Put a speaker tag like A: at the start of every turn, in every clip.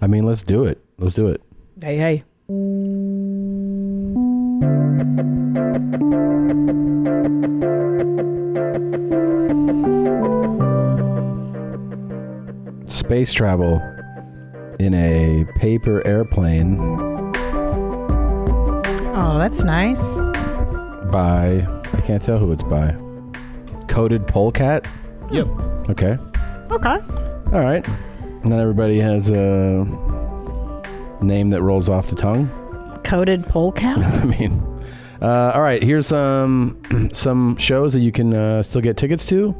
A: I mean, let's do it. Let's do it.
B: Hey, hey.
A: Space travel in a paper airplane
B: Oh, that's nice.
A: by I can't tell who it's by. Coded Polecat.
C: Yep.
A: Okay.
B: Okay.
A: All right. Not everybody has a name that rolls off the tongue.
B: Coated polecat.
A: I mean, uh, all right. Here's um, some shows that you can uh, still get tickets to.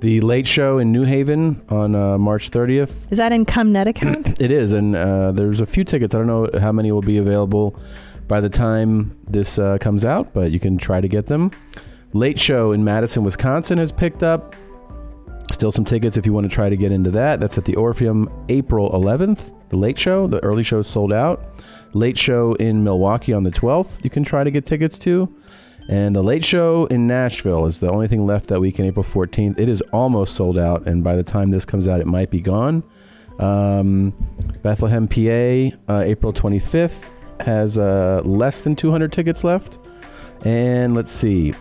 A: The Late Show in New Haven on uh, March 30th.
B: Is that in Connecticut?
A: It is, and uh, there's a few tickets. I don't know how many will be available by the time this uh, comes out, but you can try to get them. Late Show in Madison, Wisconsin has picked up. Still some tickets if you want to try to get into that. That's at the Orpheum April 11th, the late show. The early show sold out. Late show in Milwaukee on the 12th, you can try to get tickets to. And the late show in Nashville is the only thing left that week in April 14th. It is almost sold out, and by the time this comes out, it might be gone. Um, Bethlehem, PA, uh, April 25th has uh, less than 200 tickets left. And let's see.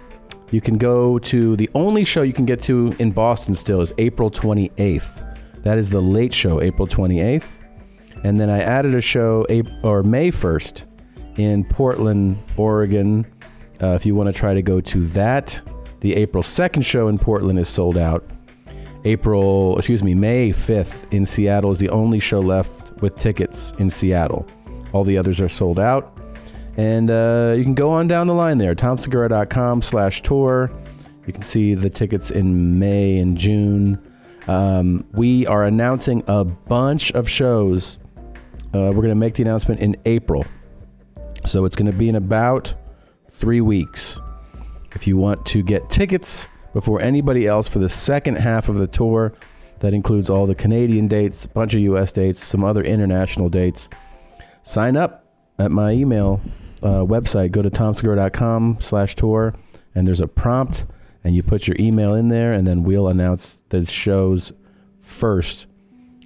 A: You can go to the only show you can get to in Boston still is April 28th. That is the late show, April 28th. And then I added a show April, or May 1st in Portland, Oregon. Uh, if you want to try to go to that, the April 2nd show in Portland is sold out. April, excuse me, May 5th in Seattle is the only show left with tickets in Seattle. All the others are sold out. And uh, you can go on down the line there, tomsegura.com slash tour. You can see the tickets in May and June. Um, we are announcing a bunch of shows. Uh, we're going to make the announcement in April. So it's going to be in about three weeks. If you want to get tickets before anybody else for the second half of the tour, that includes all the Canadian dates, a bunch of US dates, some other international dates, sign up at my email uh, website. Go to tomsegura.com slash tour, and there's a prompt, and you put your email in there, and then we'll announce the shows first,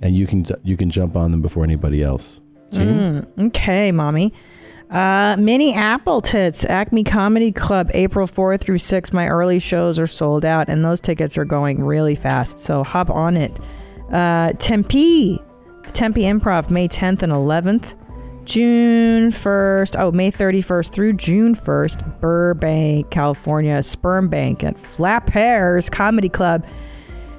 A: and you can you can jump on them before anybody else.
B: Mm.
A: Gene?
B: Okay, mommy. Uh, mini Apple Tits, Acme Comedy Club, April 4th through 6th. My early shows are sold out, and those tickets are going really fast, so hop on it. Uh, Tempe, the Tempe Improv, May 10th and 11th. June 1st, oh, May 31st through June 1st, Burbank, California, Sperm Bank at Flap Hairs Comedy Club.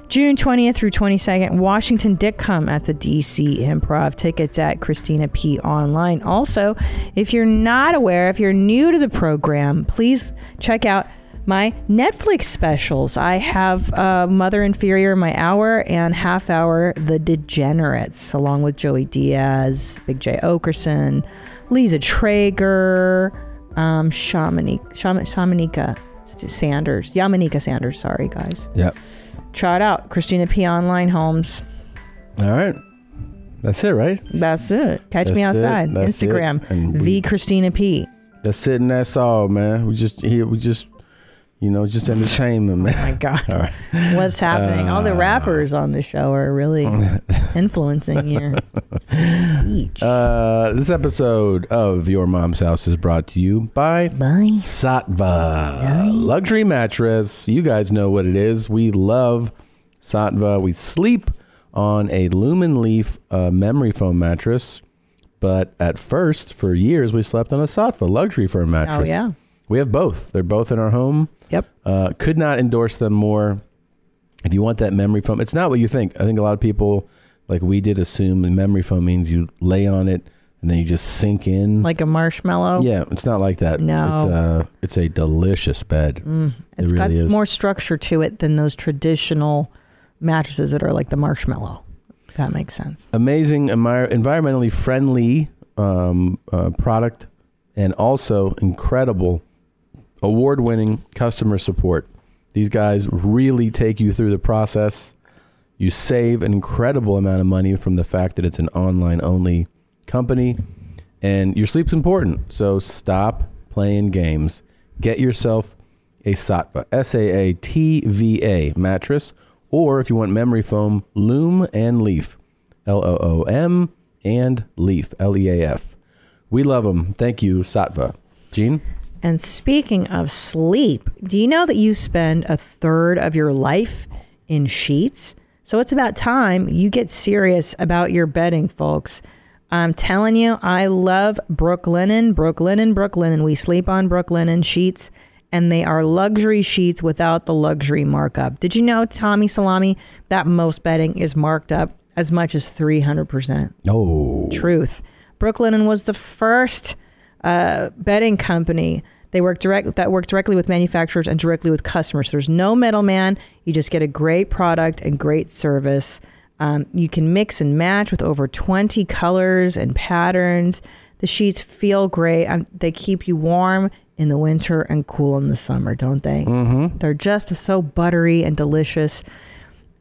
B: June 20th through 22nd, Washington Dickham at the DC Improv. Tickets at Christina P. Online. Also, if you're not aware, if you're new to the program, please check out my Netflix specials. I have uh, Mother Inferior, my hour, and half hour, The Degenerates, along with Joey Diaz, Big J. Okerson, Lisa Traeger, um, Shamanique, Sham- Shamanika Sanders, Yamanika Sanders. Sorry, guys
A: Yep.
B: try it out. Christina P. Online Homes.
A: All right. That's it, right?
B: That's it. Catch me
A: That's it.
B: outside.
A: That's it.
B: Instagram.
A: And we-
B: The Christina P.
A: That's it, and that's all, man. We just here. We just you know just entertainment,
B: Oh
A: man.
B: my God.
A: All right. Uh,
B: What's happening? All the rappers on the show are really influencing your speech.
A: Uh, this episode of Your Mom's House is brought to you by
B: Bye.
A: Satva luxury mattress. You guys know what it is. We love Satva. We sleep on a Lumen Leaf uh, memory foam mattress, but at first, for years, we slept on a Satva luxury foam mattress.
B: Oh, yeah.
A: we have both. They're both in our home.
B: Yep.
A: Uh, could not endorse them more. If you want that memory foam, it's not what you think. I think a lot of people, like we did, assume the memory foam means you lay on it and then you just sink in.
B: Like a marshmallow.
A: yeah, it's not like that.
B: No.
A: it's a it's a delicious bed. it
B: Mm. It's
A: really
B: got
A: is.
B: more structure to it than those traditional mattresses that are like the marshmallow. If that makes sense.
A: amazing, envir- environmentally friendly um, uh, product, and also incredible award-winning customer support. These guys really take you through the process. You save an incredible amount of money from the fact that it's an online-only company, and your sleep's important. So stop playing games. Get yourself a Satva, S A A T V A mattress, or if you want memory foam, Loom and Leaf, L O O M and Leaf, L E A F. We love them. Thank you, Satva. Gene?
B: And speaking of sleep, do you know that you spend a third of your life in sheets? So it's about time you get serious about your bedding, folks. I'm telling you, I love Brooklinen, Brooklinen, Brooklinen. We sleep on Brooklinen sheets, and they are luxury sheets without the luxury markup. Did you know, Tommy Salami, that most bedding is marked up as much as 300%?
A: Oh.
B: truth. Brooklinen was the first uh, bedding company. They work direct that worked directly with manufacturers and directly with customers. There's no middleman. You just get a great product and great service. Um, you can mix and match with over 20 colors and patterns. The sheets feel great. Um, they keep you warm in the winter and cool in the summer, don't they? Mm-hmm. They're just so buttery and delicious.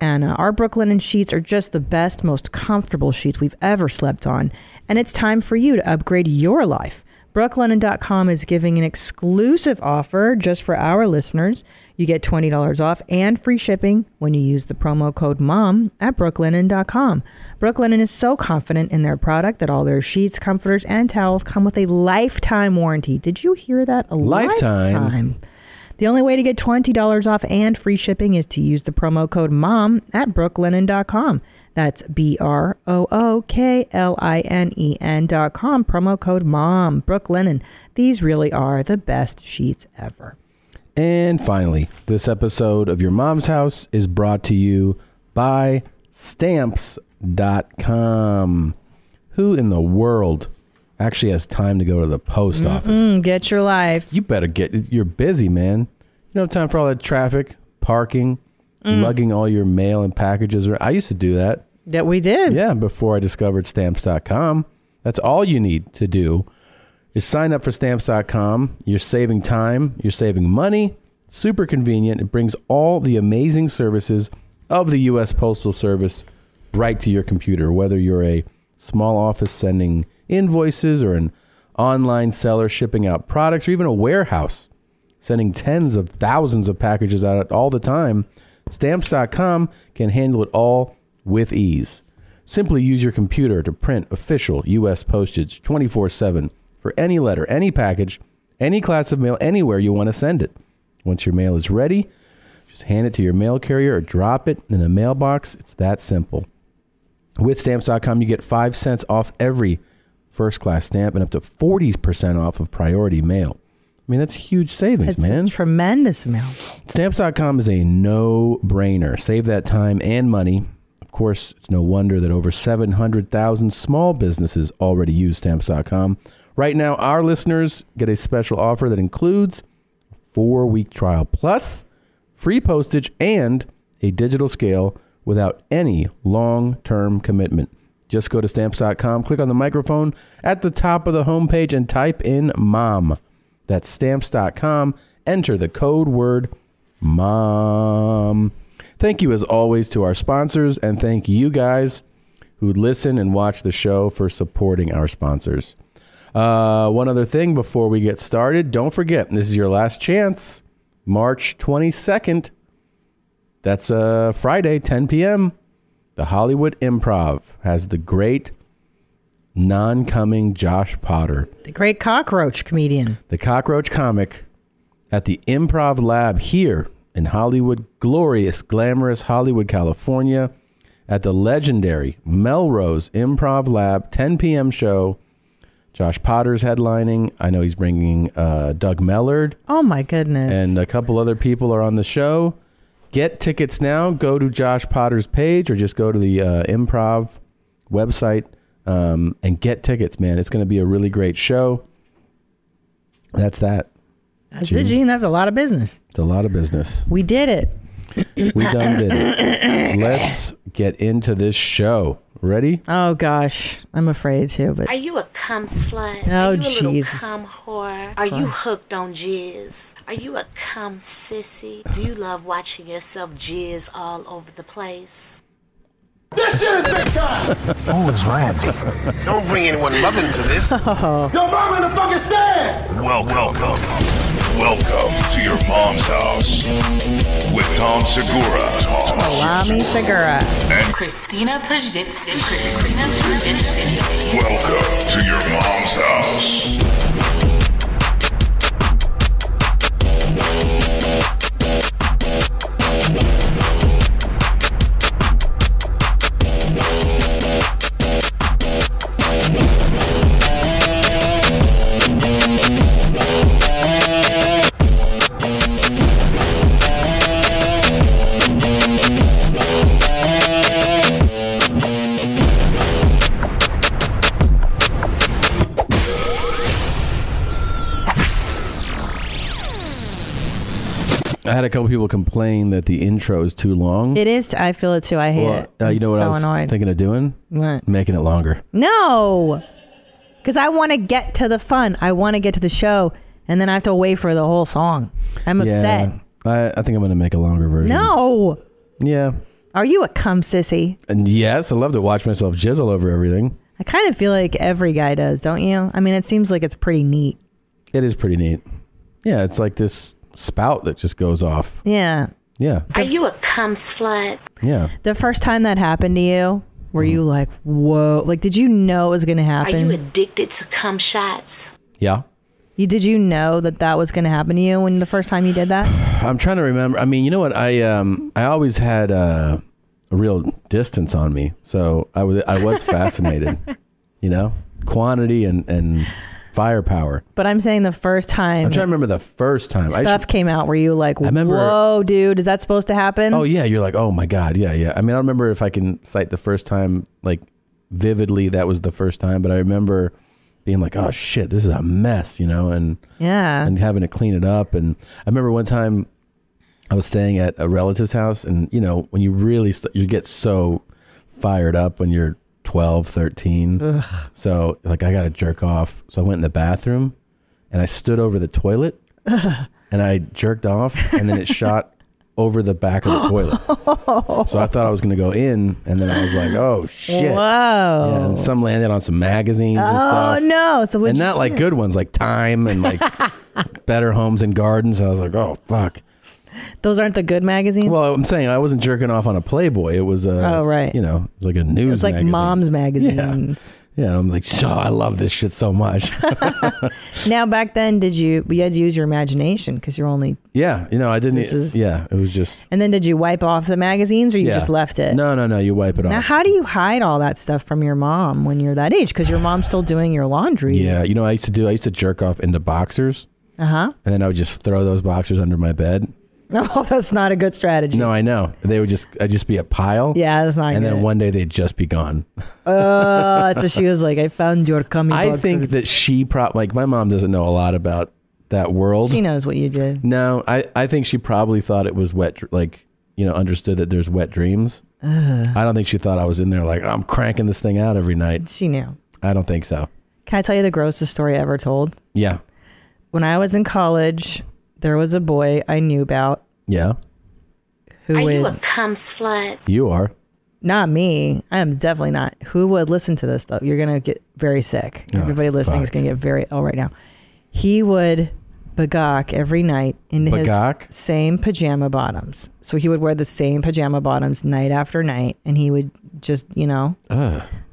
B: And uh, our Brooklinen sheets are just the best, most comfortable sheets we've ever slept on. And it's time for you to upgrade your life. Brooklinen.com is giving an exclusive offer just for our listeners. You get $20 off and free shipping when you use the promo code MOM at brooklinen.com. Brooklinen is so confident in their product that all their sheets, comforters, and towels come with a lifetime warranty. Did you hear that? A
A: Lifetime?
B: lifetime. The only way to get $20 off and free shipping is to use the promo code MOM at brooklinen.com. That's B R O O K L I N E N.com. Promo code MOM, Brooklinen. These really are the best sheets ever.
A: And finally, this episode of Your Mom's House is brought to you by stamps.com. Who in the world actually has time to go to the post office?
B: Mm, get your life.
A: You better get, you're busy, man. You don't have time for all that traffic, parking, lugging all your mail and packages. around. I used to do that.
B: That we did.
A: Yeah, before I discovered stamps.com. That's all you need to do is sign up for stamps.com. You're saving time, you're saving money, super convenient. It brings all the amazing services of the US Postal Service right to your computer, whether you're a small office sending invoices or an online seller shipping out products or even a warehouse sending tens of thousands of packages out all the time, stamps.com can handle it all with ease. Simply use your computer to print official U.S. postage 24 7 for any letter, any package, any class of mail, anywhere you want to send it. Once your mail is ready, just hand it to your mail carrier or drop it in a mailbox. It's that simple. With stamps.com, you get 5 cents off every first class stamp and up to 40% off of priority mail. I mean, that's huge savings,
B: It's
A: man.
B: a tremendous amount.
A: Stamps.com is a no brainer. Save that time and money. Of course, it's no wonder that over 700,000 small businesses already use Stamps.com. Right now, our listeners get a special offer that includes a four week trial plus free postage and a digital scale without any long term commitment. Just go to stamps.com, click on the microphone at the top of the homepage, and type in mom. That's stamps.com. Enter the code word mom. Thank you, as always, to our sponsors, and thank you guys who listen and watch the show for supporting our sponsors. Uh, one other thing before we get started don't forget, this is your last chance, March 22nd. That's uh, Friday, 10 p.m. The Hollywood Improv has the great non coming Josh Potter
B: The great cockroach comedian.
A: the cockroach comic at the improv lab here in hollywood glorious glamorous hollywood california at the legendary melrose improv lab 10 p.m show josh potter's headlining i know he's bringing uh, doug mellard
B: Oh my goodness.
A: and uh, a couple other people are on the show get tickets now go to josh potter's page or just go to the uh, improv website um, and get tickets man it's going to be a really great show that's that
B: that's it, Gene. That's a lot of business.
A: it's a lot of business.
B: We did it.
A: We done did it. Let's get into this show. Ready?
B: Oh gosh. I'm afraid to, but
C: Are you a cum slut?
B: Oh,
C: Are you a
B: Jesus.
C: little cum whore? Are you hooked on jizz? Are you a cum sissy? Do you love watching yourself jizz all over the place?
D: This shit is big time.
E: Don't bring anyone loving to this.
D: Your mama in the fucking stand.
F: Welcome. Welcome to your mom's house with Tom Segura.
B: Salami Segura.
G: Christina Pajitsky. Christina Pajitsky.
A: I had a couple people complain that the intro is too long.
B: It is. I feel it too. I hate
A: Well,
B: it.
A: uh, you know what
B: so
A: I was
B: annoyed.
A: thinking of doing?
B: What?
A: Making it longer.
B: No, because I want to get to the fun. I want to get to the show, and then I have to wait for the whole song. I'm upset.
A: Yeah. I, I think I'm going to make a longer version.
B: No,
A: Yeah.
B: are you a cum sissy?
A: And yes, I love to watch myself jizz all over everything.
B: I kind of feel like every guy does, don't you? I mean, it seems like it's pretty neat.
A: It is pretty neat. Yeah, it's like this spout that just goes off.
B: Yeah.
A: Yeah.
C: Are you a cum slut?
A: Yeah.
B: The first time that happened to you, were
A: Mm-hmm.
B: you like, whoa? Like, did you know it was going to
C: Are
B: happen?
C: you addicted to cum shots?
A: Yeah.
B: You- did you know that that was going to happen to you when the first time you did that?
A: I'm trying to remember. I mean, you know what? I um I always had uh, a real distance on me, so I was I was fascinated. you know, quantity and and firepower.
B: But I'm saying the first
A: I'm
B: time
A: trying to remember the first time. I
B: stuff
A: should-
B: came out, were you like,
A: remember-
B: whoa, dude, is that supposed to happen?
A: oh yeah, you're like oh my god, yeah yeah. I mean, I don't remember if I can cite the first time like vividly. That was the first time, but I remember being like oh shit, this is a mess, you know, and
B: yeah.
A: and having to clean it up. And I remember one time I was staying at a relative's house, and you know, when you really st- you get so fired up when you're 12, 13. So like I got to jerk off. So I went in the bathroom and I stood over the toilet and I jerked off, and then it shot over the back of the toilet. so I thought I was going to go in, and then I was like, oh shit.
B: Whoa.
A: Yeah, and some landed on some magazines and
B: Oh
A: stuff
B: no! So
A: and
B: which
A: not like good ones like Time and like Better Homes and Gardens. I was like, oh fuck.
B: those aren't the good magazines.
A: Well, I'm saying I wasn't jerking off on a Playboy. It was a
B: Oh, right.
A: You know, it was like a news.
B: it was like
A: magazine.
B: mom's magazines.
A: Yeah, and I'm like, so I love this shit so much.
B: Now back then, did you you had to use your imagination because you're only
A: yeah, you know, I didn't. e-,
B: This is-
A: yeah, it was just.
B: And then did you wipe off the magazines or you
A: yeah.
B: just left it?
A: No, no, no. You wipe it
B: Now,
A: off.
B: how do you hide all that stuff from your mom when you're that age? Because your mom's still doing your laundry.
A: Yeah, you know, I used to do. I used to jerk off into boxers,
B: Uh huh.
A: and then I would just throw those boxers under my bed.
B: No, Oh, that's not a good strategy.
A: No, I know they would just. I'd just be a pile.
B: Yeah, that's not
A: And
B: good.
A: then one day they'd just be gone.
B: Uh, so she was like, I found your coming
A: I think that she probably like my mom doesn't know a lot about that world.
B: she knows what you did.
A: No, I, I think she probably thought it was wet, dr- like, you know, understood that there's wet dreams. I don't think she thought I was in there like, I'm cranking this thing out every night.
B: She knew.
A: I don't think so.
B: Can I tell you the grossest story ever told?
A: Yeah.
B: When I was in college, there was a boy I knew about
A: Yeah.
B: who
C: Are
B: would
C: you a cum slut?
A: You are.
B: Not me. I am definitely not. Who would listen to this though? You're gonna get very sick. Everybody listening
A: Oh,
B: is
A: fuck.
B: gonna get very ill right now. He would bagok every night in
A: Bagok?
B: his same pajama bottoms. So he would wear the same pajama bottoms night after night, and he would just, you know,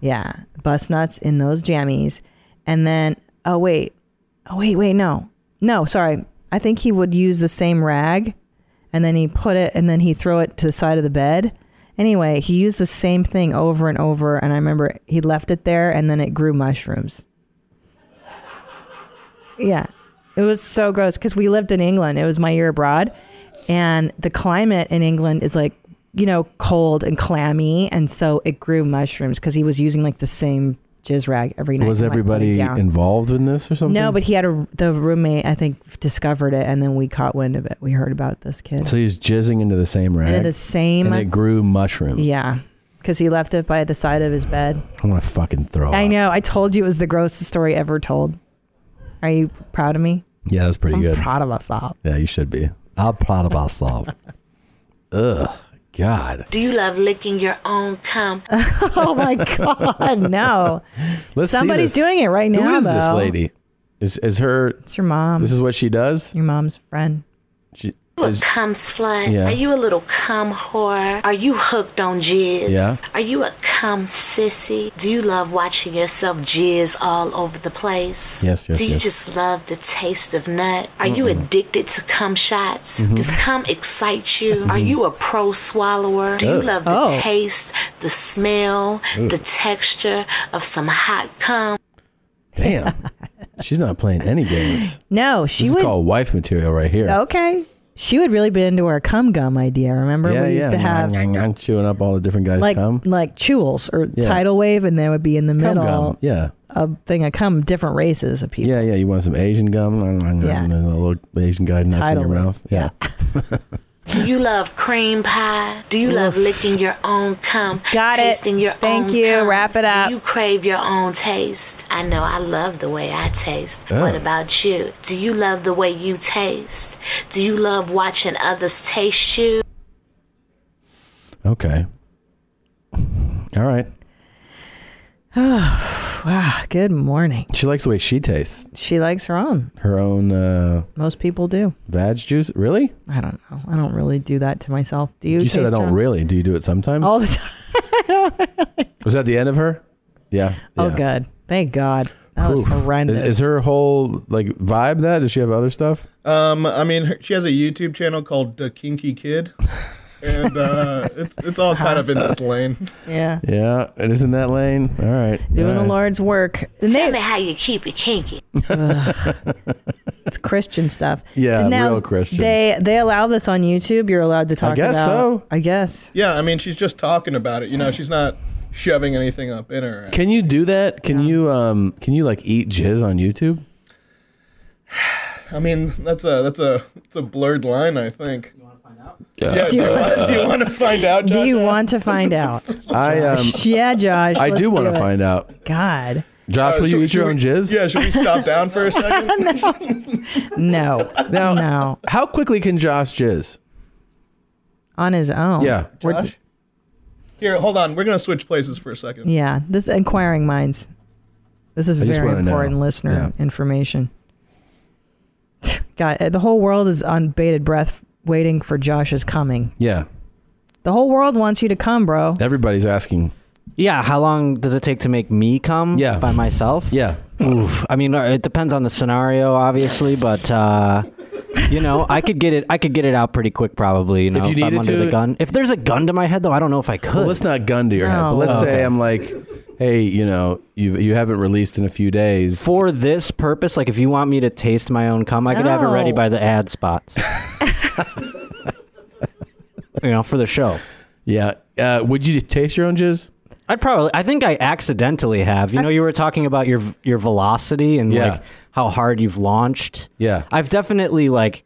B: yeah, bust nuts in those jammies. And then, oh wait, oh wait, wait, no, no, sorry. I think he would use the same rag and then he put it and then he throw it to the side of the bed. Anyway, he used the same thing over and over and I remember he left it there and then it grew mushrooms. Yeah. It was so gross cuz we lived in England. It was my year abroad and the climate in England is like you know cold and clammy and so it grew mushrooms cuz he was using like the same jizz rag every night.
A: Was
B: and, like, put it
A: everybody
B: down.
A: involved in this or something?
B: No, but he had a the roommate. I think discovered it, and then we caught wind of it. We heard about this kid.
A: So he was jizzing into the same rag.
B: and the same,
A: and it grew mushrooms.
B: yeah, because he left it by the side of his bed.
A: I'm going to fucking throw
B: I
A: up.
B: know. I told you it was the grossest story ever told. Are you proud of me?
A: Yeah, that was pretty
B: I'm
A: good.
B: proud of us all.
A: yeah, you should be. I'm proud of myself. Ugh. God.
C: Do you love licking your own cum?
B: Oh my god, no!
A: Let's see
B: Somebody's
A: this.
B: doing it right now,
A: Who is this
B: though.
A: lady? Is, is her,
B: It's your mom.
A: this is what she does?
B: your mom's friend.
A: She,
C: You a
A: is,
C: cum slut?
A: Yeah.
C: Are you a little cum whore? Are you hooked on jizz?
A: Yeah.
C: Are you a cum sissy? Do you love watching yourself jizz all over the place?
A: Yes, yes,
C: Do you
A: yes.
C: just love the taste of nut? Are you addicted to cum shots?
A: Mm-hmm.
C: Does cum excite you? Are you a pro swallower? Do you love the
B: Oh.
C: taste, the smell, the texture of some hot cum?
A: Damn. She's not playing any games.
B: No, she
A: This is
B: would. Oh,
A: called wife material right here.
B: Okay, she would really be into our cum gum idea. Remember
A: yeah,
B: we used
A: yeah.
B: to have.
A: Nyang, nyang, nyang, chewing up all the different guys'
B: like
A: cum.
B: like chules or
A: Yeah.
B: tidal wave and they would be in the
A: Cum
B: middle
A: gum. Yeah.
B: a thing of cum, different races of people.
A: Yeah, yeah. You want some Asian gum?
B: Yeah.
A: And a little Asian guy nuts in your
B: Title it.
A: mouth. Yeah.
C: Do you love cream pie? Do you love
B: Oof.
C: licking your own cum?
B: Got it.
C: tasting your
B: Thank
C: own
B: you.
C: cum?
B: Wrap it up.
C: Do you crave your own taste? I know I love the way I taste.
A: Oh.
C: What about you? Do you love the way you taste? Do you love watching others taste you?
A: Okay. All right.
B: Wow. Good morning.
A: She likes the way she tastes.
B: She likes her own.
A: Her own uh,
B: Most people do.
A: vag juice. Really?
B: I don't know. I don't really do that to myself. Do you?
A: You said I
B: taste Oh.
A: don't
B: your own?
A: really. Do you do it sometimes?
B: All the time.
A: Was that the end of her? Yeah.
B: Oh,
A: yeah.
B: good. Thank God. That was
A: Oof. Is-
B: horrendous.
A: Is, her whole like vibe that? Does she have other stuff?
G: Um, I mean, her, she has a YouTube channel called The Kinky Kid, and uh, it's it's all kind of in
B: Uh-huh.
G: this lane.
B: Yeah.
A: Yeah. It is in that lane. All right.
B: Doing
A: All
B: the
A: right.
B: Lord's work. And
C: Tell
B: they-
C: me how you keep it kinky.
B: it's Christian stuff.
A: Yeah,
B: Did- now,
A: real Christian.
B: They they allow this on YouTube. You're allowed to talk
A: guess
B: about.
A: so.
B: I guess.
G: Yeah, I mean, she's just talking about it. You know, she's not shoving anything up in her.
A: Can you do that? Can you um? Can you like eat jizz on YouTube?
G: I mean, that's a that's a that's a blurred line, I think. Yeah, do, you, do you want to find out?
B: Do you
G: Joshua?
B: want to find out?
A: I um.
B: yeah, Josh.
A: I
B: let's
A: do want to
B: it.
A: find out.
B: God.
A: Josh,
G: Uh,
A: will you
G: should-
A: eat your
G: should
A: own
G: we-
A: jizz?
G: Yeah, should we stop down for a second?
B: No.
A: Now,
B: no.
A: how quickly can Josh jizz?
B: On his own.
A: Yeah.
G: Josh? Here, hold on. We're gonna switch places for a second.
B: Yeah. This inquiring minds. This is
A: just
B: very
A: wanna know.
B: important listener
A: Yeah.
B: information. God, the whole world is on bated breath waiting for Josh's coming.
A: Yeah.
B: The whole world wants you to come, bro.
A: Everybody's asking.
H: Yeah, how long does it take to make me come?
A: Yeah.
H: by myself.
A: Yeah.
H: Oof. I mean, uh, it depends on the scenario, obviously, but uh, you know, I could get it. I could get it out pretty quick, probably. You know,
A: you
H: if I'm
A: needed
H: under
A: to-
H: the gun. If there's a gun to my head, though, I don't know if I could.
A: Well, let's not gun to your head, but
B: No.
A: let's
B: Oh,
A: say I'm like, hey, you know, you you haven't released in a few days.
H: for this purpose, like if you want me to taste my own cum, I could have it ready
B: No.
H: by the ad spots. you know, for the show.
A: Yeah. Uh, would you taste your own jizz?
H: I'd probably. I think I accidentally have. You know, you were talking about your your velocity and
A: Yeah.
H: like how hard you've launched.
A: Yeah.
H: I've definitely like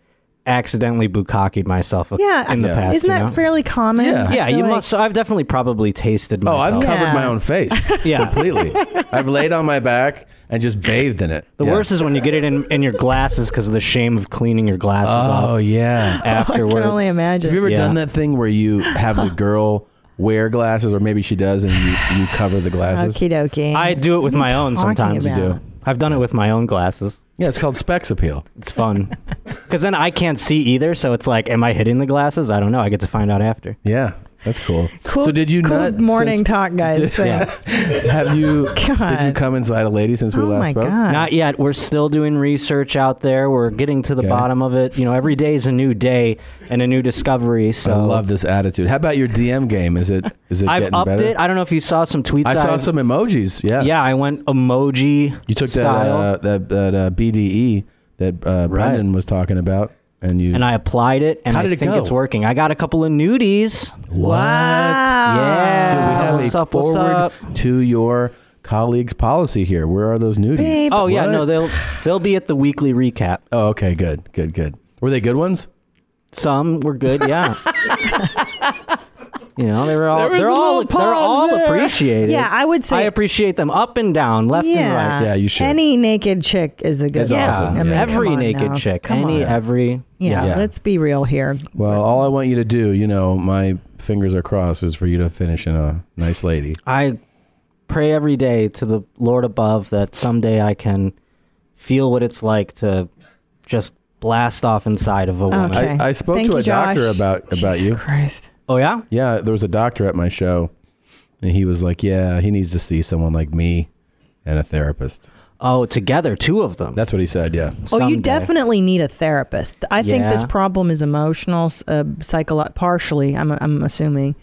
H: accidentally bukakied myself
B: yeah.
H: in the
A: Yeah.
H: past.
B: Isn't
H: you
B: that
H: know?
B: fairly common?
A: Yeah.
B: I
H: Yeah,
B: feel
H: you
B: like-
H: must. So I've definitely probably tasted
A: Oh, I've
H: myself.
B: Yeah.
A: covered my own face
H: Yeah.
A: completely. I've laid on my back and just bathed in it.
H: The
A: Yeah.
H: worst is when you get it in, in your glasses because of the shame of cleaning your glasses
A: Oh
H: off
A: yeah.
H: afterwards.
B: I can only
A: Have you
B: imagine.
A: ever
H: Yeah.
A: done that thing where you have the girl wear glasses, or maybe she does, and you, you cover the glasses?
B: Okie dokie.
H: I do it with my own
B: talking
H: sometimes.
B: about?
A: You do.
H: I've done it with my own glasses.
A: Yeah, it's called Specs Appeal.
H: It's fun. Because then I can't see either, so it's like, am I hitting the glasses? I don't know. I get to find out after.
A: Yeah, that's cool.
B: Cool,
A: so did you
B: cool
A: not
B: morning
A: since-
B: talk, guys?
H: Yeah.
B: Thanks.
A: Have you did you
B: God.
A: come inside a lady since we
B: Oh
A: last
B: my
A: spoke?
B: god.
H: Not yet. We're still doing research out there. We're getting to the
A: Okay.
H: bottom of it. You know, every day is a new day and a new discovery. So
A: I love this attitude. How about your DM game? Is it is it
H: I've
A: getting
H: upped
A: better?
H: it. I don't know if you saw some tweets.
A: I saw
H: I've-
A: some emojis. Yeah,
H: Yeah, I went emoji.
A: You took that
H: style,
A: uh, that that uh, BDE that uh, Brendan was talking about, and you
H: and I applied it, and
A: How
H: I
A: did it
H: think
A: go?
H: it's working. I got a couple of nudies.
A: what?
H: Yeah,
A: We have
H: what's
A: a
H: up? What's
A: forward
H: up?
A: to your colleagues policy here. Where are those nudies?
B: Babe.
H: Oh yeah,
A: What?
H: no, they'll they'll be at the weekly recap.
A: Oh, okay, good, good, good. Were they good ones?
H: Some were good, yeah. you know, they were all
A: There was
H: they're
A: a
H: all
A: little
H: they're
A: pause
H: all
A: there.
H: appreciated.
B: Yeah, I would say-
H: I appreciate them up and down, left
B: yeah.
H: and right.
A: Yeah, you should.
B: Any naked chick is a good.
A: It's
B: one.
A: awesome.
B: I mean,
A: Yeah.
H: Every
B: come on
H: naked
B: now.
H: chick,
B: Come
H: any
B: on.
H: every
B: Yeah,
A: Yeah.
B: Let's be real here.
A: Well, all I want you to do, you know, my fingers are crossed, is for you to finish in a nice lady.
H: I pray every day to the Lord above that someday I can feel what it's like to just blast off inside of a woman.
B: Okay.
A: I spoke
B: Thank
A: to
B: you,
A: a doctor
B: Josh.
A: about- about
B: Jesus
A: you.
B: Christ.
H: Oh yeah?
A: Yeah, there was a doctor at my show, and he was like, "Yeah, he needs to see someone like me and a therapist."
H: Oh, together, two of them.
A: That's what he said. Yeah,
B: Oh, you
H: Someday.
B: definitely need a therapist. I think this
H: Yeah.
B: problem is emotional, s- uh, psycholo- partially. I'm, I'm assuming.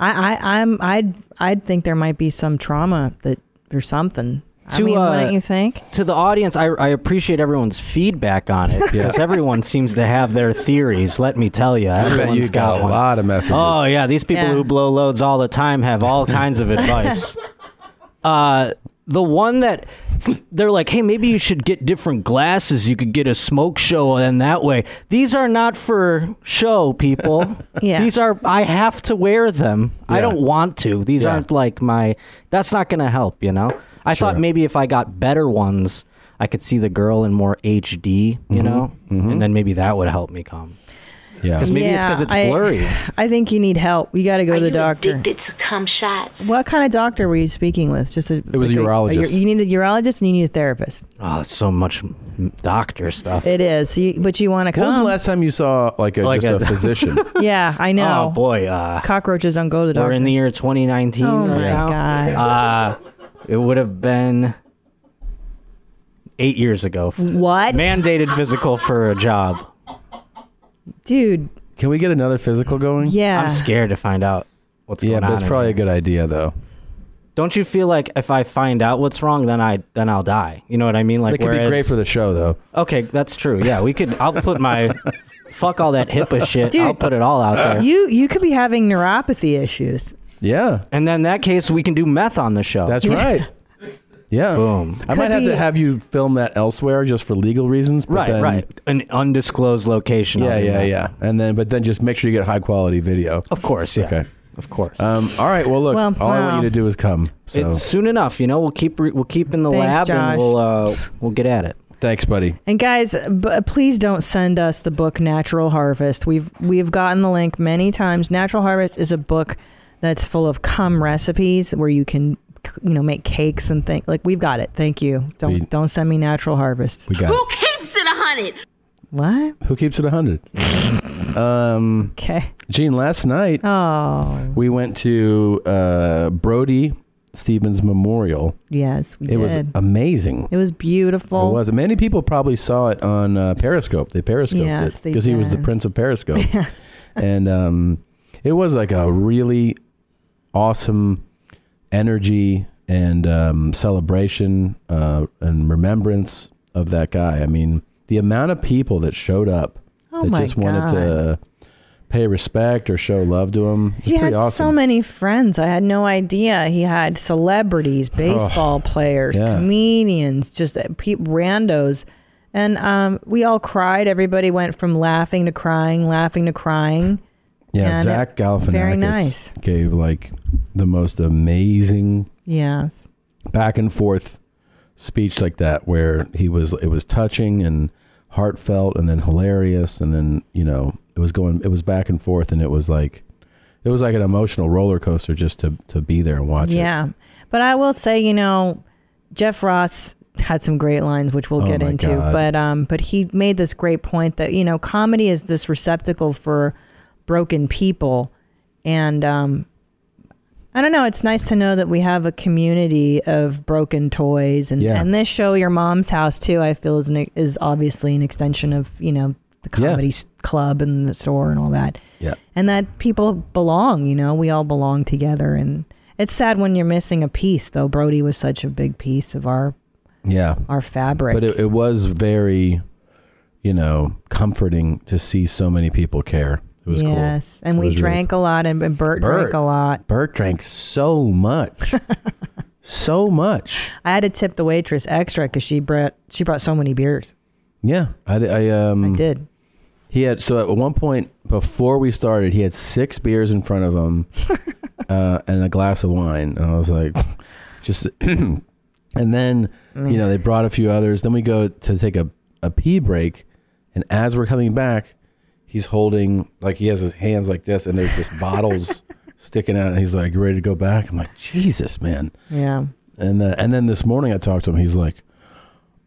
B: I, I, I'm, I'd, I'd think there might be some trauma that or something. I
H: To,
B: mean,
H: uh,
B: wouldn't you think?
H: to the audience, I, I appreciate everyone's feedback on it because everyone seems to have their theories. Let me tell you,
A: I bet
H: everyone's
A: you got, a
H: one.
A: lot of messages.
H: Oh yeah, these people
B: Yeah.
H: who blow loads all the time have all kinds of advice. uh, the one that they're like, hey, maybe you should get different glasses. You could get a smoke show, and that way, these are not for show, people.
B: Yeah.
H: these are. I have to wear them. I
A: Yeah.
H: don't want to. These
A: Yeah.
H: aren't like my. That's not going to help. You know. I thought maybe if I got better ones, I could see the girl in more HD. You
A: Mm-hmm.
H: know, and then maybe that would help me come.
A: Yeah.
H: Because maybe it's 'cause it's
B: I-
H: blurry.
B: I think you need help. You got to go
C: Are
B: to the
C: you
B: doctor.
C: addicted to cum shots?
B: What kind of doctor were you speaking with? Just a,
A: was a urologist.
B: you need a urologist and you need a therapist.
H: Oh, it's so much doctor stuff.
B: It is, you, but you want to
A: When was the
B: come?
A: last time you saw like a
H: Like
A: just a,
H: a-
A: physician?
B: yeah, I
H: oh
B: know.
H: boy. Uh,
B: Cockroaches don't go to the doctor.
H: We're in the year 2019
B: oh
H: right
B: my
H: now.
B: god!
H: It would have been eight years ago.
A: Uh,
B: what,
H: Mandated physical for a job.
B: dude?
A: Can we get another physical going?
B: Yeah,
H: I'm scared to find out what's
A: Yeah,
H: going
A: but
H: on.
A: it's
H: in
A: probably a
H: here.
A: good idea though.
H: Don't you feel like if I find out what's wrong, then I then I'll die? You know what I mean? Like
A: It could be
H: whereas-
A: great for the show though.
H: okay, that's true. Yeah, we could. I'll put my fuck all that HIPAA shit.
B: Dude.
H: I'll put it all out there.
B: You you could be having neuropathy issues.
A: Yeah.
H: and then in that case, we can do meth on the show.
A: That's
B: Yeah.
A: right. Yeah.
H: Boom.
A: I might
B: Could
A: have
B: be-
A: to have you film that elsewhere just for legal reasons. But
H: right,
A: then,
H: right. An undisclosed location. I'll
A: Yeah,
H: do
A: yeah,
H: meth.
A: yeah. And then, but then just make sure you get high quality video.
H: Of course, Oh, yeah.
A: Okay.
H: Of course.
A: Um, all right. Well, look,
B: Well,
A: all I want
B: wow.
A: you to do is come. So
H: It's soon enough, you know. We'll keep re- we'll keep in the
B: Thanks,
H: lab
B: Josh.
H: and we'll uh, we'll get at it.
A: thanks, buddy.
B: And guys, b- please don't send us the book Natural Harvest. We've we've gotten the link many times. Natural Harvest is a book that's full of cum recipes where you can you know make cakes and things. Like we've got it. Thank you. Don't
A: We-
B: don't send me Natural Harvest.
A: We got
C: Who
A: it.
C: keeps it a hundred?
B: what?
A: Who keeps it 100? um,
B: Okay.
A: Gene, last night
B: Oh,
A: we went to uh, Brody Stevens Memorial.
B: yes, we
A: It
B: did.
A: was amazing.
B: it was beautiful.
A: It was. Many people probably saw it on uh, Periscope. They Periscoped
B: Yes,
A: it
B: they
A: because he was the
B: did.
A: prince of Periscope, and um, it was like a really awesome energy and um, celebration uh, and remembrance of that guy. I mean, the amount of people that showed up
B: Oh
A: that
B: my
A: just wanted
B: God.
A: to pay respect or show love to him. It's
B: He
A: pretty
B: had
A: awesome.
B: so many friends. I had no idea. He had celebrities, baseball players,
A: yeah.
B: comedians, just uh, pe- randos. And um, we all cried. Everybody went from laughing to crying, laughing to crying.
A: Yeah,
B: and
A: Zach
B: it-
A: Galifianakis
B: very nice.
A: gave like the most amazing
B: Yes.
A: back and forth speech like that where he was it was touching and heartfelt and then hilarious and then you know it was going it was back and forth and it was like it was like an emotional roller coaster just to to be there and watch it.
B: Yeah. But I will say, you know, Jeff Ross had some great lines, which we'll
A: Oh
B: get
A: my
B: into.
A: God.
B: But um, but he made this great point that you know, comedy is this receptacle for broken people, and um, I don't know. It's nice to know that we have a community of broken toys, and
A: Yeah.
B: and this show, your mom's house too. I feel is an, is obviously an extension of you know the
A: Yeah.
B: comedy s club and the store and all that
A: Yeah.
B: and that people belong you know we all belong together and it's sad when you're missing a piece though brody was such a big piece of our
A: Yeah.
B: our fabric
A: But it, it was very, you know, comforting to see so many people care. It was cool.
B: yes and
A: It
B: we
A: was really
B: drank a lot and, and bert,
A: Bert.
B: drank a lot
A: Bert drank so much. so much.
B: i had to tip the waitress extra because she brought she brought so many beers
A: Yeah. I, d- I, um
B: i did
A: He had so at one point before we started, he had six beers in front of him uh, and a glass of wine, and I was like, just. and then you know they brought a few others. Then we go to take a a pee break, and as we're coming back, he's holding like he has his hands like this, and there's just bottles sticking out, and he's like ready to go back. I'm like, Jesus, man.
B: yeah
A: And the, and then this morning I talked to him. He's like,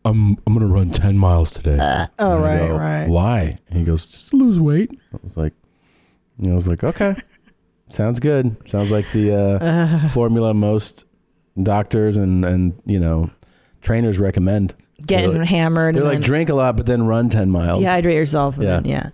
A: I'm I'm gonna run ten miles today.
B: oh
A: And I
B: right
A: go,
B: right
A: Why? And he goes, just to lose weight. I was like, and I was like, okay, sounds good. Sounds like the uh, formula most doctors and and you know trainers recommend.
B: getting
A: they're like,
B: hammered
A: They're
B: and
A: like
B: then
A: drink a lot, but then run ten miles.
B: dehydrate yourself and
A: Yeah.
B: then- yeah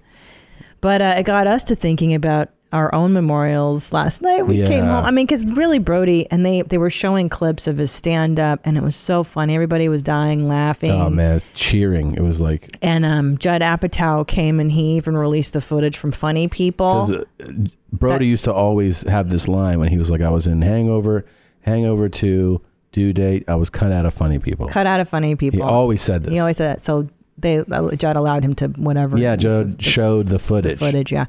B: but uh, it got us to thinking about our own memorials last night. We came
A: Yeah.
B: home. I mean, because really Brody and they they were showing clips of his stand up, and it was so funny. Everybody was dying laughing.
A: Oh man, it's cheering! It was like
B: And um, Judd Apatow came and he even released the footage from Funny People.
A: 'cause, uh, Brody used to always have this line when he was like, "I was in Hangover, Hangover Two, due date. I was cut out of funny people.
B: Cut out of funny people.
A: He always said this.
B: He always said that. So they uh, Judd allowed him to whatever.
A: yeah, Joe showed the footage.
B: footage. Yeah.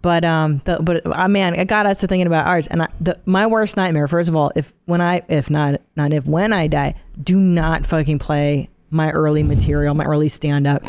B: But um, the, but uh, man, it got us to thinking about ours. And I, the, my worst nightmare, first of all, if when I if not not if when I die, do not fucking play my early material, my early stand up.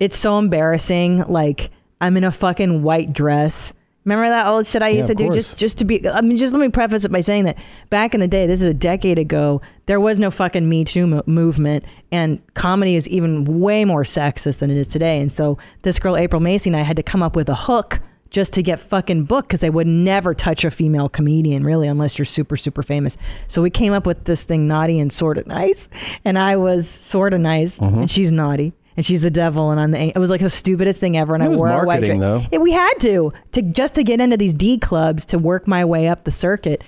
B: It's so embarrassing. Like I'm in a fucking white dress. Remember that old shit I
A: Yeah,
B: used to
A: of
B: do?
A: course.
B: Just just to be. I mean, just let me preface it by saying that back in the day, this is a decade ago. There was no fucking Me Too mo- movement, and comedy is even way more sexist than it is today. And so this girl April Macy and I had to come up with a hook just to get fucking booked because they would never touch a female comedian really unless you're super super famous. So we came up with this thing naughty and sort of nice, and I was sort of nice,
A: Mm-hmm.
B: and she's naughty. And she's the devil, and I'm the. ang- It was like the stupidest thing ever, and
A: It
B: I
A: was
B: wore a white
A: marketing,
B: dress.
A: though.
B: It- we had to to just to get into these D clubs to work my way up the circuit.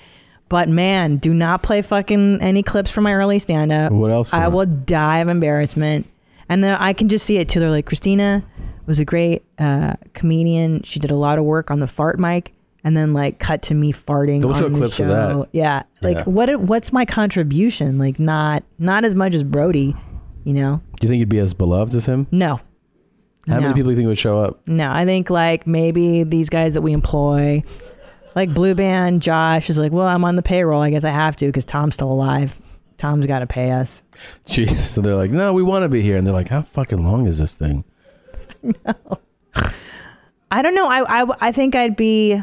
B: But man, do not play fucking any clips from my early stand up.
A: What else?
B: I will die of embarrassment. And then I can just see it too. They're like, Christina was a great uh, comedian. She did a lot of work on the fart mic. And then like cut to me farting.
A: They'll
B: on
A: show
B: the
A: clips
B: show.
A: of that.
B: Yeah. Like
A: Yeah.
B: what? What's my contribution? Like not not as much as Brody, you know?
A: Do you think you'd be as beloved as him?
B: No.
A: How many
B: No.
A: people do you think would show up?
B: No, I think like maybe these guys that we employ, like Blue Band, Josh is like, well, I'm on the payroll. I guess I have to because Tom's still alive. Tom's got to pay us.
A: Jeez. So they're like, no, we want to be here, and they're like, how fucking long is this thing?
B: I don't know. I, I, I think I'd be.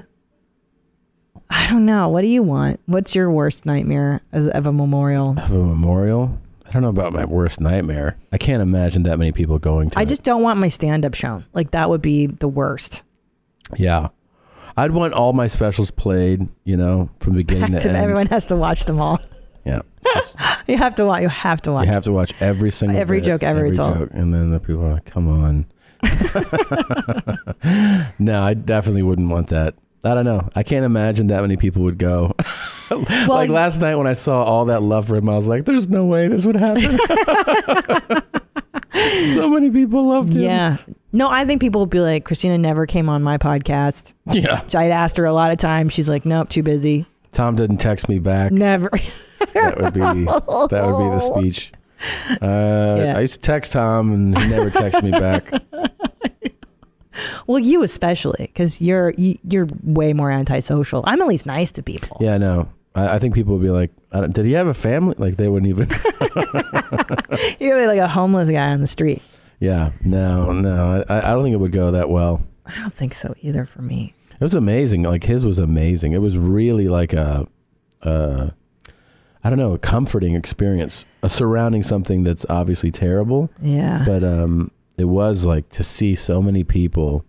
B: I don't know. What do you want? What's your worst nightmare as, of a memorial?
A: Have a memorial? I don't know about my worst nightmare. I can't imagine that many people going to.
B: I
A: it.
B: just don't want my stand up shown. Like, that would be the worst.
A: yeah. I'd want all my specials played, you know, from beginning to,
B: To-
A: end.
B: Everyone has to watch them all.
A: Yeah.
B: You have to watch. You have to watch.
A: You have to watch every single
B: Every
A: bit,
B: joke ever
A: every
B: told.
A: joke, and then the people are like, "Come on." no, I definitely wouldn't want that. I don't know. I can't imagine that many people would go. like last night when I saw all that love for him, I was like, "There's no way this would happen." so many people loved him.
B: yeah. No, I think people will be like, Christina never came on my podcast.
A: yeah.
B: I'd asked her a lot of times. She's like, nope, too busy.
A: Tom didn't text me back.
B: Never.
A: That would be that would be the speech. Uh,
B: Yeah.
A: I used to text Tom, and he never texted me back.
B: well, you especially, because you're you, you're way more antisocial. I'm at least nice to people.
A: Yeah, no. I, I think people would be like, I don't, "Did he have a family?" Like they wouldn't even.
B: You're like a homeless guy on the street.
A: yeah, no, no. I, I don't think it would go that well.
B: I don't think so either for me.
A: It was amazing. Like his was amazing. It was really like a, uh, I don't know, a comforting experience, a surrounding something that's obviously terrible.
B: Yeah.
A: But um, it was like to see so many people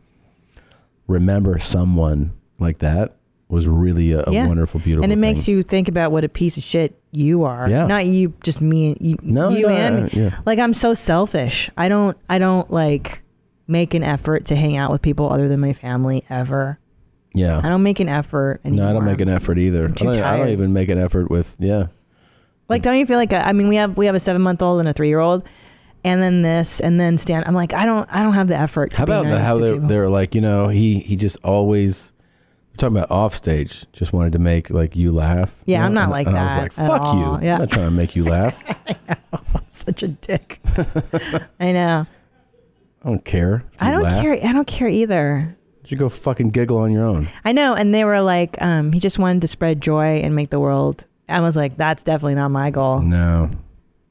A: remember someone like that was really a, a
B: Yeah.
A: wonderful, beautiful.
B: and it makes
A: thing.
B: you think about what a piece of shit you are.
A: Yeah.
B: Not you, just me. and- You,
A: No,
B: you
A: no,
B: and
A: I-
B: me.
A: yeah.
B: Like I'm so selfish. I don't. I don't like make an effort to hang out with people other than my family ever.
A: Yeah.
B: I don't make an effort anymore.
A: no, I don't make an effort either.
B: too
A: I, don't, I don't
B: tired.
A: even make an effort with yeah.
B: Like, don't you feel like I mean, we have we have a seven month old and a three year old, and then this, and then Stan. I'm like, I don't, I don't have the effort. To
A: How
B: be
A: about the,
B: nice
A: how
B: to
A: they're,
B: people.
A: they're like, you know, he he just always we're talking about off stage, just wanted to make like you laugh.
B: Yeah,
A: you know?
B: I'm not
A: And-
B: like
A: and
B: that
A: I was
B: at
A: like, fuck
B: all.
A: you.
B: Yeah.
A: I'm not trying to make you laugh. I
B: such a dick? I know.
A: don't care. if
B: I
A: you
B: don't
A: laugh.
B: care. I don't care either.
A: You go fucking giggle on your own.
B: I know. And they were like, um, he just wanted to spread joy and make the world. I was like, that's definitely not my goal.
A: No.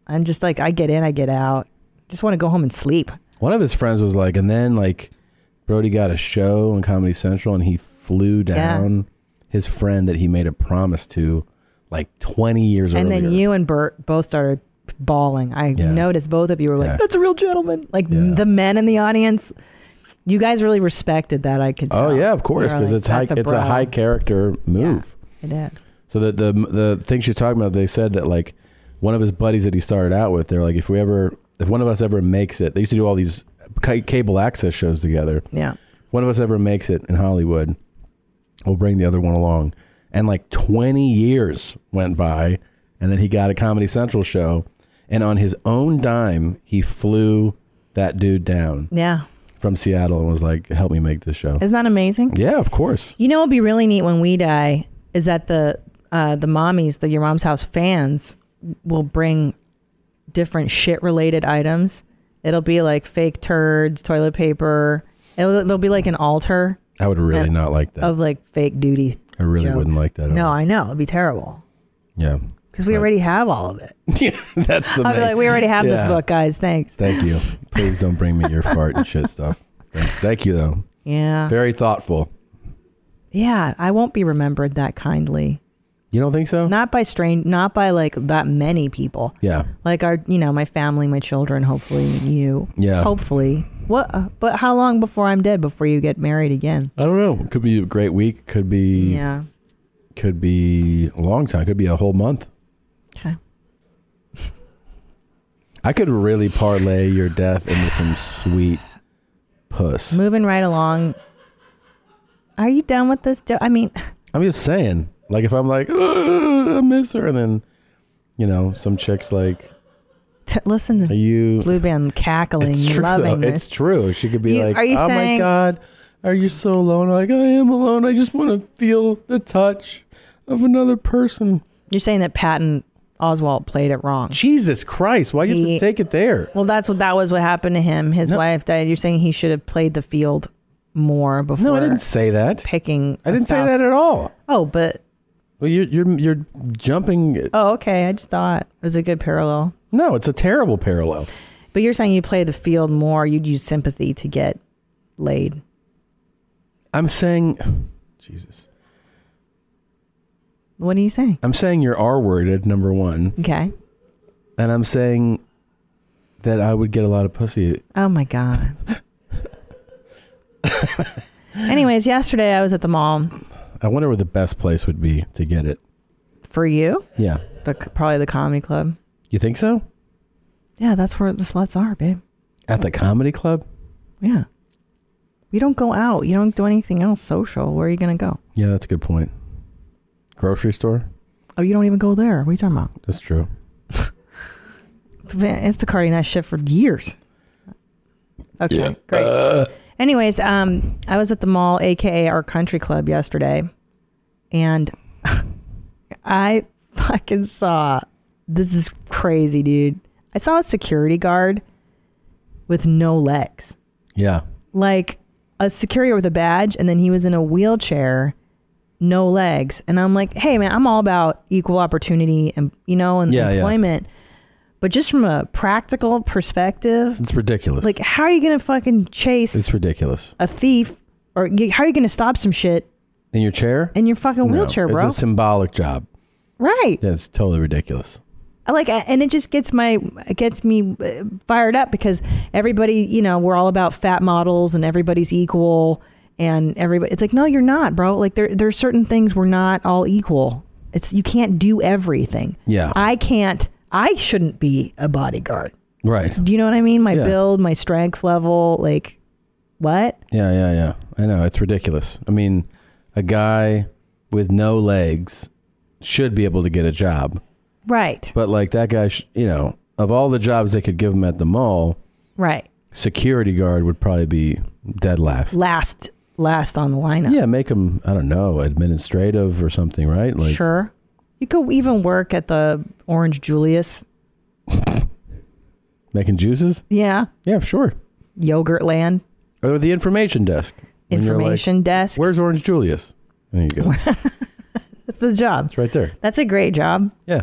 B: I'm just like, I get in, I get out. Just want to go home and sleep.
A: One of his friends was like, and then like Brody got a show on Comedy Central and he flew down his friend that he made a promise to like 20 years
B: And
A: earlier.
B: then you and Bert both started bawling. I
A: Yeah.
B: noticed both of you were like,
A: Yeah.
B: "That's a real gentleman." Like
A: Yeah.
B: the men in the audience, you guys really respected that. I could.
A: Oh
B: tell.
A: yeah, of course,
B: You were
A: because
B: like,
A: it's high,
B: "That's
A: it's a
B: bro."
A: high character move.
B: It is.
A: So the the the thing she's talking about, they said that like one of his buddies that he started out with, they're like, if we ever, if one of us ever makes it, they used to do all these ca- cable access shows together.
B: Yeah.
A: One of us ever makes it in Hollywood, we'll bring the other one along. And like 20 years went by, and then he got a Comedy Central show, and on his own dime, he flew that dude down
B: Yeah.
A: from Seattle and was like, help me make this show.
B: Isn't that amazing?
A: Yeah, of course.
B: You know, it'd be really neat when we die is that the uh, the mommies, the your mom's house fans will bring different shit related items. It'll be like fake turds, toilet paper. It'll, there'll be like an altar.
A: I would really
B: of-
A: not like that.
B: Of like fake duty.
A: I really
B: jokes.
A: wouldn't like that at
B: No,
A: all.
B: I know. It'd be terrible
A: Yeah.
B: because we already have all of it.
A: Yeah, that's the
B: I'll be
A: main-
B: like, we already have this
A: Yeah.
B: book, guys. Thanks.
A: Thank you. Please don't bring me your fart and shit stuff. Thank, thank you though.
B: Yeah.
A: Very thoughtful.
B: Yeah, I won't be remembered that kindly.
A: You don't think so?
B: Not by strange, not by like that many people.
A: Yeah.
B: Like our, you know, my family, my children, hopefully you.
A: Yeah.
B: Hopefully. What? uh, but how long before I'm dead before you get married again?
A: I don't know. Could be a great week. Could be.
B: Yeah.
A: Could be a long time. Could be a whole month.
B: Okay.
A: I could really parlay your death into some sweet puss.
B: Moving right along. Are you done with this? Do- I mean,
A: I'm just saying. Like if I'm like, "Ugh, I miss her, and then, you know, some chicks like,
B: t- listen to
A: are you?
B: Blue Band cackling,
A: It's true.
B: loving
A: though.
B: this.
A: It's true. She could be
B: You-
A: like,
B: are you
A: "Oh my
B: saying-
A: god, are you so alone?" I'm like I am alone. I just want to feel the touch of another person.
B: You're saying that Patton Oswald played it wrong.
A: Jesus Christ! Why you have to
B: He-
A: take it there?
B: Well, that's what that was. What happened to him? His
A: No.
B: wife died. You're saying he should have played the field more before
A: No, I didn't say that.
B: picking.
A: I didn't say that at all.
B: Oh, but
A: Well, you're you're you're jumping.
B: oh, okay. I just thought it was a good parallel.
A: No, it's a terrible parallel.
B: But you're saying you play the field more. You'd use sympathy to get laid.
A: I'm saying, Jesus.
B: What are you saying?
A: I'm saying you're R worded number one,
B: Okay.
A: and I'm saying that I would get a lot of pussy.
B: Oh my god. Anyways, yesterday I was at the mall
A: I wonder where the best place would be to get it.
B: for you.
A: Yeah,
B: The, probably the comedy club.
A: you think so?
B: Yeah, that's where the sluts are, babe.
A: At the comedy club?
B: Yeah. You don't go out. You don't do anything else social. Where are you going to go?
A: Yeah, that's a good point. Grocery store?
B: Oh, you don't even go there. What are you talking about?
A: That's true.
B: Been Instacarting that shit for years. Okay, great. Anyways, um, I was at the mall, aka our country club, yesterday, and I fucking saw. This is crazy, dude. I saw a security guard with no legs.
A: Yeah.
B: like a security with a badge and then he was in a wheelchair no legs and i'm like hey man i'm all about equal opportunity and you know and
A: Yeah, yeah.
B: employment but just from a practical perspective
A: It's ridiculous.
B: like how are you gonna fucking chase
A: it's ridiculous.
B: a thief or y- how are you gonna stop some shit
A: In your chair?
B: in your fucking
A: No,
B: wheelchair bro
A: It's a symbolic job.
B: right
A: Yeah, it's totally ridiculous.
B: I like and it just gets my it gets me uh, fired up because everybody you know we're all about fat models and everybody's equal and everybody it's like no you're not bro like there there's certain things we're not all equal it's you can't do everything
A: Yeah.
B: i can't i shouldn't be a bodyguard
A: Right.
B: do you know what i mean my
A: Yeah.
B: build my strength level like what
A: Yeah, yeah, yeah. I know. It's ridiculous. I mean, a guy with no legs should be able to get a job.
B: right
A: But, like, that guy, sh- you know, of all the jobs they could give him at the mall,
B: right
A: security guard would probably be dead last.
B: last last on the lineup
A: Yeah, make him, I don't know, administrative or something, right? Like,
B: sure. You could even work at the Orange Julius.
A: making juices?
B: Yeah.
A: Yeah, sure.
B: Yogurt land.
A: Or the information desk. When you're like,
B: information desk.
A: Where's Orange Julius? There you go. it's
B: That's the job.
A: right there.
B: That's a great job. Uh,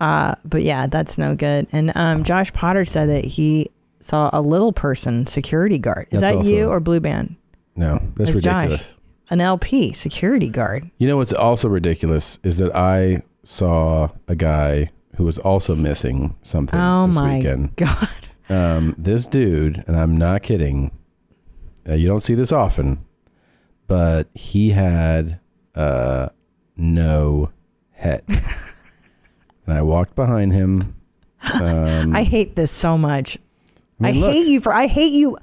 A: Yeah.
B: But yeah, that's no good. And um, Josh Potter said that he saw a little person security guard. Is
A: That's
B: that you
A: also-
B: or Blue Band?
A: No, that's
B: That's Josh.
A: ridiculous.
B: An LP security guard.
A: You know what's also ridiculous is that I saw a guy who was also missing something
B: Oh
A: this
B: my
A: weekend.
B: god.
A: Um, this dude, and I'm not kidding, uh, you don't see this often, but he had uh, no head. and I walked behind him.
B: I hate this so much. I,
A: Um, mean, look.
B: hate you for I hate you.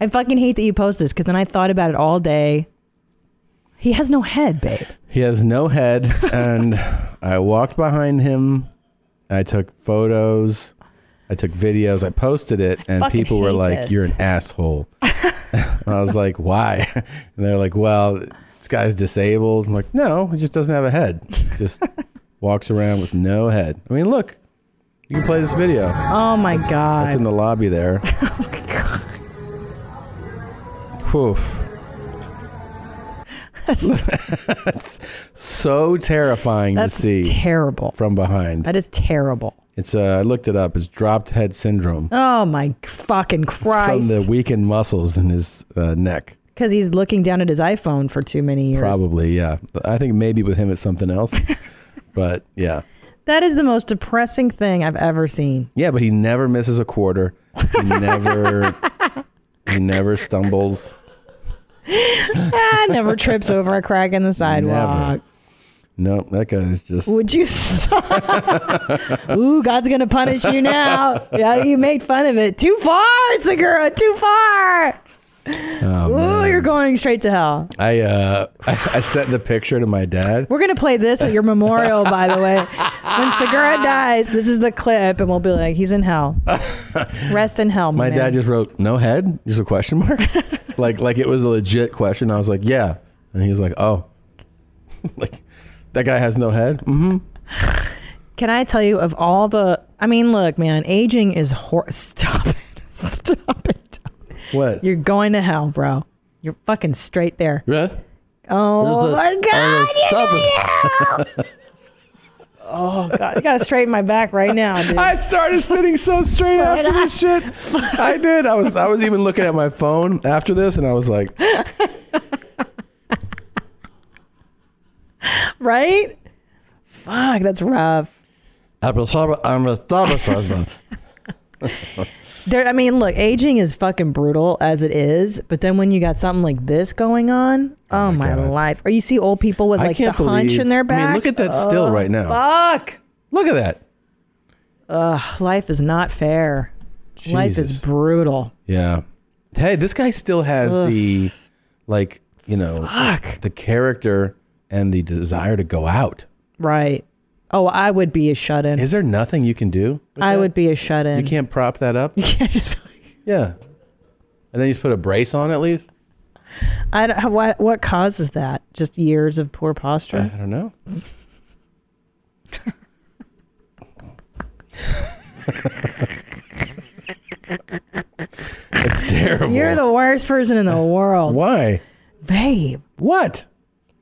B: I fucking hate that you post this because then I thought about it all day. He has no head, babe.
A: He has no head, and I walked behind him. I took photos, I took videos, I posted it, and
B: fucking
A: people were
B: hate
A: like,
B: this.
A: "You're an asshole." and I was like, "Why?" And they're like, "Well, this guy's disabled." I'm like, "No, he just doesn't have a head. Just walks around with no head. I mean, look, you can play this video.
B: Oh my god.
A: That's in the lobby there. oh That's so terrifying
B: That's
A: to see
B: terrible.
A: from behind.
B: That is terrible.
A: It's uh, I looked it up. It's dropped head syndrome
B: Oh my fucking
A: from
B: Christ.
A: the weakened muscles in his uh, neck.
B: Because he's looking down at his iPhone for too many years.
A: Probably, yeah. I think maybe with him it's something else, but yeah,
B: That is the most depressing thing I've ever seen.
A: yeah. But he never misses a quarter. He never, he never stumbles.
B: Ah, never trips over a crack in the sidewalk.
A: Never. No, that guy is just.
B: Would you? Suck? Ooh, God's gonna punish you now. Yeah, you made fun of it. Too far, Segura. Too far. Ooh, you're going straight to hell.
A: I uh, I, I sent the picture to my dad.
B: We're gonna play this at your memorial, by the way. When Segura dies, this is the clip, and we'll be like, he's in hell. Rest in hell, my,
A: My
B: man.
A: dad just wrote no head, just a question mark, like like it was a legit question. I was like, yeah, and he was like, oh, like that guy has no head. Mm-hmm.
B: Can I tell you of all the? I mean, look, man, aging is hor. Stop it. Stop it.
A: What?
B: You're going to hell, bro. You're fucking straight there.
A: yeah.
B: Oh
A: There's a-
B: my
A: Oh,
B: god.
A: stop
B: Oh god, you gotta straighten my back right now, dude.
A: it. I started sitting so straight after this shit. I did. I was I was even looking at my phone after this, and I was like,
B: Right? Fuck, that's rough.
A: I'm a stop- I'm a stop- husband.
B: There, I mean, look, aging is fucking brutal as it is, but then when you got something like this going on, oh, my,
A: God.
B: life. Or you see old people with
A: I
B: like the
A: can't
B: hunch
A: believe-
B: in their
A: I
B: back. Oh,
A: mean, look at that still right now.
B: Fuck.
A: Look at that.
B: Life is not fair. Life is
A: Jesus.
B: brutal.
A: Yeah. Hey, this guy still has
B: Ugh.
A: the like, you know,
B: Fuck.
A: the character and the desire to go out.
B: Right. Oh, I would be a shut in.
A: Is there nothing you can do? with
B: I
A: that?
B: would be a shut in.
A: You can't prop that up? Yeah. And then you just put a brace on at least?
B: I don't, what, what causes that? Just years of poor posture?
A: I don't know. it's terrible.
B: You're the worst person in the
A: uh,
B: world.
A: Why?
B: Babe,
A: What?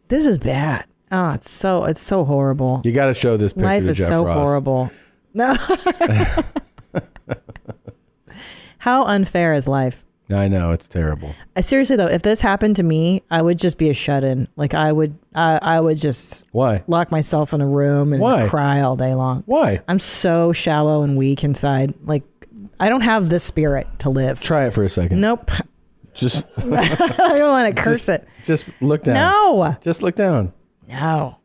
B: this is bad. Oh, it's so it's so horrible.
A: You got to show this picture
B: Life
A: to
B: is
A: Jeff
B: so
A: Ross.
B: horrible. No. How unfair is life?
A: I know it's terrible.
B: Uh, Seriously though, if this happened to me, I would just be a shut-in. Like I would I, I would just
A: Why?
B: lock myself in a room and
A: Why?
B: cry all day long.
A: Why?
B: I'm so shallow and weak inside. Like I don't have this spirit to live.
A: Try it for a second.
B: Nope.
A: Just
B: I don't want to curse
A: just, Oh.
B: it.
A: Just look down.
B: No.
A: Just look down.
B: No.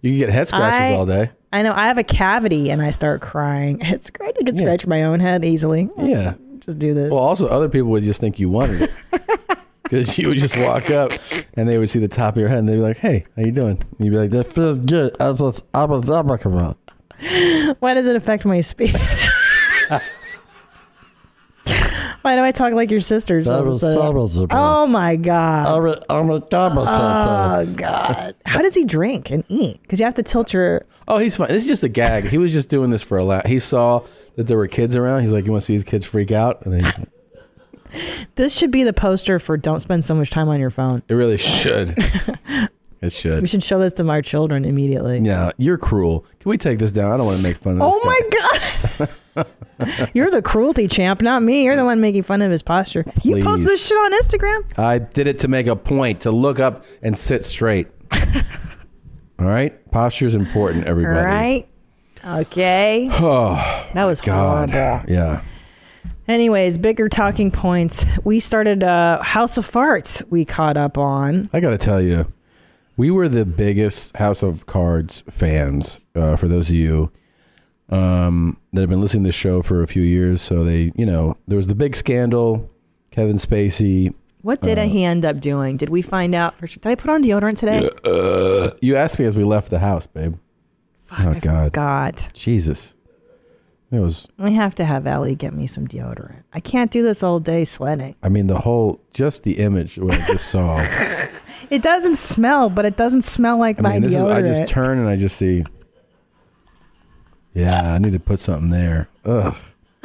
A: You can get head scratches
B: I-
A: all day.
B: I know I have a cavity and I start crying. It's great. I can
A: Yeah.
B: scratch my own head easily.
A: Yeah.
B: Just do this.
A: Well, also other people would just think you wanted it because you would just walk up and they would see the top of your head and they'd be like, "Hey, how you doing?" And you'd be like, "That feels good." I was I was I was- I was-
B: Why does it affect my speech? Why do I talk like your sisters?
A: I was- I was-
B: Oh my god.
A: I was- I was- I was-
B: Oh god. How does he drink and eat? Because you have to tilt your.
A: Oh, he's fine. This is just a gag. He was just doing this for a laugh. He saw that there were kids around. He's like, "You want to see these kids freak out?" And they,
B: This should be the poster for "Don't spend so much time on your phone."
A: it really should. It
B: We
A: should.
B: should show this to our children immediately.
A: Yeah, you're cruel. Can we take this down? I don't want to make fun of.
B: Oh
A: this guy.
B: my god. You're the cruelty champ, not me. You're the one making fun of his posture. You post
A: Please.
B: this shit on Instagram?
A: I did it to make a point to look up and sit straight. All right, posture is important, everybody. Oh,
B: All right. Okay. that was
A: God,
B: horrible.
A: yeah.
B: Anyways, bigger talking points. We started uh, House of Farts. We caught up on.
A: I got to tell you, we were the biggest House of Cards fans. Uh, for those of you um, that have been listening to this show for a few years, so they, you know, there was the big scandal, Kevin Spacey.
B: What did
A: Uh.
B: he end up doing? Did we find out for sure? Did I put on deodorant today?
A: You asked me as we left the house, babe. oh God,
B: God,
A: Jesus, it was
B: I have to have Ellie get me some deodorant. I can't do this all day sweating.
A: I mean, the whole, just the image what I just saw. I
B: It doesn't smell, but it doesn't smell like my
A: mean, this is,
B: deodorant.
A: I just turn and I just see Yeah, I need to put something there. Ugh.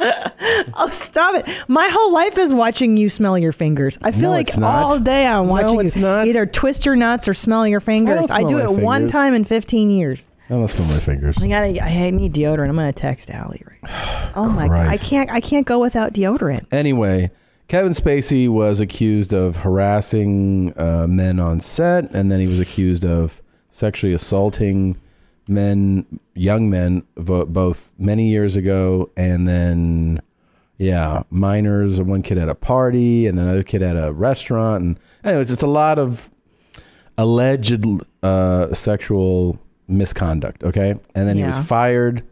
B: Oh, stop it. My whole life is watching you smell your fingers. I feel
A: No,
B: like
A: it's not.
B: all day I'm watching
A: it's
B: you
A: not.
B: either twist your nuts or smell your fingers. I,
A: smell
B: do
A: my
B: it one
A: fingers.
B: time in 15 years.
A: I must smell my fingers.
B: I gotta. I need deodorant. I'm gonna text Allie right. Now. Oh my god! I
A: Christ.
B: can't. I can't go without deodorant.
A: Anyway, Kevin Spacey was accused of harassing uh, men on set, and then he was accused of sexually assaulting men, young men, vo- both many years ago, and then yeah, minors. One kid at a party, and then another kid at a restaurant, and anyways, it's a lot of alleged uh, sexual misconduct. Okay, and then he
B: Yeah.
A: was fired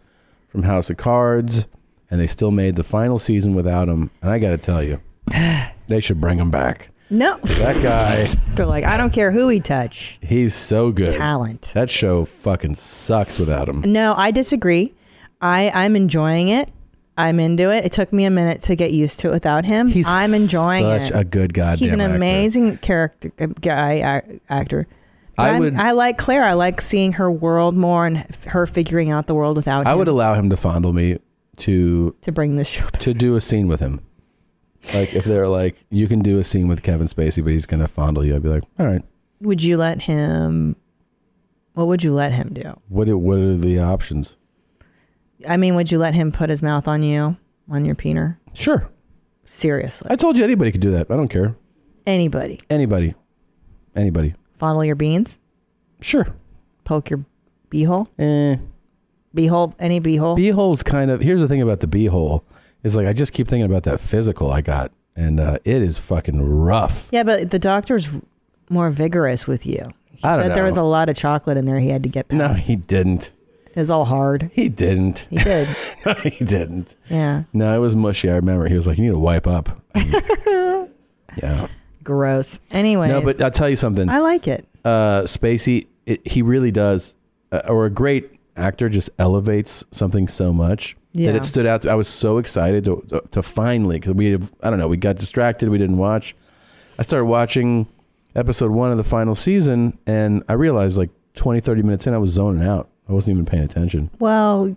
A: from House of Cards, and they still made the final season without him. And I got to tell you, they should bring him back.
B: No,
A: That guy,
B: they're like, I don't care who he touch.
A: he's so good.
B: Talent.
A: That show fucking sucks without him.
B: No, I disagree. I I'm enjoying it. I'm into it. It took me a minute to get used to it without him.
A: He's
B: I'm enjoying
A: such
B: it.
A: a good goddamn.
B: He's an
A: actor.
B: amazing character uh, guy ac- actor. But
A: I
B: I'm-
A: would-
B: I like Claire. I like seeing her world more and f- her figuring out the world without
A: I
B: him
A: would allow him to fondle me to
B: to bring this show. Back.
A: to do a scene with him. Like if they're like, you can do a scene with Kevin Spacey, but he's gonna fondle you. I'd be like, all right.
B: Would you let him? What would you let him do?
A: What are, what are the options?
B: I mean, would you let him put his mouth on you, on your peener?
A: Sure.
B: Seriously,
A: I told you anybody could do that. I don't care.
B: anybody
A: Anybody. Anybody.
B: fondle your beans,
A: Sure.
B: poke your beehole,
A: Eh.
B: beehole, any beehole.
A: B-hole's kind of here's the thing about the B-hole is like I just keep thinking about that physical I got and uh, it is fucking rough.
B: yeah, but the doctor's more vigorous with you. He
A: I don't
B: said there
A: know.
B: was a lot of chocolate in there. He had to get past.
A: No, he didn't.
B: It was all hard.
A: He didn't.
B: He did.
A: No, he didn't.
B: yeah.
A: No, it was mushy. I remember he was like, "You need to wipe up." yeah.
B: Gross. Anyways,
A: No, but uh, I'll tell you something.
B: I like it.
A: uh, Spacey, it, he really does, uh, or a great actor just elevates something so much
B: Yeah.
A: that it stood out. To, I was so excited to, to, to finally, because we, have, I don't know, we got distracted, we didn't watch. I started watching episode one of the final season, and I realized like 20, 30 minutes in, I was zoning out. I wasn't even paying attention.
B: Well,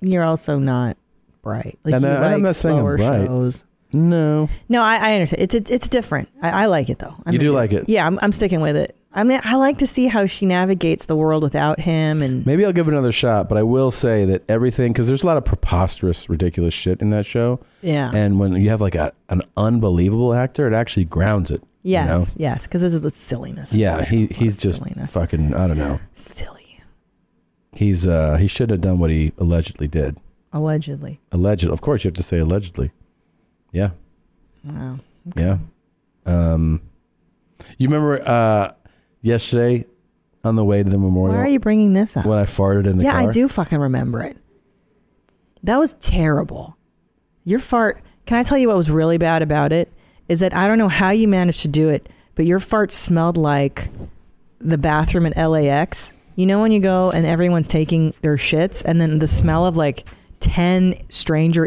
B: you're also not bright. Like
A: And
B: you
A: I- and
B: like
A: I'm not saying I'm
B: slower
A: bright.
B: shows.
A: No.
B: No, I, I understand. It's it's, it's different. I, I like it though. I'm
A: You do
B: into
A: like it?
B: Yeah, I'm, I'm sticking with it. I mean, I like to see how she navigates the world without him, and
A: Maybe I'll give it another shot, but I will say that everything, because there's a lot of preposterous, ridiculous shit in that show.
B: yeah,
A: And when you have like a, an unbelievable actor, it actually grounds it. you
B: yes,
A: know?
B: yes, because this is the silliness. of
A: Yeah,
B: the
A: he
B: show.
A: he's
B: It's
A: just
B: silliness.
A: fucking. I don't know.
B: silly,
A: He's uh he should have done what he allegedly did.
B: allegedly.
A: Alleged, of course, you have to say allegedly. Yeah,
B: Wow.
A: yeah. Um, you remember uh yesterday on the way to the
B: Why
A: memorial
B: are you bringing this up?
A: when I farted in the
B: yeah,
A: car?
B: I do fucking remember it. That was terrible. Your fart. Can I tell you what was really bad about it? Is that I don't know how you managed to do it, but your fart smelled like the bathroom at LAX. You know when you go and everyone's taking their shits, and then the smell of like ten stranger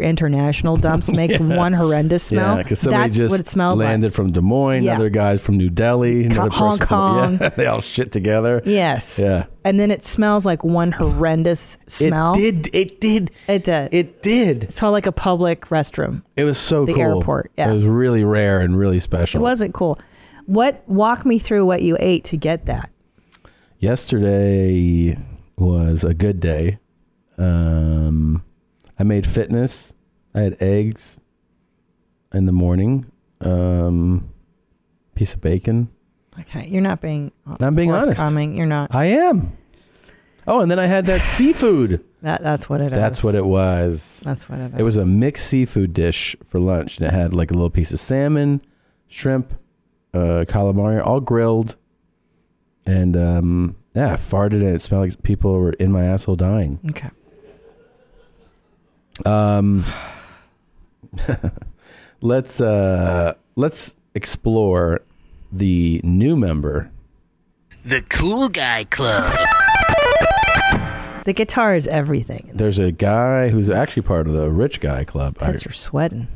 B: international dumps makes one horrendous smell.
A: Yeah, because somebody
B: That's
A: just
B: what it smelled
A: landed
B: like.
A: from Des Moines.
B: Yeah.
A: Other guys from New Delhi. another person
B: Hong
A: from- Yeah,
B: Kong.
A: they all shit together.
B: Yes.
A: Yeah.
B: And then it smells like one horrendous smell.
A: It did. It did.
B: It did.
A: It did.
B: It smelled like a public restroom.
A: It was so
B: The
A: cool.
B: airport, yeah.
A: It was really rare and really special.
B: It wasn't cool. What walk me through what you ate to get that?
A: yesterday was a good day. Um, I made fitness. I had eggs in the morning. Um, piece of bacon.
B: Okay, you're not being. uh,
A: I'm being honest.
B: forthcoming. You're not.
A: I am. Oh, and then I had that seafood.
B: That that's what it is.
A: That's what it was.
B: That's what it is.
A: It was a mixed seafood dish for lunch, and it had like a little piece of salmon, shrimp, uh, calamari, all grilled. And um, yeah, I farted and it smelled like people were in my asshole dying.
B: Okay.
A: Um, let's uh, let's explore the new member.
I: The Cool Guy Club.
B: The guitar is everything.
A: There's a guy who's actually part of the rich guy club. I-
B: That's you're sweating.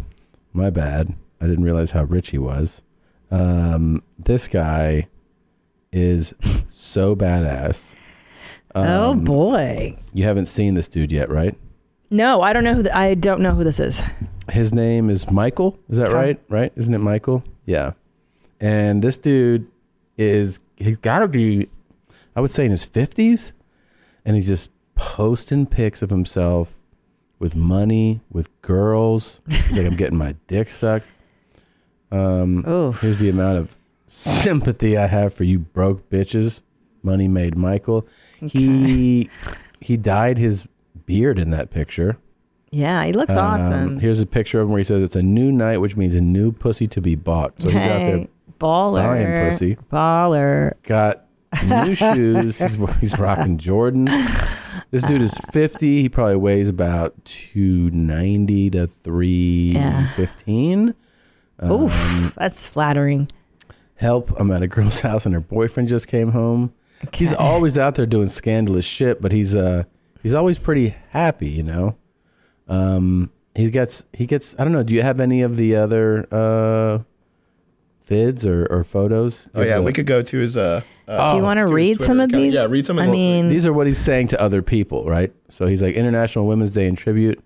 A: My bad. I didn't realize how rich he was. Um, this guy is so badass.
B: oh boy.
A: You haven't seen this dude yet, right?
B: No, I don't know who. th- I don't know who this is.
A: His name is Michael. Is that
B: Okay.
A: right? Right? Isn't it Michael? Yeah. And this dude is he's got to be, I would say, in his fifties, and he's just posting pics of himself with money, with girls. He's like, I'm getting my dick sucked.
B: Oh,
A: Um, here's the amount of sympathy I have for you broke bitches. Money made Michael. He he dyed his beard in that picture.
B: Yeah, he looks
A: Um,
B: awesome.
A: Here's a picture of him where he says it's a new night, which means a new pussy to be bought. So he's out there
B: Hey, baller,
A: buying pussy.
B: baller.
A: Got new shoes. He's, he's rocking Jordans. This dude is 50. He probably weighs about 290 to 315. Um,
B: Oof, that's flattering.
A: Help, I'm at a girl's house and her boyfriend just came home. He's always out there doing scandalous shit, but he's uh he's always pretty happy, you know. Um he gets he gets I don't know, do you have any of the other uh vids or, or photos?
G: Oh yeah, we could go to his. Uh, uh,
B: Do
A: oh,
B: you want to
G: his
B: read
G: Twitter
B: some of
G: account.
B: these?
G: Yeah, read some of
B: I
G: the-
B: mean,
A: these are what he's saying to other people, right? So he's like, International Women's Day in tribute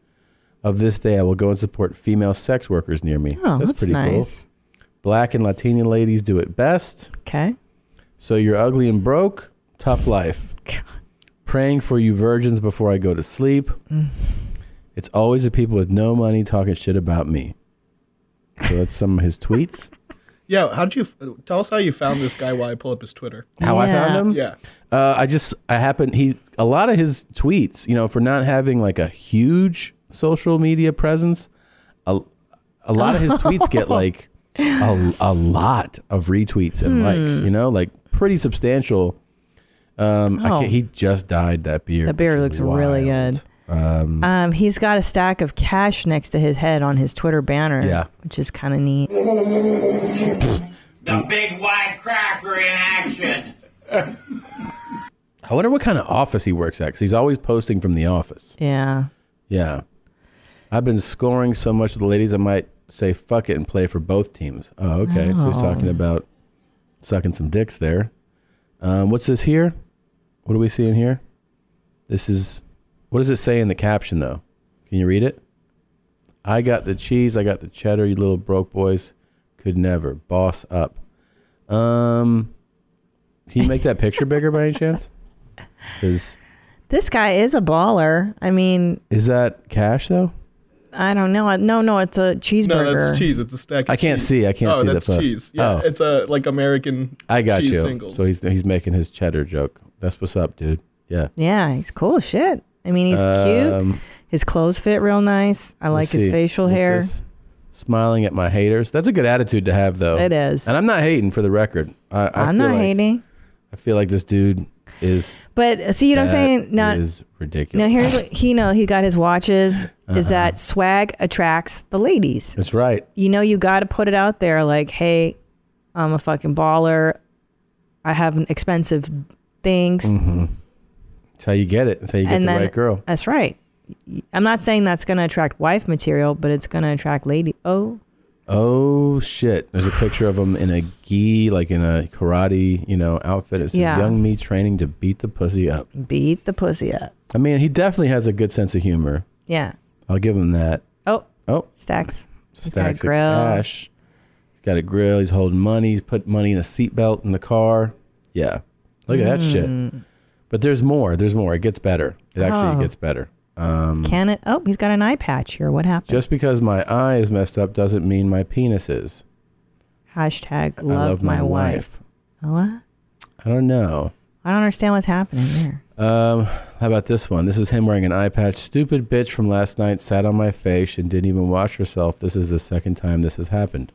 A: of this day, I will go and support female sex workers near me.
B: Oh, that's
A: pretty
B: nice.
A: cool. Black and Latina ladies do it best.
B: Okay.
A: So you're ugly and broke, tough life. Praying for you virgins before I go to sleep.
B: Mm.
A: It's always the people with no money talking shit about me. So that's some of his tweets.
G: Yeah, how would you f- tell us how you found this guy? While I pull up his Twitter.
A: How I found him?
G: Yeah.
A: Uh, I just I happened he a lot of his tweets, you know, for not having like a huge social media presence, a, a lot of his tweets get like a, a lot of retweets and likes,
B: Hmm.
A: you know, like pretty substantial. Um, I
B: Oh.
A: can't, he just dyed that beard.
B: the beard looks really good.
A: Um,
B: Um, he's got a stack of cash next to his head on his Twitter banner.
A: Yeah.
B: which is kind of neat.
J: The big white cracker in action.
A: I wonder what kind of office he works at because he's always posting from the office.
B: Yeah.
A: Yeah. I've been scoring so much with the ladies, I might say fuck it and play for both teams. Oh, okay. So he's
B: Oh.
A: talking about sucking some dicks there. Um, what's this here? What are we seeing here? This is, what does it say in the caption though? Can you read it? I got the cheese, I got the cheddar, you little broke boys. Could never. Boss up. Um, can you make that picture bigger by any chance? 'Cause-
B: This guy is a baller. I mean,
A: is that cash though?
B: I don't know. I- No, no, it's a cheeseburger.
G: No, that's cheese. It's a stack. Of
A: I can't
G: cheese.
A: see. I can't
G: oh,
A: see
G: that's
A: the photo.
G: cheese.
A: Oh.
G: Yeah, it's a like American.
A: I got
G: cheese
A: you.
G: Singles.
A: So he's he's making his cheddar joke. That's what's up, dude. Yeah.
B: Yeah, he's cool as shit. I mean, he's cute.
A: Um,
B: His clothes fit real nice. I like
A: Let's
B: his
A: see.
B: facial
A: What's
B: hair.
A: this? Smiling at my haters. That's a good attitude to have, though.
B: It is.
A: And I'm not hating, for the record. I, I
B: I'm
A: feel
B: not
A: like-
B: hating.
A: I feel like this dude is.
B: But uh, see, you know what I'm
A: that
B: saying? Not
A: is ridiculous.
B: now. Here's what he know. He got his watches. Is
A: Uh-huh.
B: that swag attracts the ladies?
A: That's right.
B: You know, you got to put it out there. Like, hey, I'm a fucking baller. I have an expensive things,
A: Mhm. That's how you get it. That's how you get
B: and
A: the
B: then
A: right girl.
B: That's right. I'm not saying that's going to attract wife material, but it's going to attract lady. Oh,
A: Oh shit! There's a picture of him in a gi, like in a karate, you know, outfit. It says
B: Yeah.
A: "Young me training to beat the pussy up."
B: beat the pussy up.
A: I mean, he definitely has a good sense of humor.
B: Yeah.
A: I'll give him that.
B: Oh.
A: Oh.
B: Stacks. He's got a
A: Stacks of
B: grill.
A: cash. He's got a grill. He's holding money. He's put money in a seatbelt in the car. Yeah. Look at that
B: Mm.
A: shit. But there's more. There's more. It gets better. It actually
B: Oh.
A: gets better. Um,
B: Can it? Oh, he's got an eye patch here. What happened?
A: just because my eye is messed up doesn't mean my penis is.
B: Hashtag
A: I love my wife.
B: Oh, what?
A: I don't know.
B: I don't understand what's happening there.
A: Um, how about this one? This is him wearing an eye patch. Stupid bitch from last night sat on my face and didn't even wash herself. This is the second time this has happened.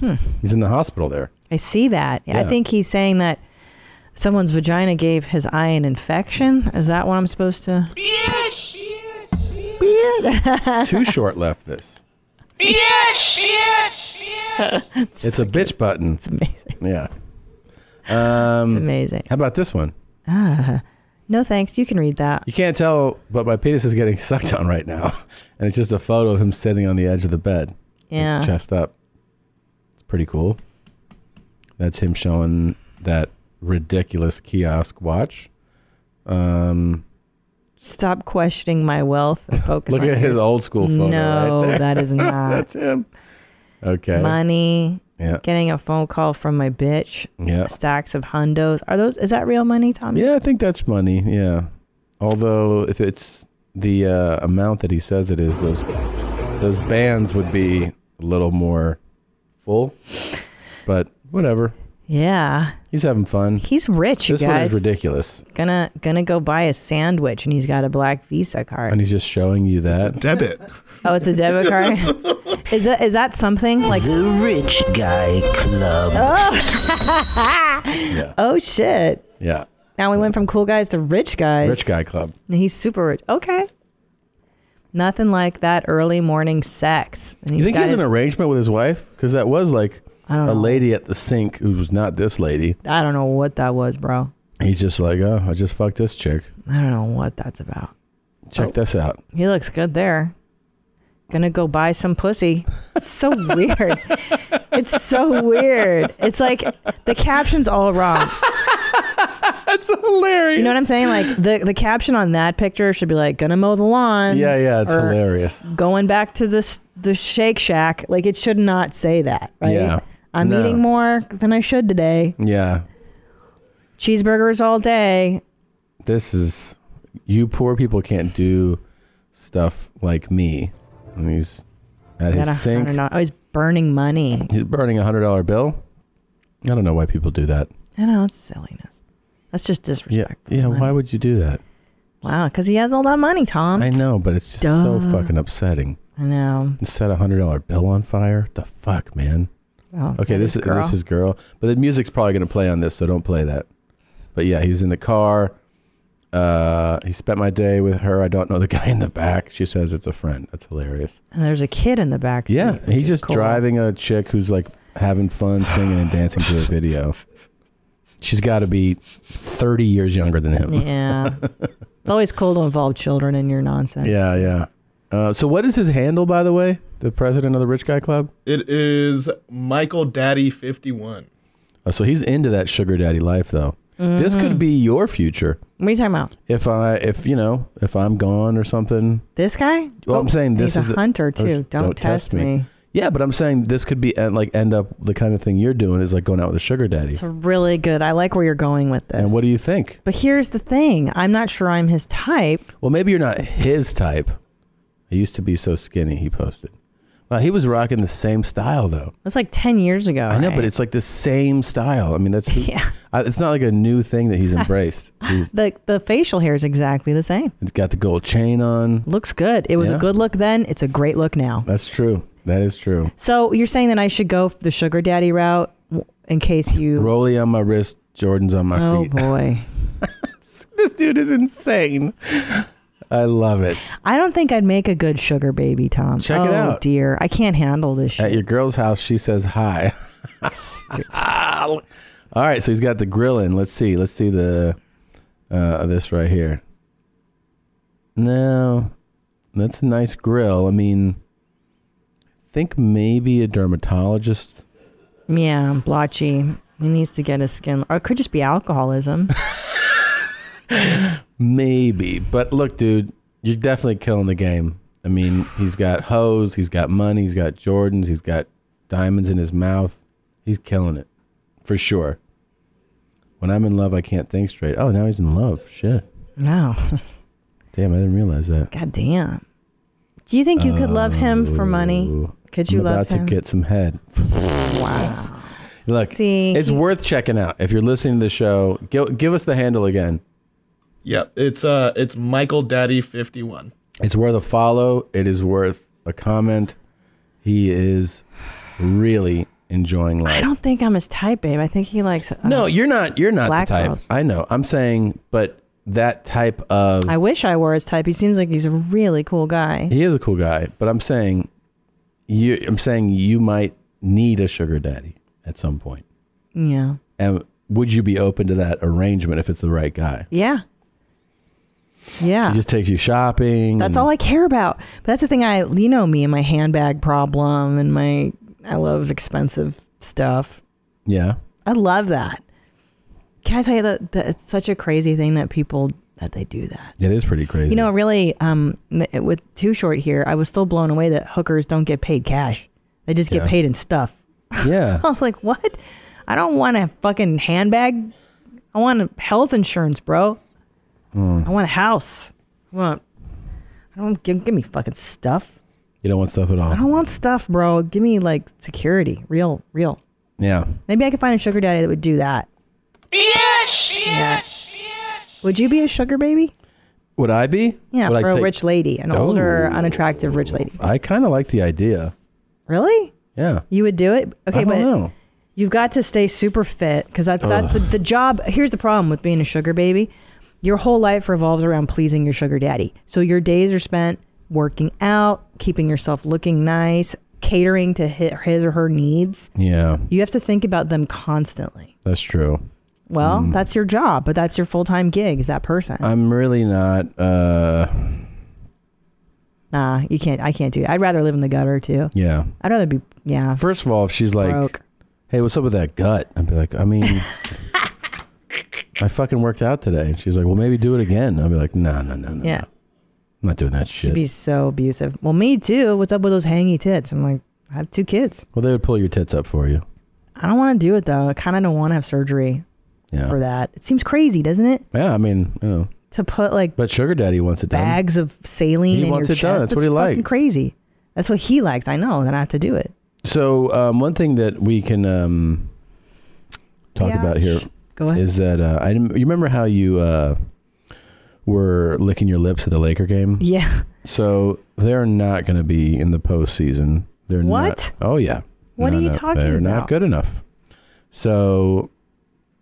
B: Hmm.
A: He's in the hospital there.
B: I see that. I
A: Yeah.
B: think he's saying that someone's vagina gave his eye an infection. Is that what I'm supposed to?
J: Yes,
B: Yeah.
A: Too short left this.
J: yes, yes,
A: it's a bitch button. It's
B: amazing.
A: Yeah. Um, it's
B: amazing.
A: How about this one?
B: Ah, no thanks. You can read that.
A: You can't tell, but my penis is getting sucked on right now, and it's just a photo of him sitting on the edge of the bed,
B: Yeah.
A: chest up. It's pretty cool. That's him showing that ridiculous kiosk watch. Um,
B: Stop questioning my wealth and focus
A: Look
B: on
A: at his
B: yours.
A: old school photo
B: No,
A: right there.
B: that is not.
A: That's him. okay.
B: Money.
A: Yeah.
B: Getting a phone call from my bitch.
A: Yeah.
B: Stacks of hundos. Are those is that real money, Tommy?
A: Yeah, I think that's money. Yeah. Although if it's the uh, amount that he says it is, those those bands would be a little more full. But whatever.
B: Yeah.
A: He's having fun.
B: He's rich, you
A: This one is
B: guys.
A: ridiculous.
B: Gonna gonna go buy a sandwich and he's got a black Visa card.
A: And he's just showing you that.
G: debit.
B: Oh, it's a debit card. is that is that something like
A: Mm-hmm.
B: the rich
I: Guy Club.
B: Oh, oh shit!
A: Yeah.
B: Now we went from cool guys to rich guys.
A: Rich guy club.
B: And He's super rich. Okay. Nothing like that early morning sex. And
A: You
B: he's
A: think he
B: got
A: has an
B: his-
A: arrangement with his wife? Because that was like
B: don't
A: a
B: know.
A: lady at the sink who was not this lady.
B: I don't know what that was, bro.
A: He's just like, oh, I just fucked this chick.
B: I don't know what that's about.
A: Check
B: Oh.
A: this out.
B: He looks good there. Gonna go buy some pussy. It's so weird. it's so weird. It's like the caption's all wrong.
A: That's hilarious.
B: You know what I'm saying? Like the the caption on that picture should be like "gonna mow the lawn."
A: Yeah, yeah, it's
B: or
A: hilarious.
B: Going back to this the Shake Shack. Like it should not say that, right?
A: Yeah.
B: I'm
A: No.
B: eating more than I should today.
A: Yeah.
B: Cheeseburgers all day.
A: This is you poor people can't do stuff like me. And he's at
B: Got a
A: his sink.
B: $100 Oh, he's burning money.
A: He's burning a hundred dollar bill. I don't know why people do that.
B: I know it's silliness. That's just disrespect.
A: Yeah. Yeah, why would you do that?
B: Wow, because he has all that money, Tom.
A: I know, but it's just so
B: Duh.
A: fucking upsetting.
B: I know.
A: Set a hundred dollar bill on fire. The fuck, man.
B: Oh,
A: okay, this is
B: girl.
A: this is girl, but the music's probably gonna play on this, so don't play that. But yeah, he's in the car. Uh, he spent my day with her. I don't know the guy in the back. She says it's a friend. That's hilarious.
B: And there's a kid in the back. seat,
A: Yeah,
B: which
A: he's
B: is
A: just
B: cool.
A: driving a chick who's like having fun singing and dancing to a video. She's got to be 30 years younger than him.
B: Yeah. it's always cool to involve children in your nonsense.
A: yeah, yeah. Uh, so what is his handle, by the way? The president of the Rich Guy Club?
G: It is Michael Daddy 51.
A: Uh, so he's into that sugar daddy life, though. This could
B: Mhm.
A: be your future.
B: What are you talking about?
A: If I, if you know, if I'm gone or something.
B: This guy? Oh,
A: Well, I'm saying this
B: he's
A: is
B: a
A: the-
B: hunter
A: Oh,
B: too. Don't, test, me.
A: Yeah, but I'm saying this could be uh, like end up the kind of thing you're doing is like going out with a sugar daddy.
B: It's really good. I like where you're going with this.
A: And what do you think?
B: But here's the thing. I'm not sure I'm his type.
A: Well, maybe you're not his type. I used to be so skinny, he posted. Well, he was rocking the same style though.
B: That's like 10 years ago.
A: I know,
B: right?
A: but it's like the same style. I mean, that's yeah. I, it's not like a new thing that he's embraced. he's
B: the the facial hair is exactly the same.
A: it's got the gold chain on.
B: Looks good. It was a
A: Yeah.
B: good look then. It's a great look now.
A: That's true. That is true.
B: So you're saying that I should go the sugar daddy route w- in case you.
A: Rolly on my wrist, Jordans on my
B: oh
A: feet.
B: boy,
A: this dude is insane. I love it.
B: I don't think I'd make a good sugar baby, Tom.
A: Check
B: oh,
A: it out.
B: dear, I can't handle this shit.
A: At your girl's house, she says hi. All right, so he's got the grill in. Let's see. Let's see the uh, this right here. No, that's a nice grill. I mean, I think maybe a dermatologist.
B: Yeah, blotchy. He needs to get his skin, or it could just be alcoholism.
A: Maybe. But look, dude, you're definitely killing the game. I mean, he's got hoes, he's got money, he's got Jordans, he's got diamonds in his mouth. He's killing it for sure. When I'm in love, I can't think straight. Oh, now he's in love. Shit.
B: no,
A: Damn, I didn't realize that.
B: god damn. Do you think you could love him for money? Could you
A: Uh, I'm
B: love
A: about
B: him?
A: to get some head.
B: wow.
A: Look,
B: See,
A: it's
B: he-
A: worth checking out. If you're listening to the show, give, give us the handle again.
G: Yep, it's uh, it's Michael Daddy 51.
A: It's worth a follow. It is worth a comment. He is really enjoying life.
B: I don't think I'm his type, babe. I think he likes. uh,
A: no, you're not. You're not
B: Black
A: the type.
B: girls.
A: I know. I'm saying, but that type of
B: I wish I were his type. He seems like he's a really cool guy.
A: he is a cool guy. But I'm saying, you. I'm saying you might need a sugar daddy at some point.
B: Yeah.
A: And would you be open to that arrangement if it's the right guy?
B: Yeah.
A: He
B: Yeah.
A: just takes you shopping.
B: That's all I care about. But that's the thing I, you know, me and my handbag problem and my, I love expensive stuff.
A: Yeah.
B: I love that. Can I tell you that, that it's such a crazy thing that people that they do that.
A: It is pretty crazy.
B: You know, really, um, n- with Too Short here, I was still blown away that hookers don't get paid cash. They just get
A: Yeah.
B: paid in stuff.
A: Yeah.
B: I was like, what? I don't want a fucking handbag. I want health insurance, bro.
A: Mm.
B: I want a house. I want. I don't give, give me fucking stuff.
A: You don't want stuff at all.
B: I don't want stuff, bro. Give me like security, real, real.
A: Yeah.
B: Maybe I could find a sugar daddy that would do that.
J: Yes,
B: Yeah. Would you be a sugar baby?
A: Would I be?
B: Yeah,
A: Would I
B: for a
A: take-
B: rich lady, an
A: Oh.
B: older, unattractive rich lady.
A: I kind of like the idea.
B: Really?
A: Yeah.
B: You would do it? Okay,
A: I don't
B: but
A: know.
B: you've got to stay super fit because that, that's the,
A: Ugh.
B: the job. Here's the problem with being a sugar baby your whole life revolves around pleasing your sugar daddy. So your days are spent working out, keeping yourself looking nice, catering to hi- his or her needs.
A: Yeah,
B: You have to think about them constantly.
A: that's true.
B: Well,
A: Mm. Uh,
B: that's your job, but that's your full time gig, is that person.
A: I'm really not. uh
B: Nah, you can't. I can't do it. I'd rather live in the gutter too.
A: Yeah.
B: I'd rather be. Yeah.
A: First of all, if she's like, "Hey, what's up with that gut?" I'd be like, "I mean, I fucking worked out today." And she's like, "Well, maybe do it again." I'd be like, "No, no, no, no.
B: Yeah.
A: I'm not doing that
B: She'd
A: shit."
B: be so abusive. Well, me too. What's up with those hangy tits? I'm like, I have two kids.
A: well, they would pull your tits up for you.
B: I don't want to do it though. I kind of don't want to have surgery
A: Yeah.
B: for that. It seems crazy, doesn't it?
A: Yeah, I mean, you know.
B: To put like
A: But sugar daddy wants it done.
B: bags of saline
A: He
B: in
A: wants
B: your
A: it
B: chest.
A: done. That's what he
B: fucking
A: likes.
B: Crazy. That's what he likes. I know. Then I have to do it.
A: So um, one thing that we can um, talk
B: Yeah,
A: about here is
B: sh- go ahead.
A: that uh, I rem- you remember how you uh, were licking your lips at the Laker game?
B: Yeah.
A: So they're not going to be in the postseason. They're
B: What?
A: Not, oh yeah.
B: What are you talking
A: They're not
B: about?
A: good enough. So,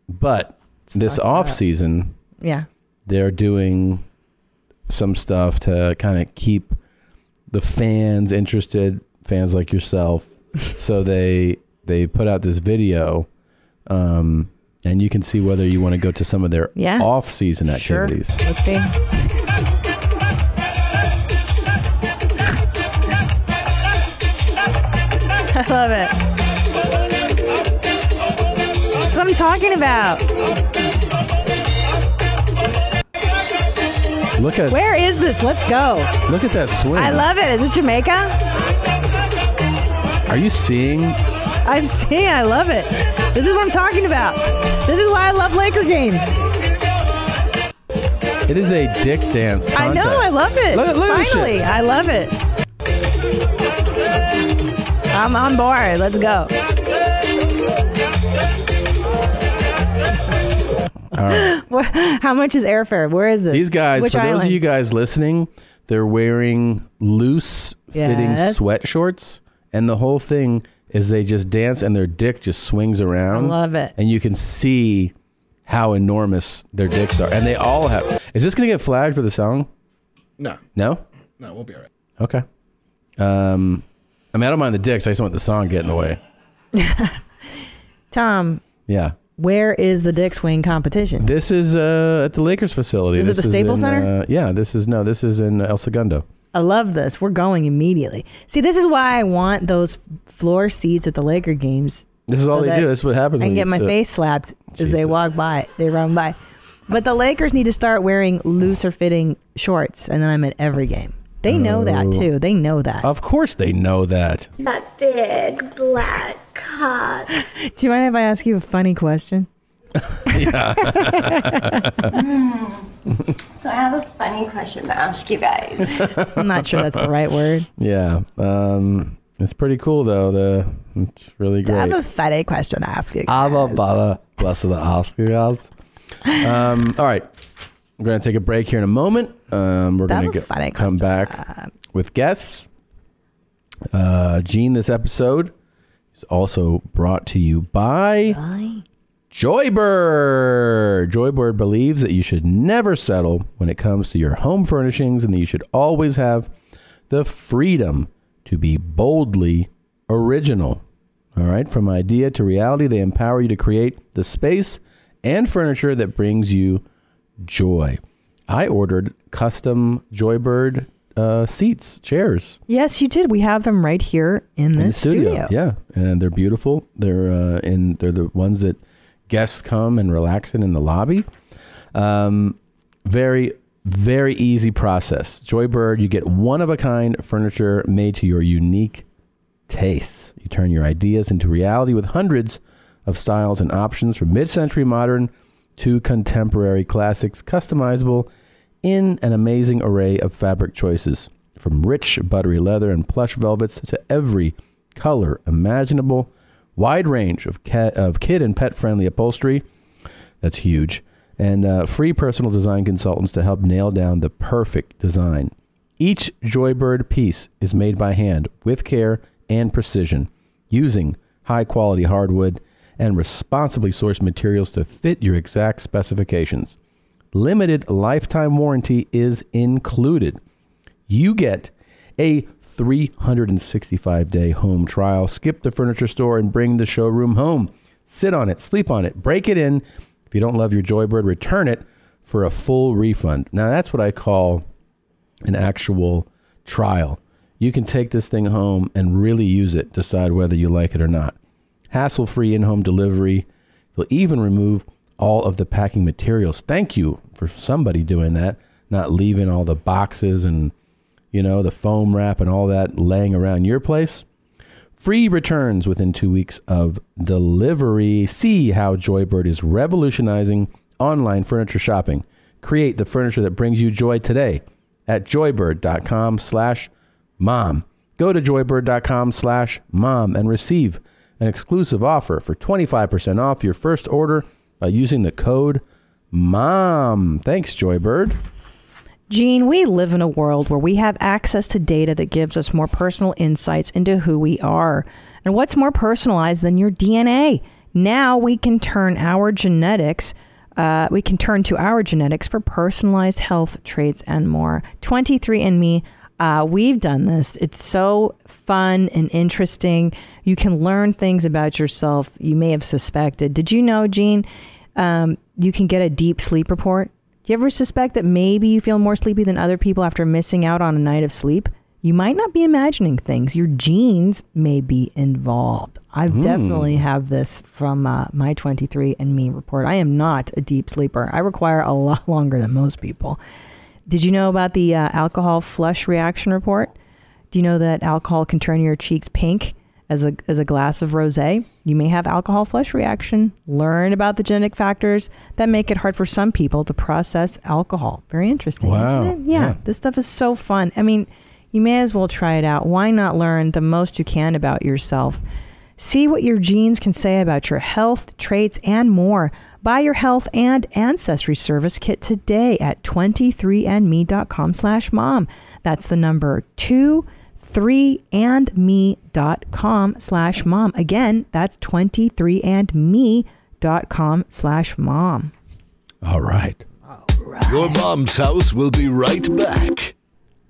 A: but this off season
B: Yeah.
A: they're doing some stuff to kind of keep the fans interested, fans like yourself. so they they put out this video, um, and you can see whether you want to go to some of their
B: Yeah.
A: off season activities.
B: Sure. Let's see. I love it. That's what I'm talking about.
A: Look at
B: Where is this? Let's go.
A: look at that swing.
B: I love it. Is it Jamaica?
A: Are you seeing?
B: I'm seeing. I love it. This is what I'm talking about. This is why I love Laker games.
A: It is a dick dance
B: I
A: contest.
B: know. I love it.
A: Look, look at this
B: Finally,
A: shit.
B: I love it. I'm on board. Let's go.
A: All right.
B: Wh- How much is airfare? Where is this?
A: These guys,
B: Which
A: for
B: island?
A: those of you guys listening, they're wearing loose fitting
B: Yes.
A: sweat shorts. And the whole thing is they just dance and their dick just swings around.
B: love it.
A: And you can see how enormous their dicks are. And they all have. Is this going to get flagged for the song?
G: No,
A: No?
G: no, we'll be all right.
A: Okay. Um, I mean, I don't mind the dicks. I just want the song to get in the way.
B: Tom,
A: Yeah.
B: where is the dick swing competition?
A: This is uh, at the Lakers facility.
B: Is it
A: This
B: the Staples
A: in,
B: Center?
A: Uh, yeah, this is, no, this is in El Segundo.
B: I love this. We're going immediately. See, this is why I want those f- floor seats at the Laker games.
A: This is all they
B: that
A: do. This is what happens
B: I
A: when
B: can
A: you
B: get my
A: sit.
B: face slapped as they walk by. They run by. But the Lakers need to start wearing looser fitting shorts, and then I'm at every game. They know that
A: Oh.
B: too. They know that.
A: Of course they know that.
K: That big black cock.
B: Do you mind if I ask you a funny question?
K: So I have a funny question to ask you guys.
B: I'm not sure that's the right word.
A: Yeah. Um, it's pretty cool though. The it's really
B: I
A: great.
B: have a funny question to ask you.
A: Abba Baba, bless of the Oscar guys. Um, all right. We're gonna take a break here in a moment. Um, we're gonna
B: That was
A: get,
B: funny
A: come back with guests. Uh, Gene, this episode is also brought to you by Joybird. Joybird believes that you should never settle when it comes to your home furnishings and that you should always have the freedom to be boldly original. All right, from idea to reality, they empower you to create the space and furniture that brings you joy. I ordered custom Joybird uh, seats, chairs
B: Yes, you did. We have them right here in this
A: in the studio. Yeah, and they're beautiful. They're uh, in. They're the ones that guests come and relax in in the lobby. Um, Very, very easy process. Joybird, you get one of a kind furniture made to your unique tastes. You turn your ideas into reality with hundreds of styles and options from mid century modern to contemporary classics, customizable in an amazing array of fabric choices. From rich, buttery leather and plush velvets to every color imaginable, wide range of, cat, of kid and pet friendly upholstery. That's huge. And uh, free personal design consultants to help nail down the perfect design. Each Joybird piece is made by hand with care and precision, using high quality hardwood and responsibly sourced materials to fit your exact specifications. Limited lifetime warranty is included. You get a 365 day home trial. Skip the furniture store and bring the showroom home. Sit on it, sleep on it, break it in. If you don't love your Joybird, return it for a full refund. Now, that's what I call an actual trial. You can take this thing home and really use it, decide whether you like it or not. Hassle free in home delivery. They'll even remove all of the packing materials. Thank you for somebody doing that, not leaving all the boxes and, you know, the foam wrap and all that laying around your place. Free returns within two weeks of delivery. See how Joybird is revolutionizing online furniture shopping. Create the furniture that brings you joy today at joybird.com slash mom. Go to joybird.com slash mom and receive an exclusive offer for 25% off your first order by using the code MOM. Thanks, Joybird.
B: Gene, we live in a world where we have access to data that gives us more personal insights into who we are. And what's more personalized than your DNA? Now we can turn our genetics. Uh, we can turn to our genetics for personalized health traits and more. 23andMe, uh, we've done this. It's so fun and interesting. You can learn things about yourself you may have suspected. Did you know, Gene, um, you can get a deep sleep report? Do you ever suspect that maybe you feel more sleepy than other people after missing out on a night of sleep? You might not be imagining things. Your genes may be involved. I've
L: Hmm.
B: definitely have this from uh, my 23andMe report. I am not a deep sleeper. I require a lot longer than most people. Did you know about the uh, alcohol flush reaction report? Do you know that alcohol can turn your cheeks pink as a, as a glass of rosé? You may have alcohol flush reaction. Learn about the genetic factors that make it hard for some people to process alcohol. Very interesting, isn't
L: Wow.
B: it? Yeah,
L: Yeah.
B: this stuff is so fun. I mean, you may as well try it out. Why not learn the most you can about yourself? See what your genes can say about your health, traits, and more. Buy your health and ancestry service kit today at 23andme.com slash mom. That's the number 23andme.com slash mom. Again, that's 23andme.com slash mom.
A: All right.
M: Your mom's house will be right back.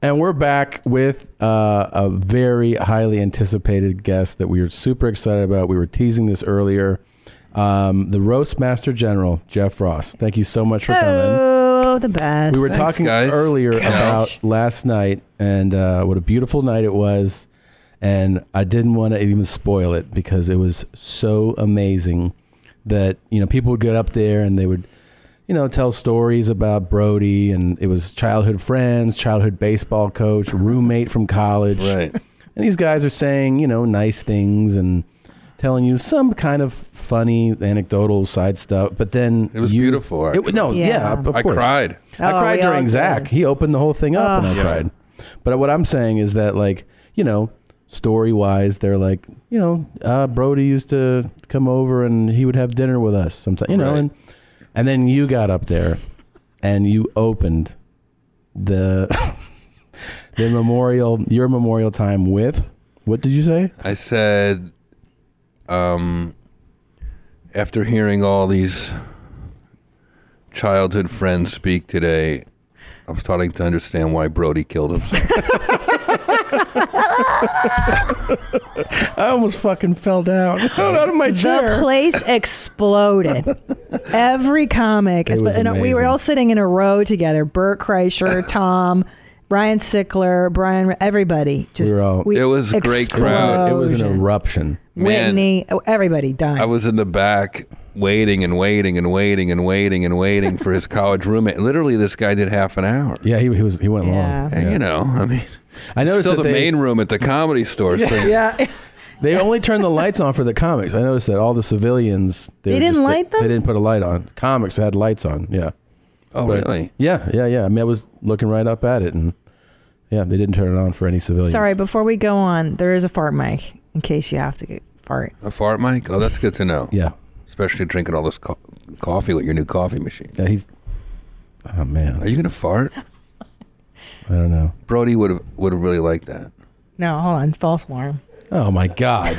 A: And we're back with uh, a very highly anticipated guest that we are super excited about. We were teasing this earlier. Um, the roast master general, Jeff Ross. Thank you so much for coming.
B: Oh, the best.
A: We were talking earlier
B: Gosh.
A: about last night and uh, what a beautiful night it was. And I didn't want to even spoil it because it was so amazing that, you know, people would get up there and they would, you know, tell stories about Brody and it was childhood friends, childhood baseball coach, roommate from college. Right. And these guys are saying, you know, nice things and telling you some kind of funny anecdotal side stuff. But then it was beautiful. It, no,
N: actually.
A: yeah, of
N: I
A: course.
N: cried.
A: I
N: Oh,
A: cried
N: we all
A: during
N: did.
A: Zach. He opened the whole thing up and I
N: Ugh. Yeah.
A: cried. But what I'm saying is that, like, you know, story wise, they're like, you know, uh, Brody used to come over and he would have dinner with us sometimes, you know,
N: Right.
A: and and then you got up there and you opened the the memorial, your memorial time with what did you say?
N: I said, um, after hearing all these childhood friends speak today, I'm starting to understand why Brody killed himself.
A: I almost fucking fell down, fell out of my chair.
B: The place exploded. Every comic,
A: It was
B: and we were
A: amazing.
B: all sitting in a row together. Burt Kreischer, Tom, Brian Sickler, Brian, everybody. Just
A: we were all,
B: we
N: It was a great crowd.
A: It was an
N: explosion.
A: eruption.
N: Man.
B: Whitney, oh, everybody died.
N: I was in the back waiting and waiting and waiting and waiting and waiting for his college roommate. Literally, this guy did half an hour.
A: Yeah, he, he was he went long.
N: And,
A: Yeah.
N: You know, I mean,
A: I noticed
N: still
A: that
N: the
A: they-
N: main room at the comedy store. so-
B: yeah.
A: They only turned the lights on for the comics. I noticed that all the civilians
B: They
A: were
B: didn't light
A: they,
B: them?
A: They didn't put a light on. Comics had lights on. Yeah.
N: Oh, really?
A: Yeah, yeah, yeah. I mean, I was looking right up at it, and yeah, they didn't turn it on for any civilians.
B: Sorry, before we go on, there is a fart mic in case you have to get fart.
N: A fart mic? Oh, that's good to know.
A: Yeah.
N: Especially drinking all this co- coffee with your new coffee machine.
A: Yeah, he's. Oh man.
N: Are you gonna fart?
A: I don't know.
N: Brody would have would have really liked that.
B: No, hold on. False alarm.
A: Oh my god.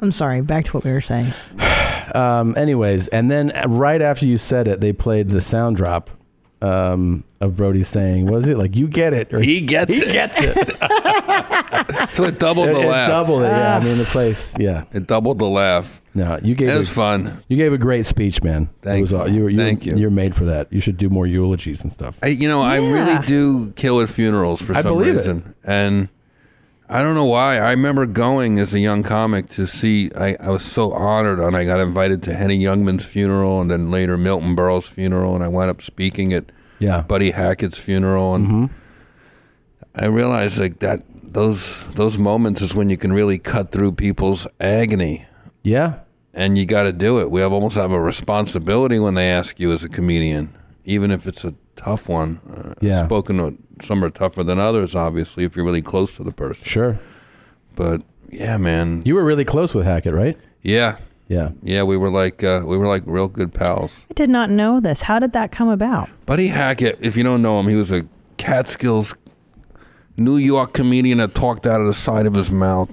B: I'm sorry. Back to what we were saying.
A: um, anyways, and then uh, right after you said it, they played the sound drop um, of Brody saying, "Was it like you get it or
N: He gets
A: he
N: it.
A: gets it?"
N: So it doubled the
A: It- it
N: laugh.
A: doubled it.
B: Ah.
A: Yeah, I mean the place. Yeah,
N: it doubled the laugh.
A: No, you gave
N: It was
A: a-
N: fun.
A: You gave a great speech, man.
N: Thanks.
A: It was all- you, were- you,
N: Thank you.
A: You're made for that. You should do more eulogies and stuff.
N: I, you know, I really do kill at funerals for
A: I
N: some
A: believe it.
N: reason, and I don't know why. I remember going as a young comic to see. I, I was so honored, and I got invited to Henny Youngman's funeral, and then later Milton Berle's funeral, and I wound up speaking at
A: Yeah.
N: Buddy Hackett's funeral, and
A: Mm-hmm.
N: I realized like that those those moments is when you can really cut through people's agony
A: Yeah.
N: and you got to do it. We have almost have a responsibility when they ask you as a comedian, even if it's a tough one. Uh,
A: Yeah.
N: I've spoken to some are tougher than others, obviously, if you're really close to the person.
A: Sure.
N: But yeah, man.
A: You were really close with Hackett, right?
N: Yeah.
A: Yeah.
N: Yeah, we were like uh, we were like real good pals.
B: I did not know this. How did that come about?
N: Buddy Hackett, if you don't know him, he was a Catskills New York comedian that talked out of the side of his mouth.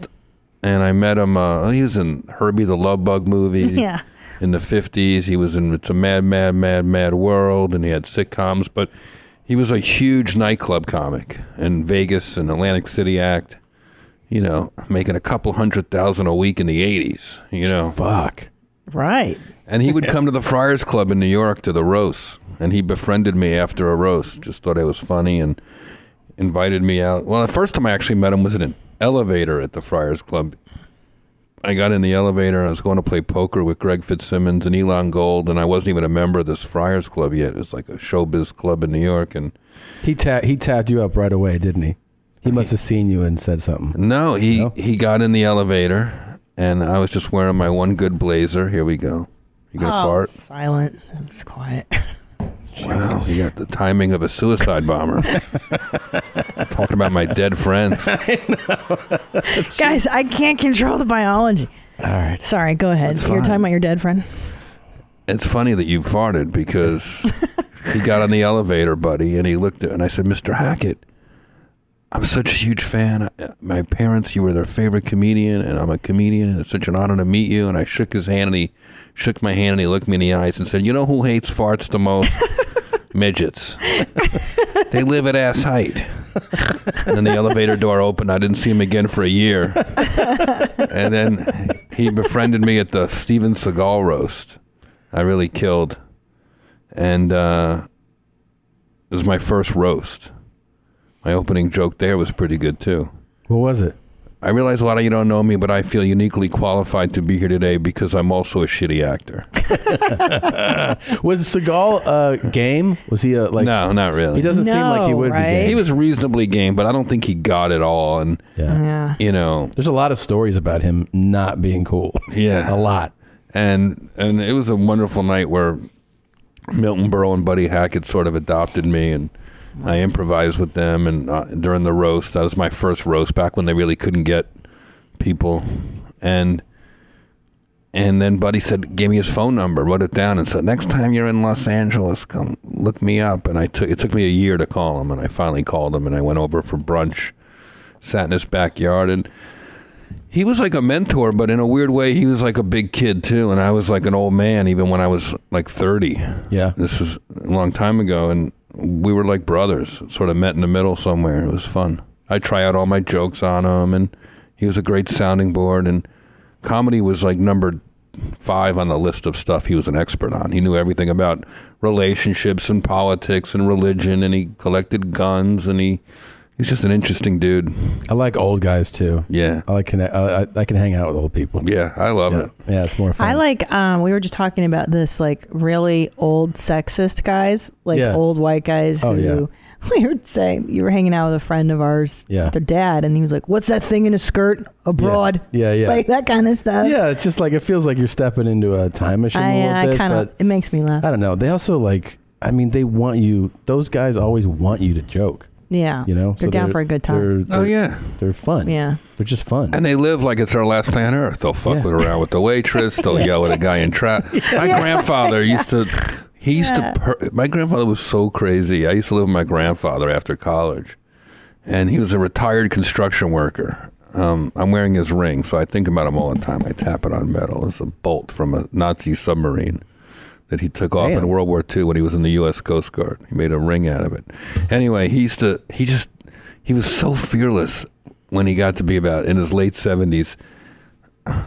N: And I met him. Uh, he was in Herbie the Love Bug movie.
B: Yeah.
N: In the fifties, he was in It's a Mad, Mad, Mad, Mad World, and he had sitcoms. But he was a huge nightclub comic in Vegas and Atlantic City act. You know, making a couple hundred thousand a week in the eighties. You know,
A: fuck.
B: Right.
N: And he would come to the Friars Club in New York to the roast, and he befriended me after a roast. Just thought I was funny and invited me out. Well, the first time I actually met him was in an elevator at the Friars Club. I got in the elevator. and I was going to play poker with Greg Fitzsimmons and Elon Gold, and I wasn't even a member of this Friars Club yet. It's like a showbiz club in New York, and
A: He ta- he tapped you up right away, didn't he? He must have seen you and said something.
N: No, he he got in the elevator, and I was just wearing my one good blazer. Here we go. You gonna
B: Oh,
N: fart?
B: Silent. It's quiet.
N: Wow, you got the timing of a suicide bomber. Talking about my dead friend.
B: Guys, I can't control the biology.
A: All right.
B: Sorry, go ahead.
N: That's
B: You're talking
N: fine.
B: about your dead friend.
N: It's funny that you farted because he got on the elevator, buddy, and he looked at and I said, Mr. Hackett, I'm such a huge fan. My parents, you were their favorite comedian, and I'm a comedian, and it's such an honor to meet you. And I shook his hand, and he shook my hand, and he looked me in the eyes and said, You know who hates farts the most? Midgets. Oh. they live at ass height. and then the elevator door opened. I didn't see him again for a year. and then he befriended me at the Steven Seagal roast. I really killed. And uh, it was my first roast. My opening joke there was pretty good too.
A: What was it?
N: I realize a lot of you don't know me, but I feel uniquely qualified to be here today because I'm also a shitty actor.
A: Was Seagal uh, game? Was he uh, like?
N: no, not really.
A: He doesn't seem like he
B: No,
A: would
B: right?
A: be game.
N: He was reasonably game, but I don't think he got it all. And
B: Yeah.
N: you know,
A: There's a lot of stories about him not being cool.
N: Yeah,
A: a lot.
N: And and it was a wonderful night where Milton Berle and Buddy Hackett sort of adopted me, and I improvised with them. And uh, during the roast, that was my first roast back when they really couldn't get people, and. And then Buddy said, gave me his phone number, wrote it down, and said, "Next time you're in Los Angeles, come look me up." And I took it took me a year to call him, and I finally called him, and I went over for brunch, sat in his backyard, and he was like a mentor, but in a weird way, he was like a big kid too, and I was like an old man even when I was like thirty.
A: Yeah.
N: this was a long time ago, and we were like brothers, sort of met in the middle somewhere. It was fun. I try out all my jokes on him, and he was a great sounding board. And comedy was like number five on the list of stuff he was an expert on. He knew everything about relationships and politics and religion, and he collected guns, and he He's just an interesting dude.
A: I like old guys too.
N: Yeah,
A: I like connect. I, I, I can hang out with old people.
N: Yeah, I love
A: Oh. yeah.
N: it.
A: Yeah, it's more fun.
B: I like um we were just talking about this like really old sexist guys, like
A: Yeah.
B: old white guys who
A: Oh,
B: we were saying you were hanging out with a friend of ours,
A: Yeah.
B: their dad, and he was like, What's that thing in a skirt abroad?
A: Yeah, yeah.
B: Like that kind of stuff.
A: yeah, it's just like it feels like you're stepping into a time machine a little
B: Uh, I, uh, I
A: bit.
B: kind of
A: but
B: it makes me laugh.
A: I don't know. They also like. I mean, they want you. Those guys always want you to joke.
B: Yeah.
A: You know,
B: They're down for a good time.
N: Oh, yeah.
A: they're fun.
B: Yeah.
A: they're just fun.
N: And they live like it's their last day on earth. They'll fuck with around with the waitress. They'll yell at a guy in traffic. My grandfather used to. He used to. Per- my grandfather was so crazy. I used to live with my grandfather after college, and he was a retired construction worker. Um, I'm wearing his ring, so I think about him all the time. I tap it on metal. It's a bolt from a Nazi submarine that he took off in World War II when he was in the U.S. Coast Guard. He made a ring out of it. Anyway, he used to. He just. He was so fearless when he got to be about in his late 70s.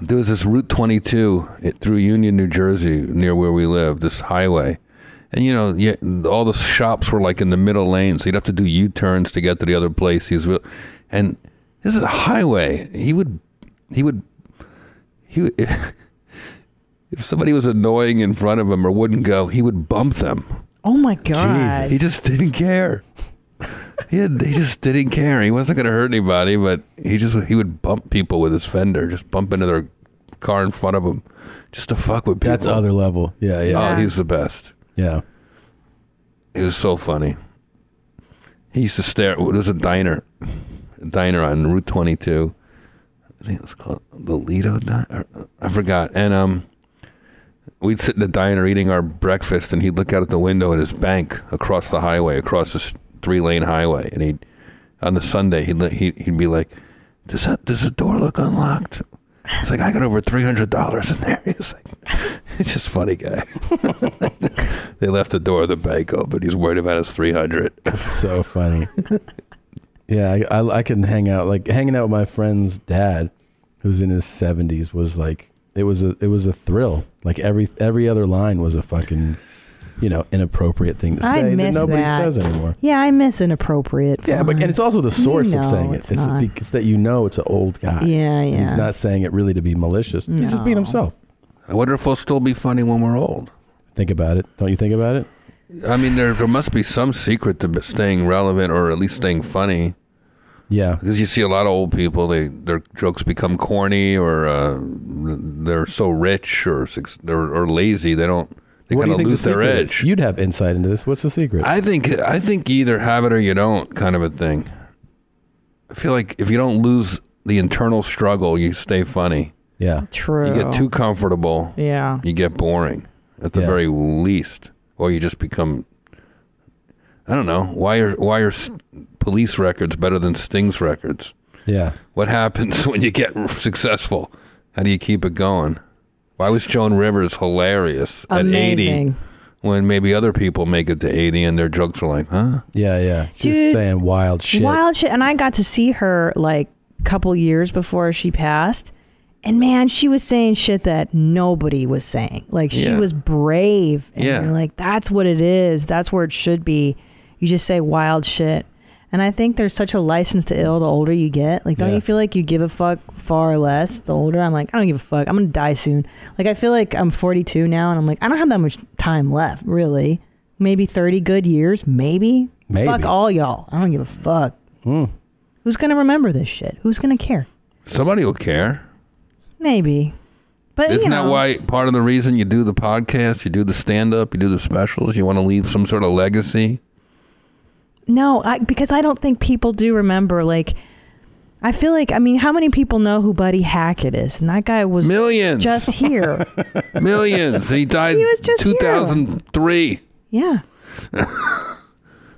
N: There was this Route 22 it, through Union, New Jersey, near where we live, this highway. And you know, yeah, all the shops were like in the middle lane, so you'd have to do U turns to get to the other place. He was, real, and this is a highway. He would, he would, he. Would, if somebody was annoying in front of him or wouldn't go, he would bump them.
B: Oh my god.
N: He just didn't care. he, had, he just didn't care. He wasn't going to hurt anybody, but he just he would bump people with his fender, just bump into their car in front of him, just to fuck with people.
A: That's other level. Yeah, yeah.
N: Oh, he was the best.
A: Yeah.
N: He was so funny. He used to stare. There was a diner, a diner on Route 22. I think it was called the Lido Diner. I forgot. And um, we'd sit in the diner eating our breakfast, and he'd look out at the window at his bank across the highway, across this three-lane highway. And he'd on the Sunday, he'd li- he'd, he'd be like, "Does that does the door look unlocked?" It's like I got over three hundred dollars in there. He's like, "It's just funny guy." They left the door of the bank open. He's worried about his 300.
A: so funny. Yeah, I, I, I can hang out like hanging out with my friend's dad, who's in his seventies, was like it was a it was a thrill. Like every every other line was a fucking, you know, inappropriate thing to
B: I
A: say
B: miss
A: that nobody
B: that.
A: says anymore.
B: Yeah, I miss inappropriate.
A: Yeah, but and it's also the
B: You
A: source of
B: know
A: saying it.
B: It's,
A: It's, it's,
B: not.
A: that you know it's an old guy.
B: Yeah,
A: And He's
B: yeah.
A: not saying it really to be malicious. He's just being
B: No.
A: himself.
N: I wonder if we'll still be funny when we're old.
A: Think about it. Don't you think about it?
N: I mean, there there must be some secret to staying relevant or at least staying funny.
A: Yeah.
N: Because you see a lot of old people, they their jokes become corny or uh, they're so rich or suc- they're or lazy. They don't. They
A: What
N: kind
A: do you
N: of
A: think the
N: lose their
A: secret
N: edge.
A: is? You'd have insight into this. What's the secret?
N: I think I think you either have it or you don't, kind of a thing. I feel like if you don't lose the internal struggle, you stay funny.
A: Yeah.
B: True.
N: You get too comfortable.
B: Yeah.
N: You get boring at the very least, or you just become. I don't know why are why are s- police records better than Sting's records?
A: Yeah.
N: What happens when you get successful? How do you keep it going? Why was Joan Rivers hilarious at
B: Amazing.
N: 80 when maybe other people make it to 80 and their jokes are like, huh?
A: Yeah, yeah.
B: She was Dude. saying
A: wild
B: Wild shit. And I got to see her like couple years before she passed. And man, she was saying shit that nobody was saying. Like she
L: Yeah.
B: was brave. And
L: Yeah.
B: you're like, that's what it is. That's where it should be. You just say wild shit. And I think there's such a license to ill the older you get. Like, don't
L: Yeah.
B: you feel like you give a fuck far less the older? I'm like, I don't give a fuck. I'm going to die soon. Like, I feel like I'm 42 now and I'm like, I don't have that much time left, really. Maybe 30 good years, maybe.
A: Maybe. Hmm.
B: Fuck all y'all. I don't give a fuck. Who's going to remember this shit? Who's going to care?
N: Somebody will care.
B: Maybe. But
N: Isn't
B: you
N: that
B: know,
N: why part of the reason you do the podcast, you do the stand up, you do the specials, you want to leave some sort of legacy?
B: No, I, because I don't think people do remember. Like, I feel like, I mean, how many people know who Buddy Hackett is? And that guy was
N: Millions.
B: just here.
N: Millions. he died
B: He was just here.
N: 2003.
B: yeah.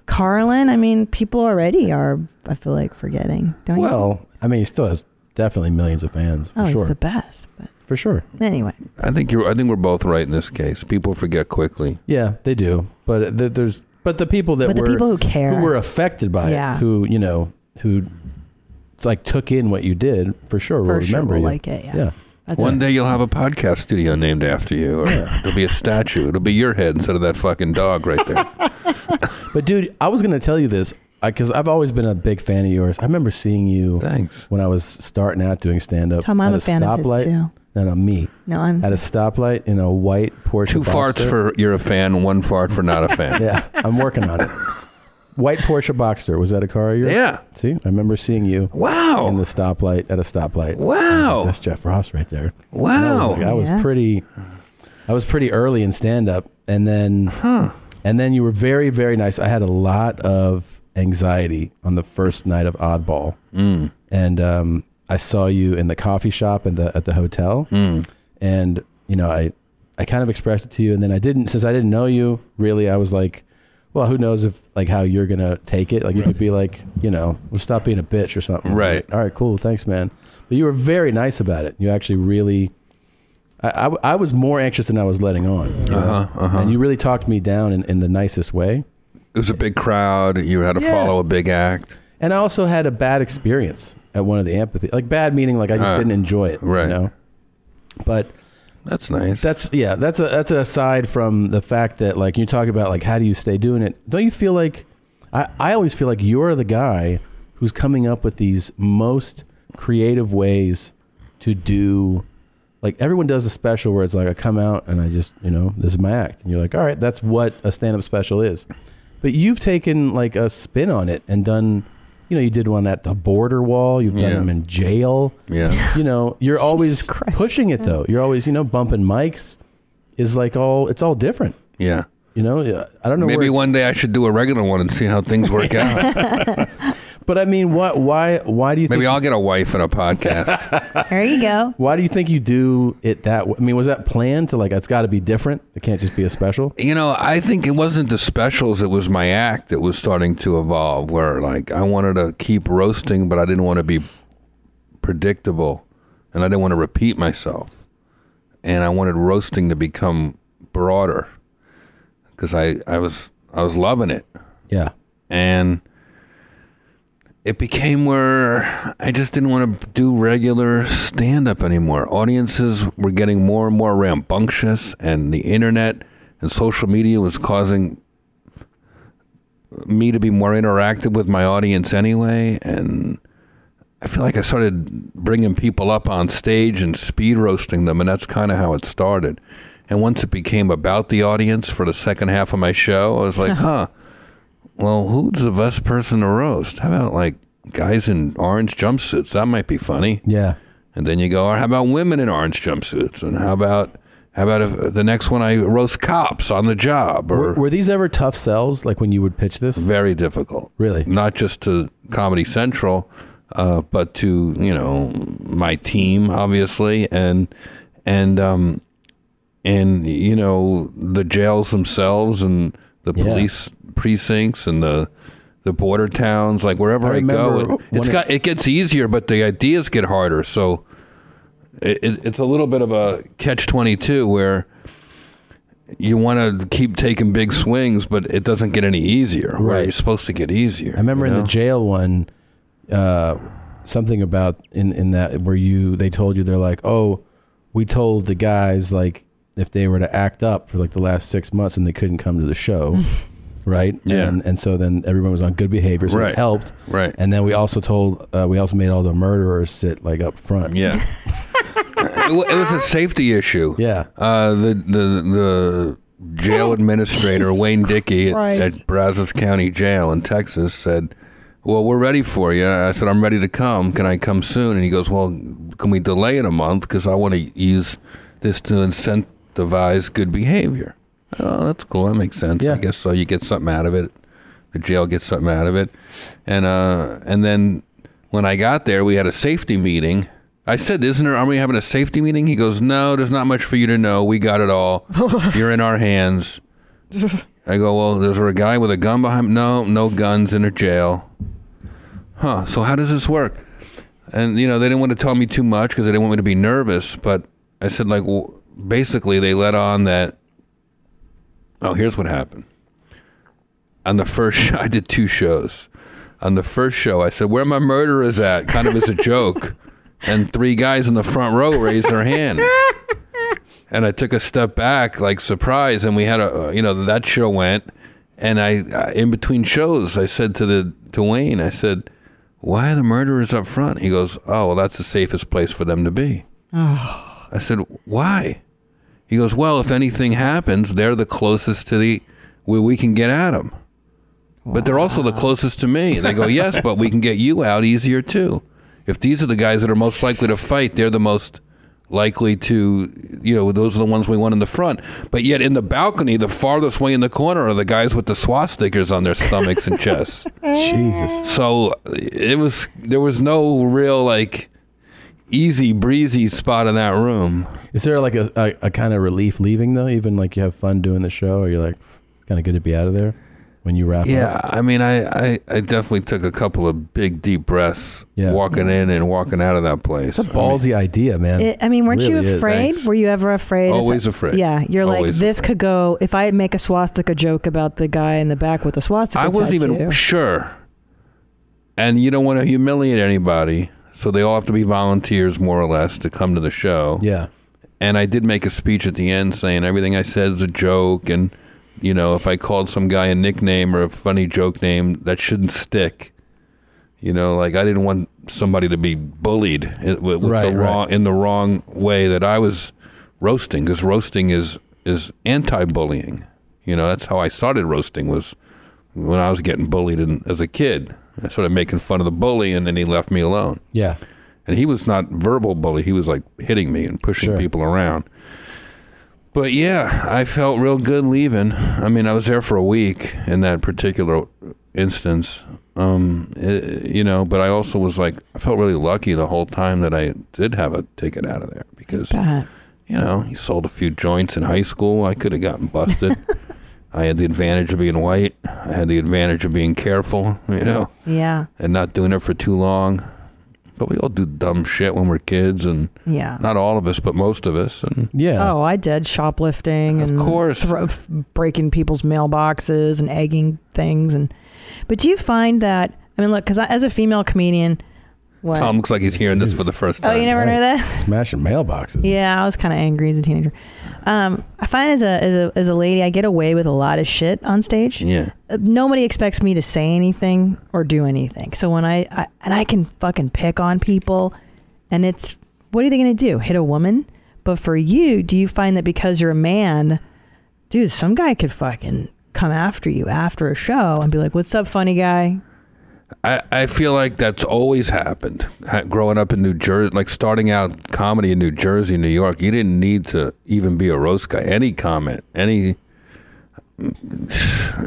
B: Carlin, I mean, people already are, I feel like, forgetting, don't you?
A: Well, I mean, he still has definitely millions of fans. For
B: oh,
A: sure.
B: he's the best. But
A: For sure.
B: anyway,
N: I think you're I think we're both right in this case. People forget quickly.
A: Yeah, they do. But th- there's but the people that
B: But the
A: were
B: people who care.
A: who were affected by
B: Yeah.
A: it, who you know, who it's like took in what you did for sure will
B: For sure
A: remember
B: will
A: you.
B: like it, yeah. That's
N: One
B: it.
N: day you'll have a podcast studio named after you, or there'll be a statue. It'll be your head instead of that fucking dog right there.
A: But dude, I was gonna tell you this. because I've always been a big fan of yours. I remember seeing you.
N: Thanks.
A: When I was starting out doing stand up.
L: Tom, I'm a fan of his, too.
A: No, no, me.
L: No, I'm-
A: at a stoplight in a white Porsche.
N: Two farts
A: Boxster.
N: for you're a fan, one fart for not a fan.
A: yeah, I'm working on it. White Porsche Boxster. Was that a car of yours?
N: Yeah.
A: See, I remember seeing you.
N: Wow.
A: In the stoplight at a stoplight.
N: Wow.
A: I was like, That's Jeff Ross right there. And I was,
N: Wow.
A: like- I was
N: Yeah.
A: pretty. I was pretty early in stand up, and then and then you were very very nice. I had a lot of anxiety on the first night of Oddball,
N: Mm.
A: and um, I saw you in the coffee shop and the at the hotel,
N: Hmm.
A: and you know I I kind of expressed it to you, and then I didn't since I didn't know you really. I was like, well, who knows if like how you're gonna take it? Like you could be like, you know, well, stop being a bitch or something.
N: Right.
A: All right, cool, thanks, man. But you were very nice about it. You actually really. I, I, I was more anxious than I was letting on. you know?
N: Uh-huh, uh-huh.
A: And you really talked me down in, in the nicest way.
N: It was a big crowd. You had to
A: Yeah.
N: follow a big act.
A: And I also had a bad experience at one of the empathy. Like bad meaning like I just
N: Uh,
A: didn't enjoy it. Right. You know? But
N: that's nice.
A: That's yeah, that's a that's aside from the fact that like you talk about like how do you stay doing it? Don't you feel like I, I always feel like you're the guy who's coming up with these most creative ways to do like everyone does a special where it's like I come out and I just, you know, this is my act. And you're like, all right, that's what a stand up special is. But you've taken like a spin on it and done you know, you did one at the border wall, you've done
N: Yeah.
A: them in jail.
N: Yeah.
A: You know, you're always pushing it though. You're always, you know, bumping mics is like all it's all different.
N: Yeah.
A: You know, yeah, I don't know
N: Maybe
A: where,
N: one day I should do a regular one and see how things work out.
A: but I mean, what why why do you
N: Maybe
A: think
N: I'll get a wife and a podcast.
L: There you go.
A: why do you think you do it that way? I mean, was that planned to like it's got to be different? It can't just be a special.
N: You know, I think it wasn't the specials, it was my act that was starting to evolve where like I wanted to keep roasting, but I didn't want to be predictable and I didn't want to repeat myself. And I wanted roasting to become broader cuz I I was I was loving it.
A: Yeah.
N: And it became where I just didn't want to do regular stand up anymore. Audiences were getting more and more rambunctious, and the internet and social media was causing me to be more interactive with my audience anyway. And I feel like I started bringing people up on stage and speed roasting them, and that's kind of how it started. And once it became about the audience for the second half of my show, I was like, huh. Well, who's the best person to roast? How about like guys in orange jumpsuits? That might be funny.
A: Yeah.
N: And then you go, "Or how about women in orange jumpsuits? And how about how about if the next one I roast cops on the job? Or
A: Were, were these ever tough sells like when you would pitch this?
N: very difficult,
A: really,
N: not just to Comedy Central, uh, but to you know my team, obviously, and and um, and you know the jails themselves and the
A: Yeah.
N: police precincts and the the border towns like wherever
A: I
N: i, go
A: remember
N: it, it's
A: when
N: got it gets easier but the ideas get harder so it, it, it's a little bit of a catch 22 where you want to keep taking big swings but it doesn't get any easier where
A: Right.
N: you're supposed to get easier
A: I remember
N: you
A: in
N: know?
A: the jail one, uh, something about in in that where you they told you they're like, oh, we told the guys like if they were to act up for like the last six months and they couldn't come to the show, right?
N: Yeah.
A: And and so then everyone was on good behavior, so
N: Right.
A: it helped.
N: Right.
A: And then we also told uh, we also made all the murderers sit like up front.
N: Yeah. it, wa- it was a safety issue.
A: Yeah.
N: Uh, the the the jail administrator Wayne Dickey at,
A: Christ.
N: at Brazos County Jail in Texas said, "Well, we're ready for you." I said, "I'm ready to come. Can I come soon?" And he goes, "Well, can we delay it a month? Because I want to use this to incentivize good behavior." Oh, that's cool. That makes sense. I guess so. You get something out of it. The jail gets something out of it, and uh, and then when I got there, we had a safety meeting. I said, "Isn't there? Are we having a safety meeting?" He goes, "No, there's not much for you to know. We got it all. You're in our hands." I go, "Well, there's a guy with a gun behind. No, no guns in a jail. Huh? So how does this work?" And you know, they didn't want to tell me too much because they didn't want me to be nervous. But I said, like, well, basically, they let on that. Oh, here's what happened on the first show, I did two shows. On the first show, I said, "Where my murderers at?" kind of as a joke, and three guys in the front row raised their hand. uh, And I took a step back, like surprise, and we had a you know that show went, And I, I, in between shows, I said to the to Wayne, I said, "Why are the murderers up front?" He goes, "Oh, well, that's the safest place for them to be." I said, "Why?" He goes, "Well, if anything happens, they're the closest to the where we can get at them, but they're also the closest to me." And they go, "Yes, but we can get you out easier too. If these are the guys that are most likely to fight, they're the most." likely to you know those are the ones we want in the front but yet in the balcony the farthest way in the corner are the guys with the swastikas on their stomachs and chests jesus so it was there was no real like easy breezy spot in that room
A: Is there like a, a, a kind of relief leaving though? Even like you have fun doing the show, or you're like, kind of good to be out of there when you wrap up.
N: yeah i mean I, I i definitely took a couple of big deep breaths walking in and walking out of that place it's a
A: ballsy idea man
B: It, I mean, weren't you afraid? Were you ever afraid? Is
N: Always
B: it-
N: afraid.
B: Yeah, you're like
N: Always
B: this could go. If I make a swastika joke about the guy in the back with the swastika,
N: I wasn't even
B: tattoo.
N: sure. And you don't want to humiliate anybody, so they all have to be volunteers more or less to come to the show.
A: Yeah.
N: And I did make a speech at the end saying everything I said is a joke and you know, if I called some guy a nickname or a funny joke name, that shouldn't stick. You know, like I didn't want somebody to be bullied in, with, with
A: Right,
N: the
A: right.
N: wrong, in the wrong way that I was roasting because roasting is is anti-bullying. You know, that's how I started roasting was when I was getting bullied in, as a kid. I started making fun of the bully, and then he left me alone.
A: Yeah.
N: And he was not verbal bully; he was like hitting me and pushing people around. But yeah, I felt real good leaving. I mean, I was there for a week in that particular instance, um, it- you know. But I also was like, I felt really lucky the whole time that I did have a ticket out of there because,
B: bet.
N: you know, you sold a few joints in high school. I could have gotten busted. I had the advantage of being white. I had the advantage of being careful, you know
B: Yeah,
N: and not doing it for too long. But we all do dumb shit when we're kids, and
B: Yeah.
N: not all of us, but most of us. And
A: yeah.
B: Oh, I did shoplifting and of course breaking people's mailboxes and egging things. And but do you find that? I mean, look, because as a female comedian, what?
N: Tom looks like he's hearing this for the first
B: Oh,
N: time.
B: you never knew that?
A: Smashing mailboxes.
B: Yeah, I was kind of angry as a teenager. Um, I find as a, as a as a lady, I get away with a lot of shit on stage.
N: Yeah.
B: Uh, Nobody expects me to say anything or do anything. So when I, I and I can fucking pick on people, and it's what are they gonna do? Hit a woman? But for you, do you find that because you're a man, dude, some guy could fucking come after you after a show and be like, "What's up, funny guy?"
N: I, I feel like that's always happened. Ha- Growing up in New Jersey, like starting out comedy in New Jersey, New York, you didn't need to even be a roast guy. Any comment, any.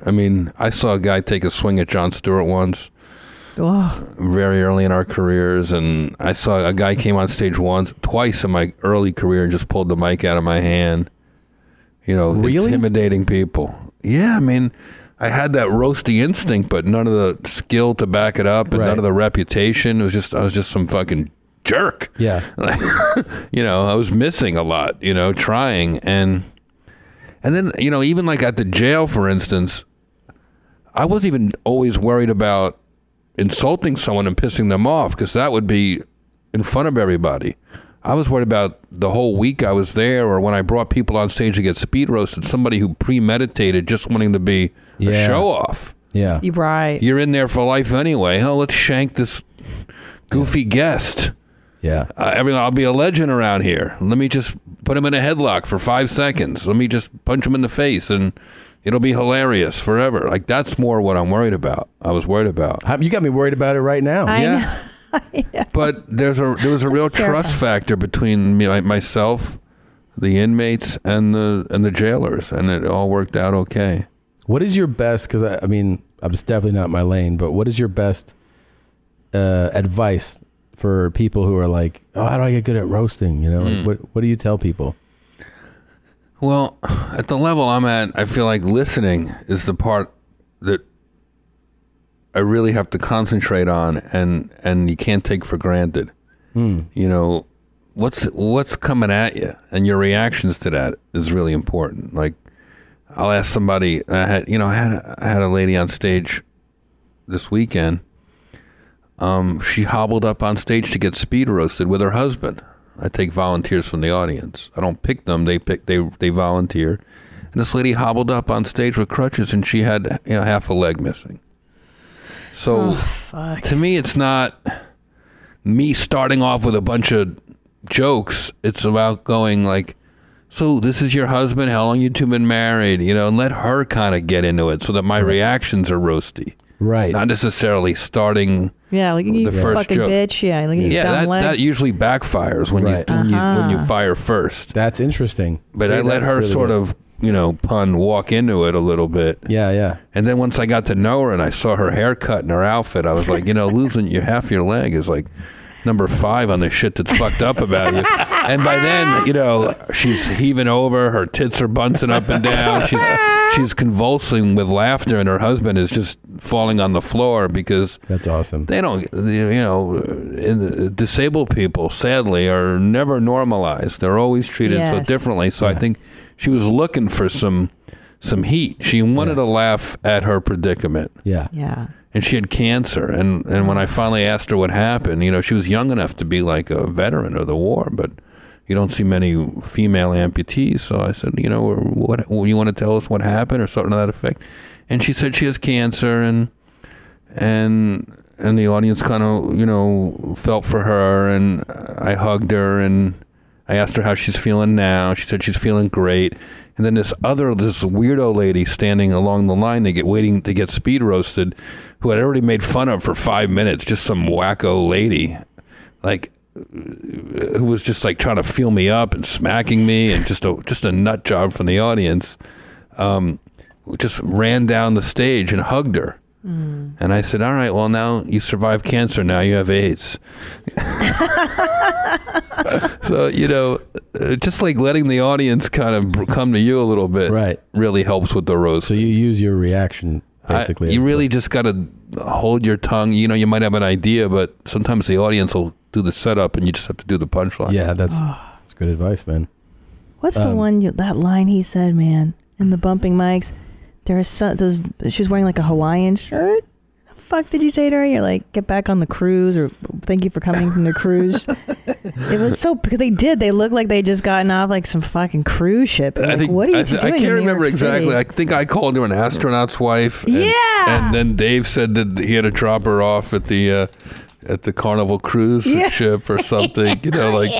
N: I mean, I saw a guy take a swing at John Stewart once.
B: Oh,
N: very early in our careers and I saw a guy came on stage once twice in my early career and just pulled the mic out of my hand. You know, intimidating people. Yeah, I mean, I had that roasty instinct, but none of the skill to back it up and none of the reputation. It was just I was just some fucking jerk.
A: Yeah.
N: Like, you know, I was missing a lot, you know, trying and and then, you know, even like at the jail for instance, I wasn't even always worried about insulting someone and pissing them off because that would be in front of everybody. I was worried about the whole week I was there or when I brought people on stage to get speed roasted, somebody who premeditated just wanting to be a
A: Yeah.
N: show off.
A: Yeah.
B: you're right.
N: You're in there for life anyway. Oh, let's shank this goofy guest.
A: Yeah.
N: Uh, everyone, I'll be a legend around here. Let me just put him in a headlock for five seconds. Let me just punch him in the face, and it'll be hilarious forever. Like that's more what I'm worried about. I was worried about.
A: You got me worried about it right now.
B: I
N: yeah.
B: know.
N: But there's a there was a real
B: terrifying.
N: trust factor between me, like myself, the inmates, and the and the jailers, and it all worked out okay.
A: What is your best? Because I, I mean, I'm definitely not my lane, but what is your best uh, advice for people who are like, "Oh, how do I get good at roasting?" You know, like,
N: Mm.
A: what what do you tell people?
N: Well, at the level I'm at, I feel like listening is the part that I really have to concentrate on, and and you can't take for granted. You know, what's what's coming at you, and your reactions to that is really important. Like, I'll ask somebody. I had you know I had a, I had a lady on stage this weekend. Um, she hobbled up on stage to get speed roasted with her husband. I take volunteers from the audience. I don't pick them; they pick they they volunteer, And this lady hobbled up on stage with crutches, and she had you know, half a leg missing. So
B: Oh, fuck.
N: to me, it's not me starting off with a bunch of jokes. It's about going like, so this is your husband. How long you two been married? You know, and let her kind of get into it so that my reactions are roasty.
A: Right.
N: Not necessarily starting.
B: Yeah, like you
N: The first
B: fucking
N: joke.
B: bitch. Yeah, like you
N: yeah,
B: dumb
N: that,
B: leg.
N: that usually backfires when
A: Right.
N: you when you when
B: Uh-huh.
N: you fire first.
A: That's interesting.
N: But
A: See,
N: I let
A: that's
N: her
A: really
N: sort
A: good.
N: of you know pun walk into it a little bit.
A: Yeah, yeah.
N: And then once I got to know her and I saw her haircut and her outfit, I was like, you know, losing your half your leg is like number five on the shit that's fucked up about you. And by then, you know, she's heaving over, her tits are bouncing up and down, she's she's convulsing with laughter, and her husband is just falling on the floor because
A: that's awesome.
N: They don't, you know, in the, disabled people sadly are never normalized. They're always treated so
F: Yes.
N: differently. So I think she was looking for some some heat. She wanted to laugh at her predicament.
A: Yeah.
B: Yeah.
N: And she had cancer and and when I finally asked her what happened, you know, she was young enough to be like a veteran of the war, but you don't see many female amputees. So I said, you know, what you want to tell us what happened or something to that effect. And she said she has cancer and and and the audience kind of you know felt for her and I hugged her and I asked her how she's feeling now. She said she's feeling great. And then this other this weirdo lady standing along the line to get waiting to get speed roasted, who had already made fun of for five minutes, just some wacko lady, like who was just like trying to feel me up and smacking me and just a just a nut job from the audience, um, just ran down the stage and hugged her. And I said, "All right, well now you survived cancer. Now you have AIDS." so you know, uh, just like letting the audience kind of br- come to you a little bit, right, really helps with the roast. So
A: you use your reaction basically.
N: you really just got to hold your tongue. You know, you might have an idea, but sometimes the audience will do the setup, and you just have to do the punchline.
A: Yeah, that's
B: Oh.
A: that's good advice, man.
L: What's the
A: Um,
L: one you, that line he said, man, in the bumping mics? There is some, those, she's wearing like a Hawaiian shirt. The fuck did you say to her? You're like, get back on the cruise or thank you for coming from the cruise. it was so, because they did. They looked like they just gotten off like some fucking cruise ship. Like, what are you
N: I, thi-
L: doing?
N: I
L: in
N: can't
L: New
N: remember
L: York
N: exactly.
L: City?
N: I think I called her an astronaut's wife. And,
L: Yeah.
N: And then Dave said that he had to drop her off at the uh, at the Carnival cruise
L: Yeah.
N: ship or something. You know, like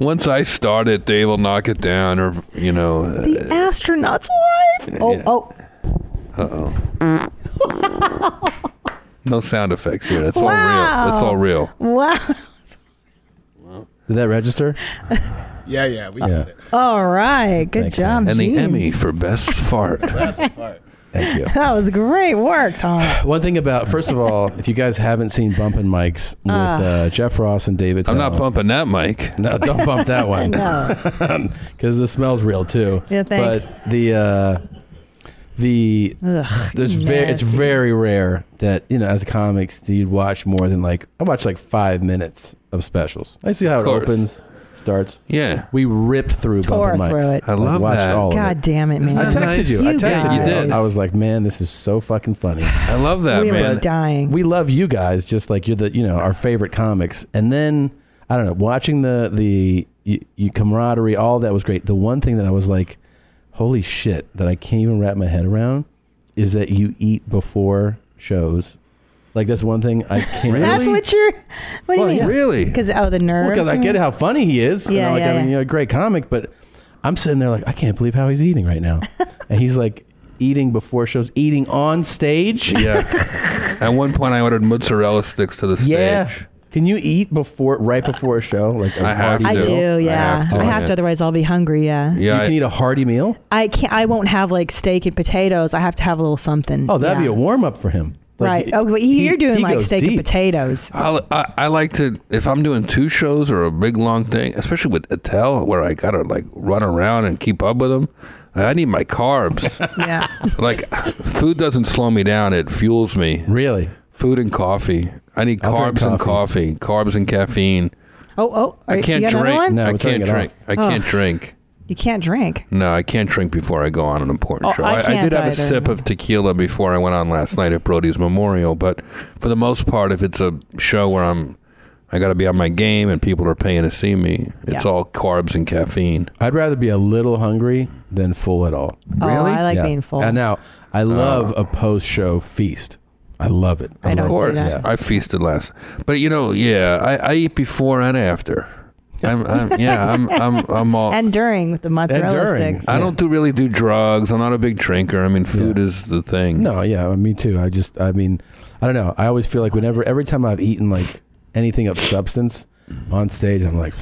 N: once I start it, Dave will knock it down, or you know.
L: the astronaut's wife. Oh, oh.
N: Uh oh. no sound effects here. That's all real. That's all real.
L: Wow.
A: Did that register?
G: Yeah, yeah, we
A: Yeah.
G: got it.
L: All right. Good job.
N: And the
L: Gene.
N: Emmy for best fart.
G: That's a fart.
A: Thank you.
L: That was great work, Tom.
A: One thing about first of all, if you guys haven't seen Bumpin' Mics with
L: Ah.
A: uh, Jeff Ross and David,
N: I'm not
A: Tell-
N: bumping that mic.
A: No, don't bump that one.
L: No.
A: because the smell's real too.
L: Yeah, thanks.
A: But the uh, the
L: Ugh,
A: there's very it's
L: nasty.
A: very rare that you know as comics that you'd watch more than like I watch like five minutes of specials. I see how
N: Of
A: it
N: course.
A: opens, starts.
N: Yeah.
A: we ripped through
B: Tore
A: bumping
B: through
A: mics.
B: it. I love
A: watched
N: that.
A: All of
B: God
A: it.
B: damn it, man.
A: Oh, I texted you. I texted you.
B: guys.
A: I was like, man, this is so fucking funny.
N: I love that,
B: We were
N: man.
A: dying. We love you guys, just like you're the you know our favorite comics. And then I don't know, watching the the you, you camaraderie, all that was great. The one thing that I was like, holy shit, that I can't even wrap my head around is that you eat before shows. Like that's one thing I can't.
L: That's what you're. What do you
A: Well,
L: mean?
A: yeah. Really?
L: Because oh, the nerves.
A: because I
L: you
A: get
L: mean?
A: how funny he is. you
L: Yeah,
A: know, like,
L: yeah,
A: I mean,
L: yeah.
A: you know, great comic, but I'm sitting there like, I can't believe how he's eating right now. and he's like eating before shows, eating on stage.
N: Yeah. At one point, I ordered mozzarella sticks to the stage.
A: Yeah. Can you eat before, right before a show? Like a
N: I have
A: hearty
L: I
N: to.
L: do.
N: I
L: Yeah, I have
N: have
L: to.
N: to, yeah.
L: Otherwise, I'll be hungry. Yeah.
A: you can eat a hearty meal.
L: I can't. I won't have like steak and potatoes. I have to have a little something.
A: Oh, that'd be
L: Yeah.
A: a warm up for him. Like,
L: right.
A: he-
L: oh, but
A: he-
L: you're doing
A: he
L: like
A: goes
L: steak and
A: deep.
L: potatoes.
N: I'll, I, I like to if I'm doing two shows or a big long thing, especially with Attell, where I gotta like run around and keep up with him. I need my carbs.
L: Yeah.
N: like food doesn't slow me down; it fuels me.
A: Really,
N: food and coffee. I need
A: I'll drink
N: carbs and coffee, carbs and caffeine.
L: Oh, oh. Are,
N: I can't
L: you got another
N: drink.
L: One?
N: I can't drink. I can't
L: Oh,
N: drink.
L: You can't drink.
N: No, I can't drink before I go on an important
L: Oh,
N: show.
L: I
N: I,
L: can't
N: did have a
L: either.
N: sip of tequila before I went on last night at Brody's Memorial, but for the most part, if it's a show where I'm I got to be on my game, and people are paying to see me. It's
B: Yeah.
N: all carbs and caffeine.
A: I'd rather be a little hungry than full at all.
B: Oh, Really? I like being full.
A: And now I love a post-show feast. I love it.
N: of course, I feasted last, but you know, yeah, I, I eat before and after. I'm, I'm yeah, I'm, I'm, I'm all.
L: and during with the mozzarella sticks.
N: I don't do really do drugs. I'm not a big drinker. I mean, food is the thing.
A: No, yeah, me too. I just, I mean, I don't know. I always feel like whenever, every time I've eaten like anything of substance on stage, I'm like,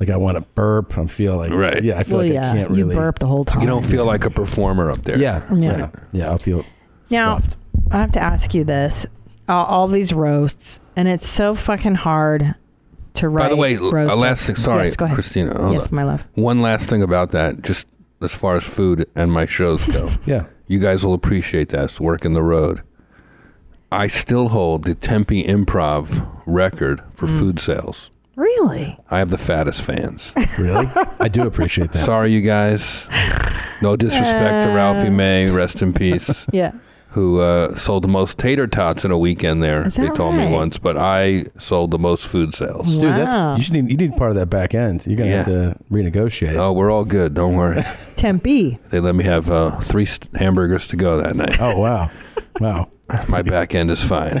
A: like I want to burp. I feel like,
N: Right.
A: Yeah, I
L: Mm.
A: feel
L: Well,
A: like
L: yeah,
A: I can't
L: you
A: really
L: burp the whole time.
N: You don't feel like a performer up there.
A: Yeah,
L: Yeah.
A: yeah, yeah. I feel.
B: Now, I have to ask you this: all, all these roasts, and it's so fucking hard to write.
N: By the way, l-
B: roast
N: uh, last thing,
B: up.
N: sorry,
B: yes, go ahead.
N: Christina. hold
B: yes,
N: on.
B: my love.
N: One last thing about that, just as far as food and my shows go.
A: yeah.
N: You guys will appreciate that. It's working the road. I still hold the Tempe Improv record for
A: Mm.
N: food sales.
B: Really?
N: I have the fattest fans.
A: Really? I do appreciate that.
N: Sorry, you guys. No disrespect to
A: Uh.
N: Ralphie May, rest in peace.
B: Yeah.
N: Who uh, sold the most tater tots in a weekend there?
A: Is
N: They
A: that
N: told
A: right?
N: me once, but I sold the most food sales.
A: Dude, that's you should need you need part of that back end. You're gonna have to renegotiate.
N: Oh, we're all good. Don't worry.
B: Tempe.
N: They let me have uh, three st- hamburgers to go that night.
A: Oh wow, wow.
N: My back end is fine.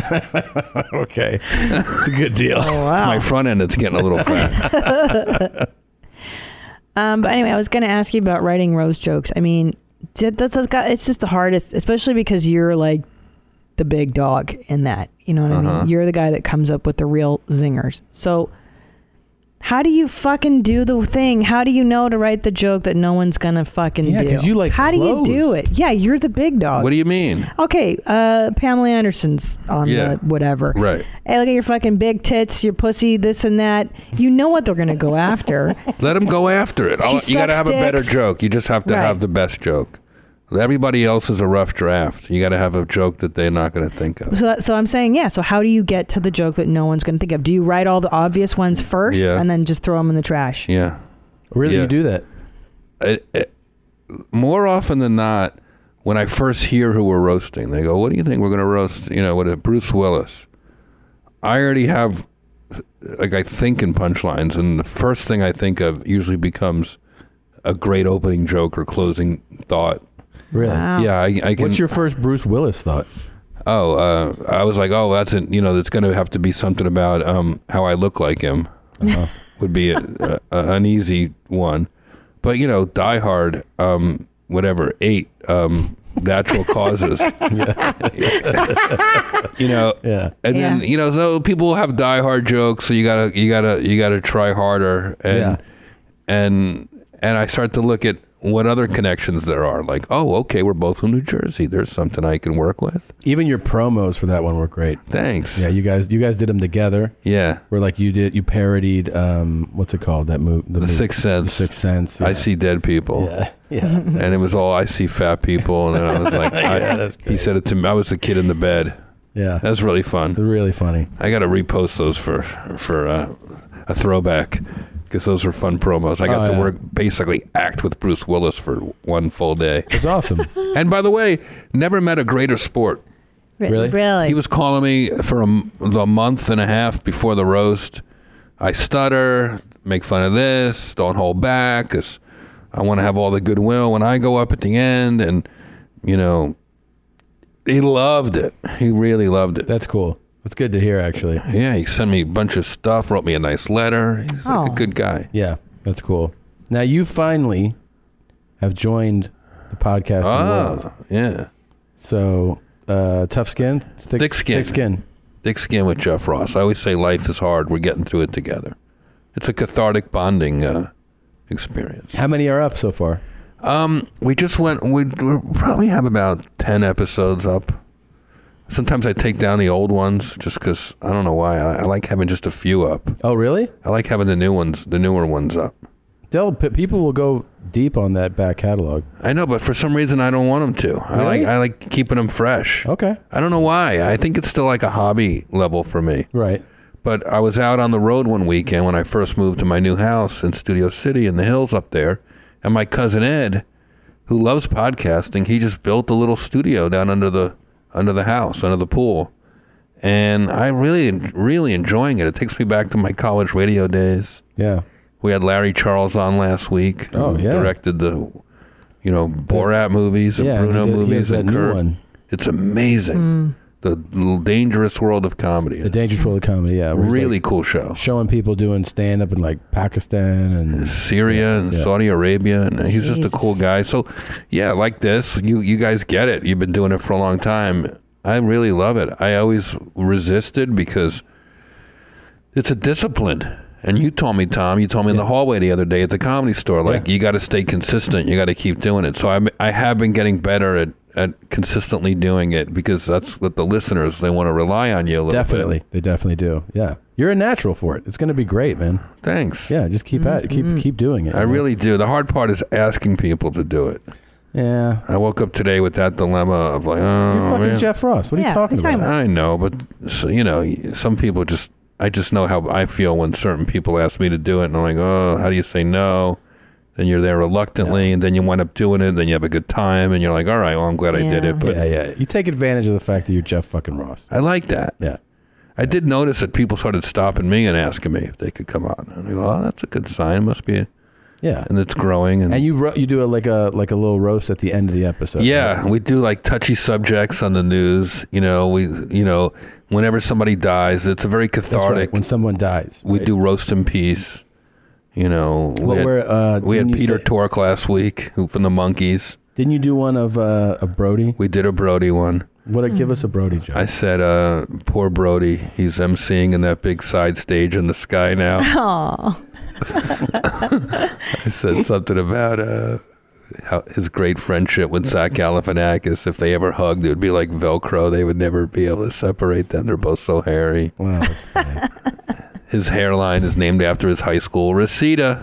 A: okay, it's a good deal.
B: Oh, wow.
N: It's my front end that's getting a little fat.
B: Um, but anyway, I was going to ask you about writing roast jokes. I mean, that- that's, that's got, it's just the hardest, especially because you're like the big dog in that. You know what I
L: Uh-huh.
B: mean? You're the guy that comes up with the real zingers. So, how do you fucking do the thing? How do you know to write the joke that no one's gonna fucking
N: Yeah,
B: do?
N: 'cause you like
B: How do you do
N: clothes.
B: it? Yeah, you're the big dog.
N: What do you mean?
B: Okay, uh, Pamela Anderson's on
N: Yeah.
B: the whatever.
N: Right.
B: Hey, look at your fucking big tits, your pussy, this and that. You know what they're gonna go after.
N: Let them go after it.
B: She
N: I'll- you got to
B: sucks
N: have a better
B: dicks.
N: joke. You just have to
B: Right.
N: have the best joke. Everybody else is a rough draft. You got to have a joke that they're not going to think of.
B: So, that- so I'm saying, yeah. So, how do you get to the joke that no one's going to think of? Do you write all the obvious
L: Mm,
B: ones first
N: Yeah.
B: and then just throw them in the trash?
N: Yeah.
A: Where do you do that?
N: It, it, more often than not, when I first hear who we're roasting, they go, "What do you think we're going to roast?" You know, what if Bruce Willis? I already have, like, I think in punchlines, and the first thing I think of usually becomes a great opening joke or closing thought.
A: Really? Wow.
N: Yeah. I, I can,
A: What's your first Bruce Willis thought?
N: Oh, uh, I was like, oh, that's an, you know, that's going to have to be something about um, how I look like him. Uh, would be a, a, an easy one, but you know, Die Hard, um, whatever, eight, um, natural causes. you know,
A: yeah,
N: and
A: Yeah.
N: then you know, so people have Die Hard jokes, so you gotta, you gotta, you gotta try harder, and
A: Yeah.
N: and and I start to look at what other connections there are. Like, oh, okay, we're both from New Jersey. There's something I can work with.
A: Even your promos for that one were great.
N: Thanks.
A: Yeah, you guys, you guys did them together.
N: Yeah.
A: Where like you did, you parodied, um, what's it called? That movie,
N: The
A: movie-
N: Sixth Sense.
A: The Sixth Sense.
N: I see dead people.
A: Yeah, yeah.
N: and it was all I see fat people, and then I was like,
A: Yeah,
N: I-
A: that's
N: he said it to me. I was the kid in the bed.
A: Yeah.
N: that was really fun.
A: Really funny.
N: I got to repost those for for uh, a throwback because those were fun promos. I got
A: Oh,
N: to
A: yeah.
N: work basically act with Bruce Willis for one full day.
A: It's awesome.
N: and by the way, never met a greater sport.
B: Re- Really? really?
N: He was calling me for a, m- the month and a half before the roast. I stutter, make fun of this, don't hold back, 'cause I want to have all the goodwill when I go up at the end. And, you know, he loved it. He really loved it.
A: That's cool. That's good to hear, actually.
N: Yeah, he sent me a bunch of stuff, wrote me a nice letter. He's like
A: Oh.
N: a good guy.
A: Yeah, that's cool. Now you finally have joined the podcast.
N: Ah,
A: world.
N: yeah.
A: So uh, tough skin, thick,
N: skin.
A: thick skin.
N: Thick skin with Jeff Ross. I always say life is hard. We're getting through it together. It's a cathartic bonding uh, experience.
A: How many are up so far?
N: Um, we just went. We we probably have about ten episodes up. Sometimes I take down the old ones just because I don't know why. I, I like having just a few up.
A: Oh, really?
N: I like having the new ones, the newer ones up.
A: Del, pe- people will go deep on that back catalog.
N: I know, but for some reason I don't want them to. I like I like keeping them fresh.
A: Okay.
N: I don't know why. I think it's still like a hobby level for me.
A: Right.
N: But I was out on the road one weekend when I first moved to my new house in Studio City in the hills up there, and my cousin Ed, who loves podcasting, he just built a little studio down under the under the house, under the pool. and I really, really enjoying it. It takes me back to my college radio days.
A: Yeah.
N: We had Larry Charles on last week.
A: Oh,
N: who
A: yeah.
N: Directed the, you know, Borat movies and
A: Yeah, he
N: Bruno
A: did- he
N: movies
A: has
N: and
A: that new
N: Kurt.
A: one.
N: It's amazing. The l- dangerous world of comedy.
A: The Dangerous World of Comedy, yeah. where he's,
N: Really
A: like,
N: cool show.
A: Showing people doing stand up in like Pakistan and
N: Syria and
A: Yeah.
N: Saudi Arabia, and he's just a
A: Jesus.
N: cool guy. So, yeah, like this, you you guys get it. You've been doing it for a long time. I really love it. I always resisted because it's a discipline. And you told me, Tom, you told me in the hallway the other day at the comedy store, like you got to stay consistent. You got to keep doing it. So I I have been getting better at at consistently doing it because that's what the listeners they want to rely on you a little
A: definitely.
N: bit.
A: They definitely do. Yeah. You're a natural for it. It's going to be great, man.
N: Thanks.
A: Yeah, just keep at it. Keep keep doing it.
N: Mm-hmm. I really do. The hard part is asking people to do it.
A: Yeah.
N: I woke up today with that dilemma of like, oh,
A: You're fucking
N: man.
A: Jeff Ross. What are
L: Yeah,
A: you talking
L: what are
A: about?
L: you talking
N: I know, but so, you know, some people just. I just know how I feel when certain people ask me to do it, and I'm like, oh, how do you say no? Then you're there reluctantly, and then you wind up doing it, and then you have a good time, and you're like, all right, well, I'm glad I did
A: Yeah.
N: it. But
A: yeah, yeah. You take advantage of the fact that you're Jeff fucking Ross.
N: I like that.
A: Yeah.
N: I did notice that people started stopping me and asking me if they could come on. And I go, oh, that's a good sign. Must be.
A: Yeah.
N: And it's growing. And,
A: And you ro- you do a, like a like a little roast at the end of the episode.
N: yeah, we do like touchy subjects on the news. You know, we, you know, whenever somebody dies, it's a very
A: That's right,
N: cathartic.
A: When someone dies.
N: we do roast in peace. You know, we
A: Well,
N: had,
A: we're, uh,
N: we had
A: didn't you
N: Peter
A: say-
N: Tork last week, who from the Monkeys.
A: Didn't you do one of uh, of Brody?
N: We did a Brody one.
A: What give us a Brody joke?
N: I said, uh, "Poor Brody, he's emceeing in that big side stage in the sky now."
L: Aw.
N: I said something about uh, how his great friendship with Zach Galifianakis. If they ever hugged, it would be like Velcro. They would never be able to separate them. They're both so hairy.
A: Wow, that's funny.
N: his hairline is named after his high school recita.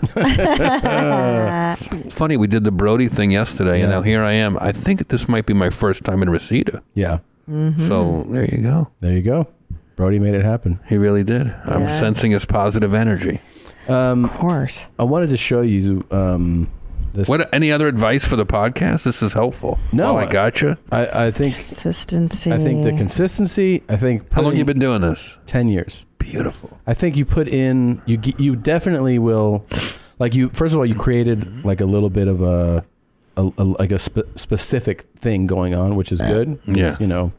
N: funny, we did the Brody thing yesterday, and now here I am. I think this might be my first time in recita.
A: Yeah.
N: So there you go.
A: There you go. Brody made it happen.
N: He really did. I'm
A: Yes.
N: sensing his positive energy.
A: Um, of
L: course.
A: I wanted to show you um, this.
N: What? Any other advice for the podcast? This is helpful. No, I gotcha.
A: I, I think
L: consistency.
A: I think the consistency. I think.
N: How long you been doing this?
A: Ten years.
N: Beautiful.
A: I think you put in. You ge- you definitely will. Like you. First of all, you created
N: Mm-hmm.
A: like a little bit of a, a, a- like a spe- specific thing going on, which is good.
N: Yeah.
A: You know,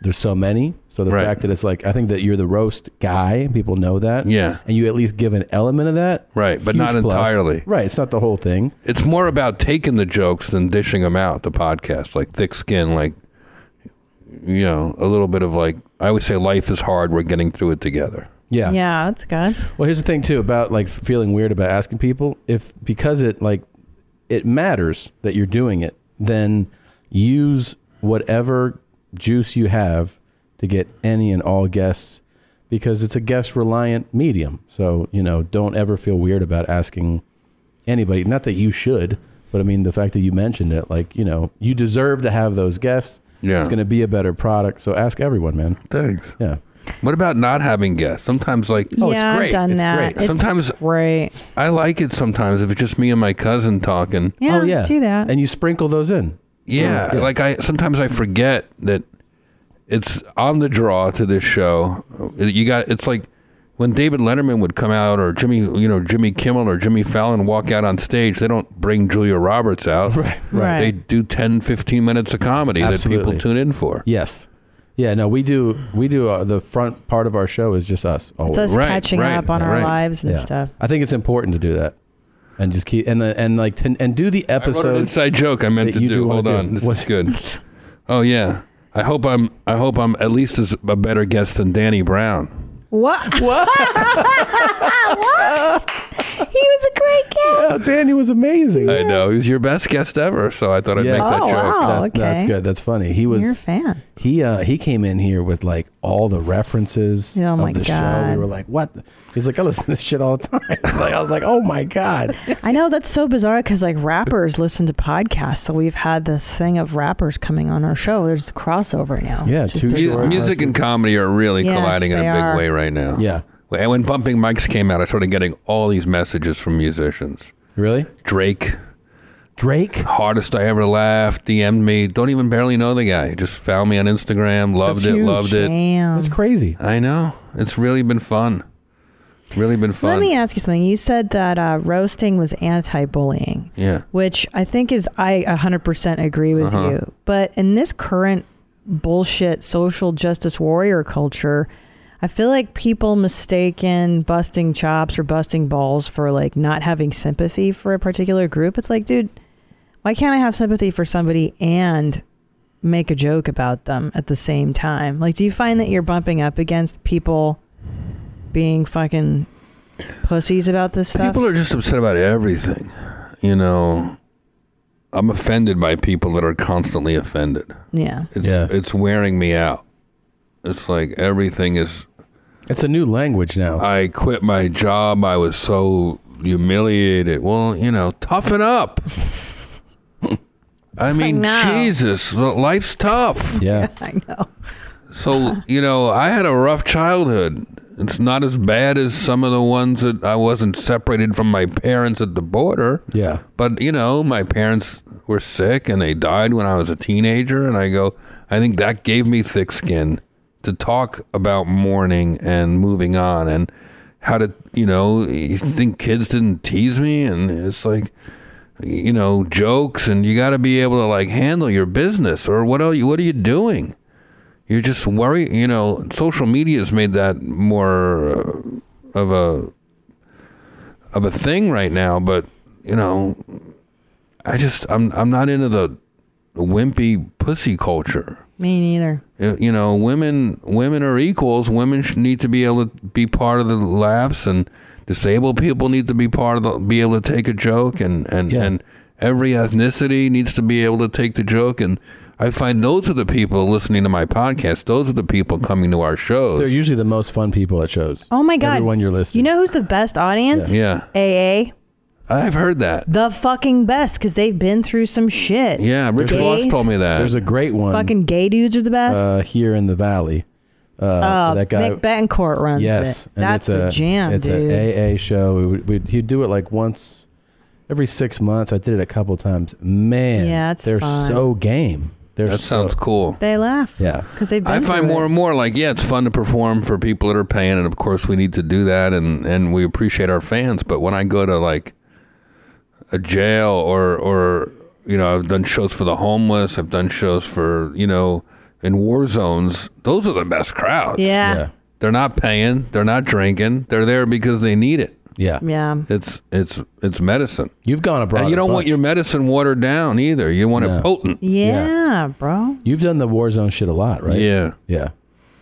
A: there's so many. So the
N: Right.
A: fact that it's like I think that you're the roast guy. People know that.
N: Yeah.
A: And you at least give an element of that.
N: Right, but
A: Huge
N: not
A: plus.
N: entirely.
A: Right. It's not the whole thing.
N: It's more about taking the jokes than dishing them out. The podcast, like thick skin, like you know, a little bit of like I always say, life is hard. We're getting through it together.
A: Yeah.
L: Yeah, that's good.
A: Well, here's the thing too about like feeling weird about asking people if because it like it matters that you're doing it, then use whatever juice you have to get any and all guests because it's a guest reliant medium. So, you know, don't ever feel weird about asking anybody. Not that you should, but I mean the fact that you mentioned it, like, you know, you deserve to have those guests.
N: Yeah.
A: It's gonna be a better product. So ask everyone, man.
N: Thanks.
A: Yeah.
N: What about not having guests? Sometimes, like,
L: Oh, it's Yeah, I've great. done It's that. great. Oh, It's
N: Sometimes,
L: great.
N: I like it. Sometimes, if it's just me and my cousin talking.
L: Yeah, do that.
A: Oh, And you sprinkle those in.
N: Yeah,
A: Yeah.
N: like I sometimes I forget that it's on the draw to this show. You got it's like when David Letterman would come out or Jimmy, you know, Jimmy Kimmel or Jimmy Fallon walk out on stage, they don't bring Julia Roberts out. Right,
A: right.
N: They do 10, 15 minutes of comedy that
A: Absolutely.
N: people tune in for.
A: Yes. Yeah, no, we do. We do uh, the front part of our show is just us. Always.
L: us Right, catching right, up on our right. lives and stuff.
A: I think it's important to do that, and just keep and the and like ten, and do the
N: I wrote an
A: episode.
N: inside joke I meant
A: that
N: to
A: you
N: do.
A: do wanna
N: Hold
A: do.
N: on, this is good. Oh yeah, I hope I'm. I hope I'm at least as a better guest than Danny Brown.
L: What? What? what? He was a great guest.
A: Danny was amazing.
N: I know he's your best guest ever, so I thought I'd make that
L: Oh,
N: joke.
L: wow,
A: that's, that's
L: okay.
A: good. That's funny. He was
L: You're a fan.
A: He uh he came in here with like all the references
L: Oh,
A: of
L: my
A: the show.
L: God.
A: We were like, what? the- He's like, I listen to this shit all the time. like I was like, oh my god.
L: I know that's so bizarre because like rappers listen to podcasts, so we've had this thing of rappers coming on our show. There's a crossover now. which is
N: Mu-
L: bizarre.
N: music and comedy are really
L: Yes,
N: colliding in a
L: they
N: big
L: are.
N: way right now.
A: Yeah.
N: And when Bumping Mics came out, I started getting all these messages from musicians.
A: Really?
N: Drake
A: Drake?
N: Hardest I ever laughed. DM'd me. Don't even barely know the guy. Just found me on Instagram. Loved
A: That's
N: it.
A: huge.
N: Loved it.
B: Damn.
L: Um,
B: That's
A: crazy.
N: I know. It's really been fun. Really been fun.
B: Let me ask you something. You said that uh, roasting was anti-bullying,
N: Yeah.
B: which I think is I 100% agree with
N: Uh-huh.
B: you. But in this current bullshit social justice warrior culture, I feel like people mistaken busting chops or busting balls for like not having sympathy for a particular group. It's like, dude, why can't I have sympathy for somebody and make a joke about them at the same time? Like, do you find that you're bumping up against people being fucking pussies about this stuff?
N: People are just upset about everything. You know, I'm offended by people that are constantly offended.
B: yeah.
N: It's, it's wearing me out. It's like everything is.
A: It's a new language now.
N: I quit my job. I was so humiliated. Well, you know, toughen up. I mean,
B: know.
N: Jesus, l- life's tough.
A: Yeah.
B: I know.
N: So, you know, I had a rough childhood. It's not as bad as some of the ones that I wasn't separated from my parents at the border.
A: Yeah.
N: But, you know, my parents were sick and they died when I was a teenager. And I go, I think that gave me thick skin to talk about mourning and moving on and how to, you know, you think kids didn't tease me. And it's like, you know, jokes and you got to be able to like handle your business or what are you, what are you doing? You're just worried, you know, social media has made that more uh, of a of a thing right now, but you know, I just I'm I'm not into the wimpy pussy culture.
B: Me neither.
N: Uh, You know, women women are equals. Women sh- need to be able to be part of the laughs, and disabled people need to be part of the be able to take a joke, and and and every ethnicity needs to be able to take the joke. And I find those are the people listening to my podcast. Those are the people coming to our shows.
A: They're usually the most fun people at shows.
B: Oh my god.
A: Everyone you're listening.
B: You know who's the best audience?
N: Yeah.
B: AA.
N: I've heard that.
B: The fucking best because they've been through some shit.
N: Yeah, Rich
B: Gays,
N: Voss told me that.
A: There's a great one.
B: Fucking gay dudes are the best.
A: uh, here in the valley. Uh,
B: Uh,
A: that guy.
B: Nick Betancourt runs
A: yes,
B: it.
A: and
B: That's
A: it's
B: the
A: a,
B: jam,
A: It's
B: dude.
A: an AA show. We, would- we'd, he'd do it like once every six months. I did it a couple times. Man,
B: Yeah, it's
A: they're
B: fun.
A: so game. They're
N: That sounds cool.
B: They laugh.
A: Yeah.
B: Because they've been
N: I find
B: through
N: more
B: it.
N: and more like, yeah, it's fun to perform for people that are paying, and of course we need to do that, and and we appreciate our fans. But when I go to like a jail or or you know, I've done shows for the homeless, I've done shows for you know in war zones. Those are the best crowds.
B: Yeah. Yeah.
N: they're not paying, they're not drinking, they're there because they need it.
A: Yeah,
B: Yeah.
N: it's it's it's medicine.
A: You've gone abroad.
N: and you
A: a
N: don't
A: bunch.
N: want your medicine watered down either. You want it potent.
B: Yeah, bro.
A: You've done the Warzone shit a lot, right?
N: Yeah.
A: Yeah.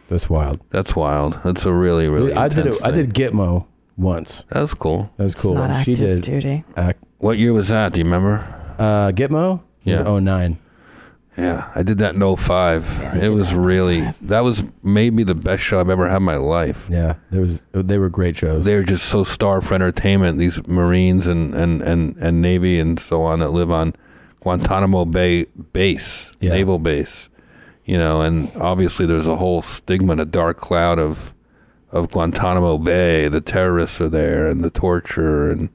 A: That's wild.
N: That's wild. That's a really, really.
A: I did it.
N: intense
A: I
N: thing.
A: did Gitmo once.
N: That was cool.
A: That was cool.
B: not
A: she did.
B: active duty.
A: Act,
N: What year was that? Do you remember?
A: uh, Gitmo.
N: Yeah.
A: Oh nine.
N: Yeah, I did that in 05. it was really that oh was maybe the best show I've ever had in my life.
A: Yeah. There was. They were great shows.
N: They're just so star for entertainment. These Marines and and and and Navy and so on that live on Guantanamo Bay base, naval base. You know, and obviously there's a whole stigma and a dark cloud of of Guantanamo Bay. The terrorists are there and the torture and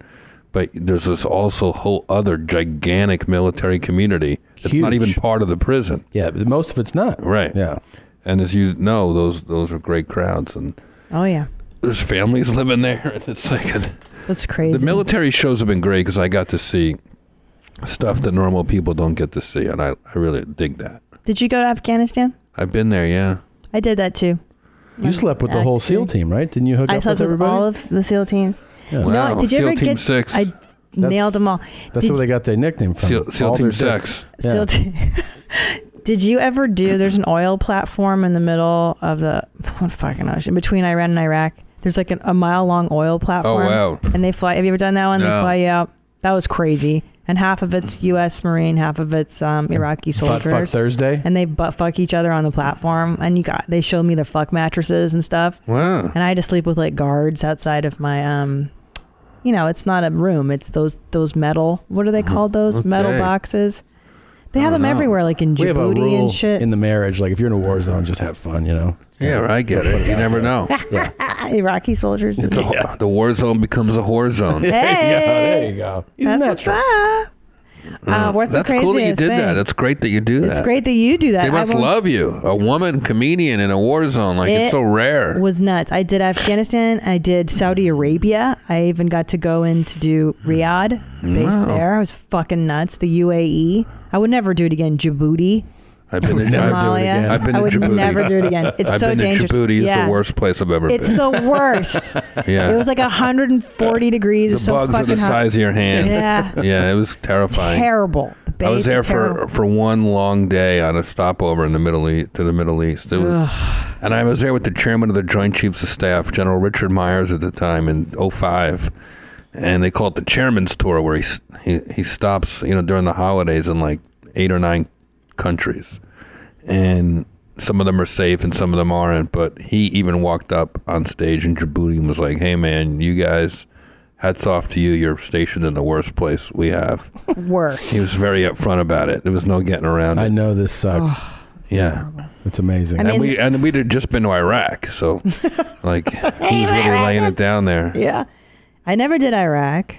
N: but there's this also whole other gigantic military community that's not even part of the prison.
A: Yeah, but most of it's not.
N: Right.
A: Yeah.
N: And as you know, those those are great crowds and
B: Oh yeah.
N: there's families living there and it's like a,
B: That's crazy.
N: the military shows have been great because I got to see stuff that normal people don't get to see, and I, I really dig that.
B: Did you go to Afghanistan?
N: I've been there, yeah.
B: I did that too.
A: You slept with the whole SEAL team, right? Didn't you hook
B: I
A: up
B: slept
A: with
B: with,
A: everybody?
B: all of the SEAL teams.
A: Yeah.
N: Wow,
B: No, did you
N: SEAL
B: ever
N: Team
B: get?
N: Six.
B: I nailed them all.
A: That's
B: Did
A: where they got their nickname from.
N: Seal- Seal
A: All
N: Team
A: their dicks.
N: Six.
A: Yeah.
B: Still do. Did you ever do? There's an oil platform in the middle of the what fucking ocean between Iran and Iraq. There's like an, a mile long oil platform.
N: Oh, wow.
B: And they fly. Have you ever done that one? They
N: No.
B: fly you out. That was crazy. And half of it's U.S. Marine, half of it's um, Iraqi
A: Butt fuck
B: soldiers.
A: Thursday?
B: And they butt fuck each other on the platform. And you got they showed me their fuck mattresses and stuff.
N: Wow.
B: And I had to sleep with like guards outside of my um, you know, it's not a room. It's those those metal. What are they
N: Mm-hmm.
B: called? Those metal
A: okay.
B: boxes. They have them
A: know.
B: everywhere, like in
A: we have a
B: Djibouti
A: rule
B: and shit.
A: in the marriage. Like if you're in a war zone, just have fun. You know.
N: Yeah, I get it. You never know.
B: Ah, Iraqi soldiers.
N: It's a, wh- The war zone becomes a whore zone.
B: Hey!
A: yeah, there you go.
B: That's what's up. Uh, what's
N: Mm. That's
B: the craziest
N: cool that you did
B: thing?
N: that. That's great that you do that.
B: It's great that you do that.
N: They
B: I
N: must
B: will-
N: love you. A woman comedian in a war zone. Like, it's
B: It
N: so rare.
B: Was nuts. I did Afghanistan. I did Saudi Arabia. I even got to go in to do Riyadh, based
N: Wow.
B: there. I was fucking nuts. The UAE. I would never do it again. Djibouti.
N: I've been to
B: Somalia.
N: Somalia. I've been
B: I
N: to
B: would
N: Djibouti.
B: never do it again. It's
N: I've
B: so
N: been
B: dangerous.
N: To Djibouti It's
B: Yeah.
N: the worst place I've ever
B: It's
N: been.
B: the worst.
N: Yeah.
B: It was like 140 degrees.
N: the
B: It was so
N: bugs are
B: fucking
N: the
B: hot.
N: size of your hand.
B: Yeah.
N: yeah, it was terrifying.
B: Terrible. The beige
N: I was there
B: is terrible.
N: for, for one long day on a stopover in the Middle East to the Middle East. It was, and I was there with the chairman of the Joint Chiefs of Staff, General Richard Myers, at the time in 05. and they call it the chairman's tour, where he s- he he stops, you know, during the holidays in like eight or nine countries, and some of them are safe and some of them aren't. But he even walked up on stage in Djibouti and was like, "Hey, man, you guys." Hats off to you. You're stationed in the worst place we have.
B: Worse.
N: He was very upfront about it. There was no getting around. I
A: know this sucks.
N: yeah,
A: it's amazing.
B: I
N: and
B: mean-
N: we and we'd had just been to Iraq, so like he was really laying it down there.
B: Yeah. I never did Iraq.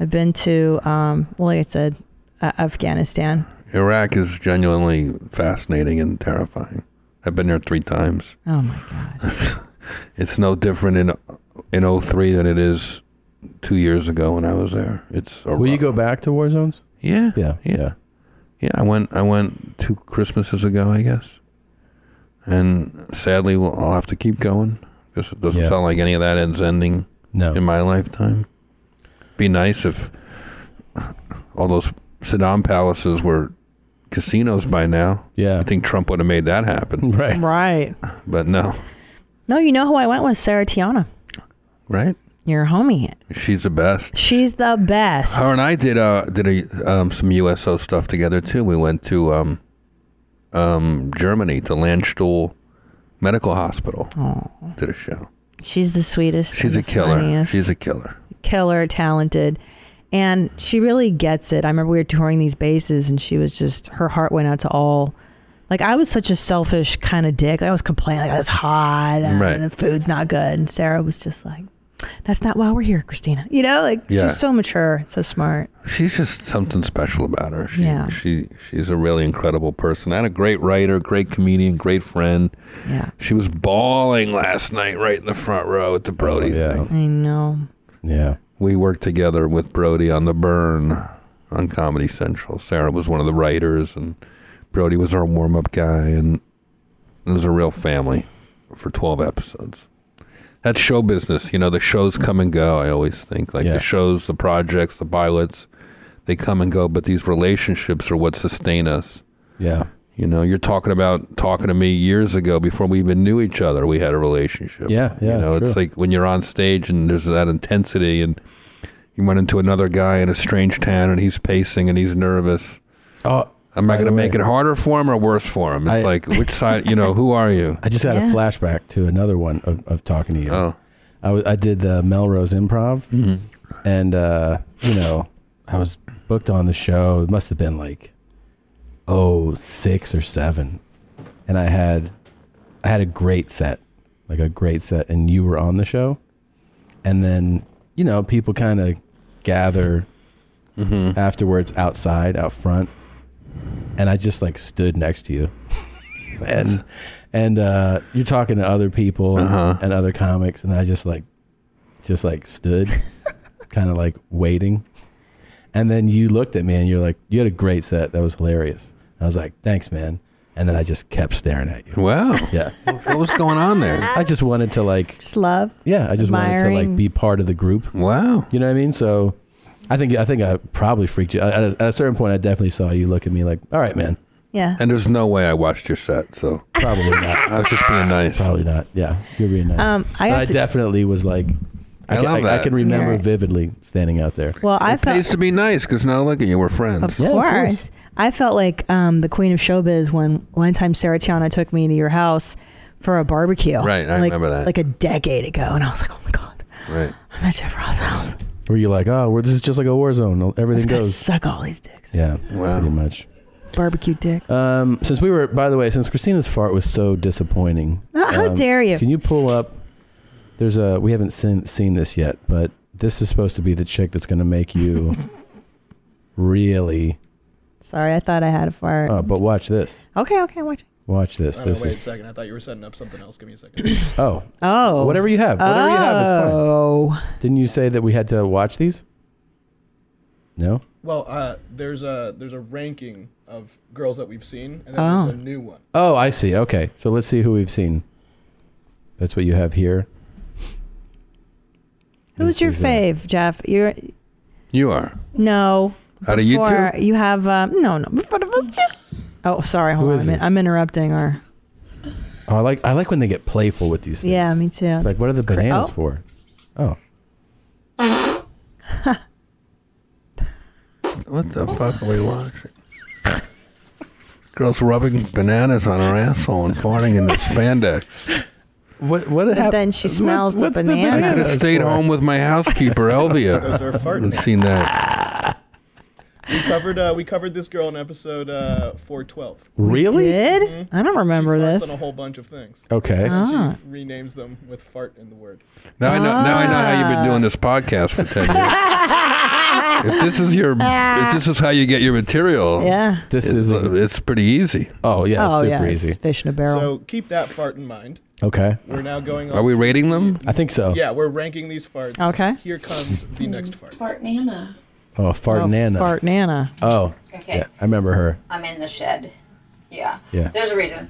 B: I've been to, um, well, like I said, uh, Afghanistan.
N: Iraq is genuinely fascinating and terrifying. I've been there three times.
B: Oh my
N: god! it's no different in in 03 than it is two years ago when I was there. It's a
A: Will you go back to war zones?
N: Yeah.
A: Yeah.
N: yeah. Yeah, I went. I went two Christmases ago, I guess. And sadly, we'll, I'll have to keep going because it doesn't
A: Yeah.
N: sound like any of that ends ending
A: No.
N: in my lifetime. Be nice if all those Saddam palaces were casinos by now.
A: Yeah,
N: I think Trump would have made that happen.
A: Right.
B: Right.
N: But no,
L: No, you know who I went with? Sarah Tiana.
N: right?
L: Your homie.
N: She's the best.
L: She's the best.
N: Her and I did uh did a um some USO stuff together too. We went to um um Germany to Landstuhl Medical Hospital. Did a show.
L: She's the sweetest. and
N: She's a
L: the
N: killer.
L: funniest.
N: She's a killer.
B: killer, talented, and she really gets it. I remember we were touring these bases, and she was just her heart went out to all. Like I was such a selfish kind of dick. I was complaining like "Oh, it's hot and
L: Right.
B: the food's not good, and Sarah was just like, "That's not why we're here, Christina." You know, like
N: Yeah.
B: she's so mature, so smart.
N: She's just something special about her. She,
B: Yeah.
N: She she's a really incredible person and a great writer, great comedian, great friend.
B: Yeah.
N: She was bawling last night right in the front row at the Brody thing.
B: I know.
A: Yeah.
N: We worked together with Brody on The Burn on Comedy Central. Sarah was one of the writers, and Brody was our warm up guy. And it was a real family for 12 episodes. That's show business. You know, the shows come and go, I always think. Like the shows, the projects, the pilots, they come and go, but these relationships are what sustain us.
A: Yeah.
N: You know, you're talking about talking to me years ago before we even knew each other. We had a relationship.
A: Yeah, yeah,
N: You know,
A: true.
N: it's like when you're on stage and there's that intensity, and you run into another guy in a strange town, and he's pacing and he's nervous.
A: Oh,
N: am I
A: by the
N: going to make
A: way-
N: it harder for him or worse for him? It's
A: I-
N: like which side? You know, who are you?
A: I just had
N: Yeah.
A: a flashback to another one of, of talking to you.
N: Oh.
A: I, w- I did the Melrose Improv, Mm-hmm. and uh, you know, I was booked on the show. It must have been like oh six or seven, and I had I had a great set, like a great set, and you were on the show, and then you know people kind of gather afterwards outside out front, and I just like stood next to you, and and uh, you're talking to other people and, and other comics, and I just like just like stood, kind of like waiting, and then you looked at me and you're like, you had a great set, that was hilarious. I was like, thanks, man, and then I just kept staring at you.
N: Wow.
A: Yeah.
N: what was going on there?
A: I just wanted to like
B: Just love.
A: yeah, I just wanted to
B: Admiring.
A: like be part of the group.
N: Wow,
A: you know what I mean? So, I think I think I probably freaked you. At a, at a certain point, I definitely saw you look at me like, "All right, man."
B: Yeah.
N: And there's no way I watched your set, so
A: probably not.
N: I was just being nice.
A: Probably not. Yeah, you're being nice.
B: Um, I
A: But
B: got
A: I
B: to-
A: definitely was like, I,
N: I
A: can,
N: love
A: I,
N: that.
A: can remember
B: Right.
A: vividly standing out there.
B: Well, I
N: it
B: felt
N: pays to be nice because now look at you, we're friends.
B: Of course. I felt like um, the queen of showbiz when one time Sarah Tiana took me into your house for a barbecue.
N: Right, I
B: like,
N: remember that.
B: Like a decade ago. And I was like, oh my God,
N: Right.
B: I'm at Jeff Ross' house.
A: Were you like, "Oh, we're, this is just like a war zone. Everything
B: This guy's
A: goes."
B: Suck all these dicks.
A: Yeah. Pretty much.
B: Barbecue dick.
A: Um, since we were, by the way, since Christina's fart was so disappointing,
B: Ah, how
A: um,
B: dare you.
A: Can you pull up? There's a we haven't seen seen this yet, but this is supposed to be the chick that's going to make you Really?
L: Sorry, I thought I had a fart.
A: Oh, but watch this.
L: okay, okay, watch. it.
A: Watch this.
G: Oh,
A: this
G: wait a
A: is.
G: second. I thought you were setting up something else. Give me a second.
A: Oh.
L: Oh.
A: Whatever you have. Whatever you have is fine.
L: Oh.
A: Didn't you say that we had to watch these? No?
G: Well, uh, there's a there's a ranking of girls that we've seen, and then
A: Oh.
G: there's a new one.
A: Oh, I see. Okay. So let's see who we've seen. That's what you have here. uh,
B: Who's your fave, Jeff? You're
N: You are.
B: no.
N: Out of you two?
B: Before- You have um, no, no. Before the first two. Oh, sorry. Hold
A: Who
B: on.
A: is
B: I'm, in-
A: this?
B: I'm interrupting our.
A: Oh, I like I like when they get playful with these things.
B: Yeah, me too.
A: Like, what are the
B: Cra-
A: bananas
B: oh.
A: for? Oh.
N: What the fuck are we watching? Girls rubbing bananas on her asshole and farting in the spandex.
A: What what
B: But then she smells the
N: I
B: banana.
N: could have stayed home with my housekeeper
G: Those are
N: Elvia
G: farting.
N: and seen that.
G: We covered uh, we covered this girl in episode uh, 412.
A: Really?
B: Did I don't remember
G: Mm-hmm. Farts
B: this?
G: on a whole bunch of things.
A: Okay.
G: And she
B: Ah.
G: renames them with fart in the word.
N: Now I know. Now I know how you've been doing this podcast for ten years. if this is your, if this is how you get your material,
A: Oh.
B: Yeah.
A: this
N: is it's pretty easy.
A: Oh yeah,
B: oh yeah, it's fish in a barrel.
G: So keep that fart in mind.
A: Okay.
G: We're now going on.
N: Are we rating them?
A: I think so.
G: Yeah, we're ranking these farts.
A: Okay.
G: Here comes the next fart.
O: Fart Nana.
A: Oh, fart
O: Oh,
A: Nana.
B: Fart Nana.
A: Oh.
O: Okay.
A: Yeah, I remember her.
O: I'm in the shed. Yeah.
A: Yeah.
O: There's a reason.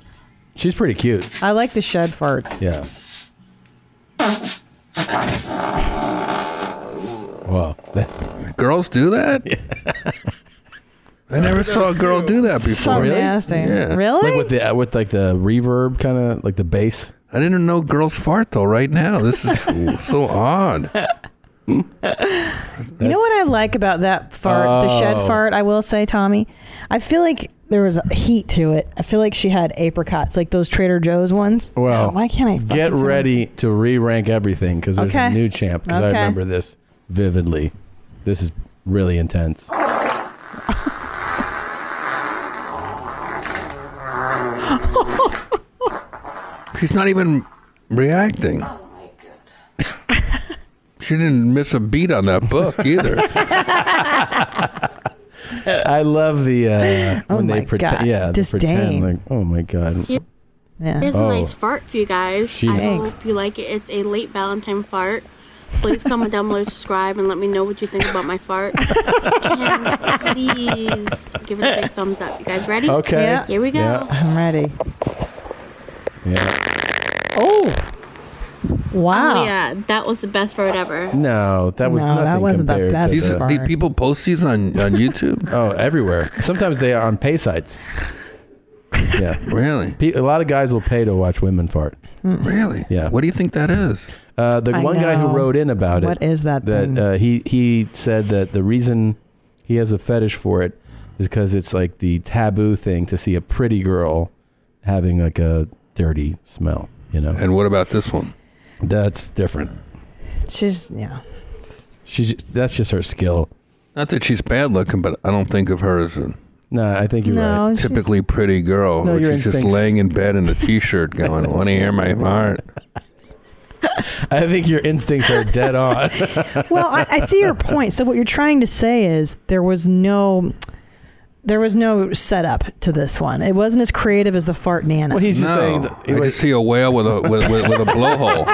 A: She's pretty cute.
B: I like the shed farts.
A: Yeah. Wow.
N: Girls do that? I never saw a girl do that before.
A: So Really? nasty.
N: Yeah.
A: Like with the uh, with like the reverb kind of like the bass.
N: I didn't know girls fart though. Right now, this is so odd.
B: You know what I like about that fart, the shed
N: Oh.
B: fart, I will say, Tommy? I feel like there was heat to it. I feel like she had apricots, like those Trader Joe's ones.
A: Well,
B: why can't I fucking
A: get
B: say
A: ready to re rank everything because there's a
B: Okay.
A: new champ. Because I
B: Okay.
A: remember this vividly. This is really intense.
N: She's not even reacting. Oh my god. she didn't miss a beat on that book either.
A: I love the uh,
N: Oh
A: when
N: my
A: they pretend.
N: God,
A: Yeah, they
N: disdain.
A: pretend like oh my god.
B: Yeah.
P: Here's a
A: Oh.
P: nice fart for you guys.
A: She-
P: I
A: Thanks.
P: hope you like it. It's a late Valentine fart. Please comment down below, subscribe, and let me know what you think about my fart. And please give it a big thumbs up. You guys ready?
A: Okay. Yeah.
P: Here we go.
A: Yeah.
B: I'm ready.
A: Yeah.
B: Oh. Wow.
P: Oh, yeah, that was the best fart ever.
A: No, that was
B: No, that
A: nothing.
B: wasn't the
A: compared to
B: best
A: the-
B: part. Did
N: people post these on on YouTube?
A: oh, everywhere. Sometimes they are on pay sites. Yeah,
N: really.
A: A lot of guys will pay to watch women fart.
N: Really?
A: Yeah.
N: What do you think that is?
A: Uh, the
B: I
A: one guy who
B: know.
A: wrote in about it.
B: What is that
A: That
B: thing?
A: uh, he he said that the reason he has a fetish for it is because it's like the taboo thing to see a pretty girl having like a dirty smell. You know.
N: And what about this one?
A: That's different.
B: She's, yeah.
A: She's that's just her skill.
N: Not that she's bad looking, but I don't think of her as a
A: No, I think you're
B: No,
A: right.
B: she's-
N: typically pretty girl.
A: No,
N: where
A: your
N: she's just
A: instincts-
N: laying in bed in a t-shirt, going, "Want to hear my fart?"
A: I think your instincts are dead on.
B: well, I, I see your point. So what you're trying to say is there was no there was no setup to this one. It wasn't as creative as the fart nana.
N: no, I just see a whale with a with, with, with a blowhole.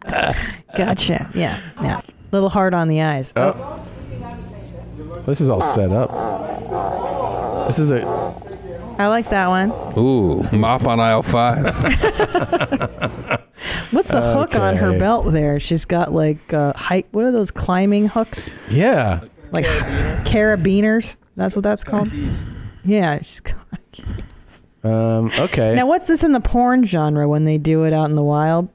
B: Gotcha. Yeah. Yeah. Little hard on the eyes.
A: Oh. This is all set up. This is a
B: I like that one.
N: Ooh, mop on aisle five.
B: What's the hook on her
N: Okay.
B: belt there? She's got like uh, hike. What are those climbing hooks?
A: yeah.
B: Like carabiners. That's what that's called. Yeah. She's got-
A: Um, okay.
B: Now, what's this in the porn genre when they do it out in the wild?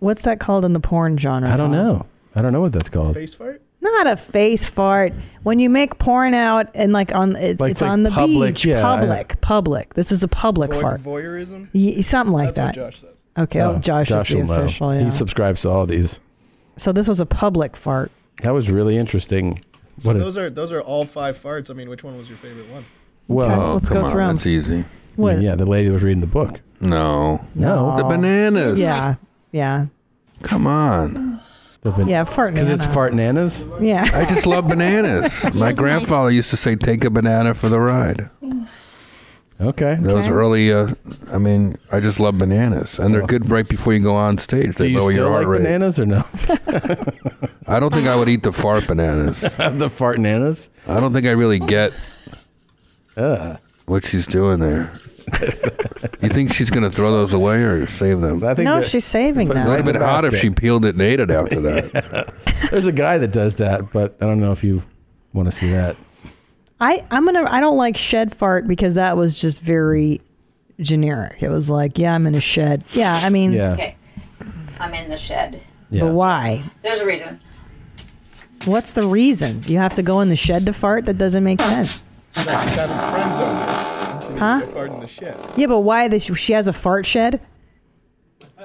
B: What's that called in the porn genre?
A: I don't
B: Tom?
A: know. I don't know what that's called.
G: Face fart?
B: Not a face fart. When you make porn out and like on it's,
A: Like,
B: it's
A: like
B: on the
A: public,
B: beach,
A: yeah, I-
B: public, public. This is a public
G: Voy-
B: fart.
G: Voyeurism?
B: Ye- something like
G: That's
B: that.
G: what Josh says.
B: Okay, oh,
A: Oh,
B: Josh, is the
A: will know.
B: official. Yeah.
A: He subscribes to all these.
B: so this was a public fart.
A: That was really interesting.
G: So
A: what a-
G: those are those are all five farts. I mean, which one was your favorite one?
A: well,
N: Oh, come on, that's easy.
A: I mean, yeah, the lady was reading the book.
N: No.
A: No.
N: The bananas.
B: Yeah, yeah.
N: Come on.
A: The ban-
B: Yeah, fart
A: Because it's
B: banana.
A: fart nanas.
B: Yeah.
N: I just love bananas. My grandfather used to say, "Take a banana for the ride."
A: Okay.
N: Those early, uh, I mean, I just love bananas, and they're good right before you go on stage. They
A: Do you
N: lower
A: still
N: your heart
A: like
N: rate.
A: bananas or no?
N: I don't think I would eat the fart bananas.
A: the fart nanas.
N: I don't think I really get
A: Uh.
N: what she's doing there. you think she's gonna throw those away or save them?
A: I think
B: No,
A: that-
B: she's saving
A: Put it
B: them.
N: It would have been hot if she peeled it and ate it after that.
A: There's a guy that does that, but I don't know if you want to see that.
B: I I'm gonna I don't like shed fart because that was just very generic. It was like, yeah, I'm in a shed. Yeah, I mean,
O: Okay. I'm in the shed.
A: Yeah.
B: but why?
O: There's a reason.
B: What's the reason? You have to go in the shed to fart? That doesn't make sense. Huh?
G: Pardon the shit.
B: Yeah, but why? This she has a fart shed.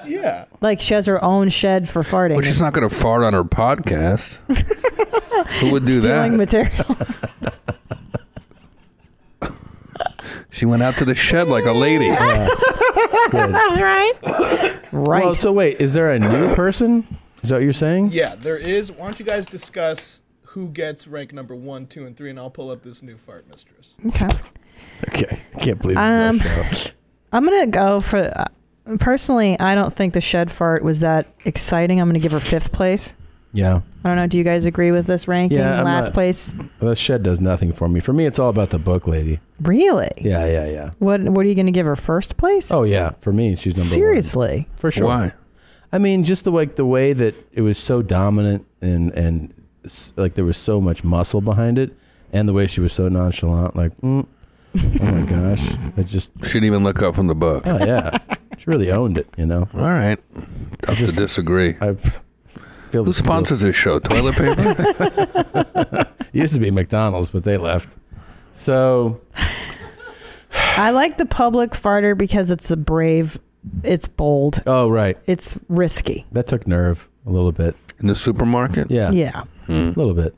G: Yeah.
B: Like she has her own shed for farting.
N: Well, she's not gonna fart on her podcast. Who would do that?
B: Stealing material.
N: She went out to the shed like a lady.
B: right. Right.
A: Well, so wait, is there a new person? Is that what you're saying?
G: Yeah, there is. Why don't you guys discuss who gets rank number one, two, and three, and I'll pull up this new fart mistress.
B: Okay.
A: Okay. I can't believe this
B: Um,
A: is our show.
B: I'm gonna go for. Uh, personally, I don't think the shed fart was that exciting. I'm gonna give her fifth place.
A: Yeah.
B: I don't know. Do you guys agree with this ranking?
A: Yeah, I'm
B: Last
A: not-
B: place.
A: The shed does nothing for me. For me, it's all about the book lady.
B: Really?
A: Yeah, yeah, yeah.
B: What What are you gonna give her first place?
A: Oh yeah, for me, she's number
B: Seriously?
A: one. for sure.
N: Why?
A: I mean, just the like the way that it was so dominant and and s- like there was so much muscle behind it, and the way she was so nonchalant, like, mm, oh my gosh, I just
N: She didn't even look up from the book.
A: oh yeah, she really owned it, you know.
N: All right. Tough to disagree.
A: I feel
N: Who sponsors this show? Toilet paper?
A: it used to be McDonald's, but they left. So
B: I like the public farter because it's a brave. It's bold.
A: oh right,
B: It's risky.
A: that took nerve a little bit.
N: In the supermarket?
A: Yeah,
B: Yeah.
N: Hmm.
A: a little bit,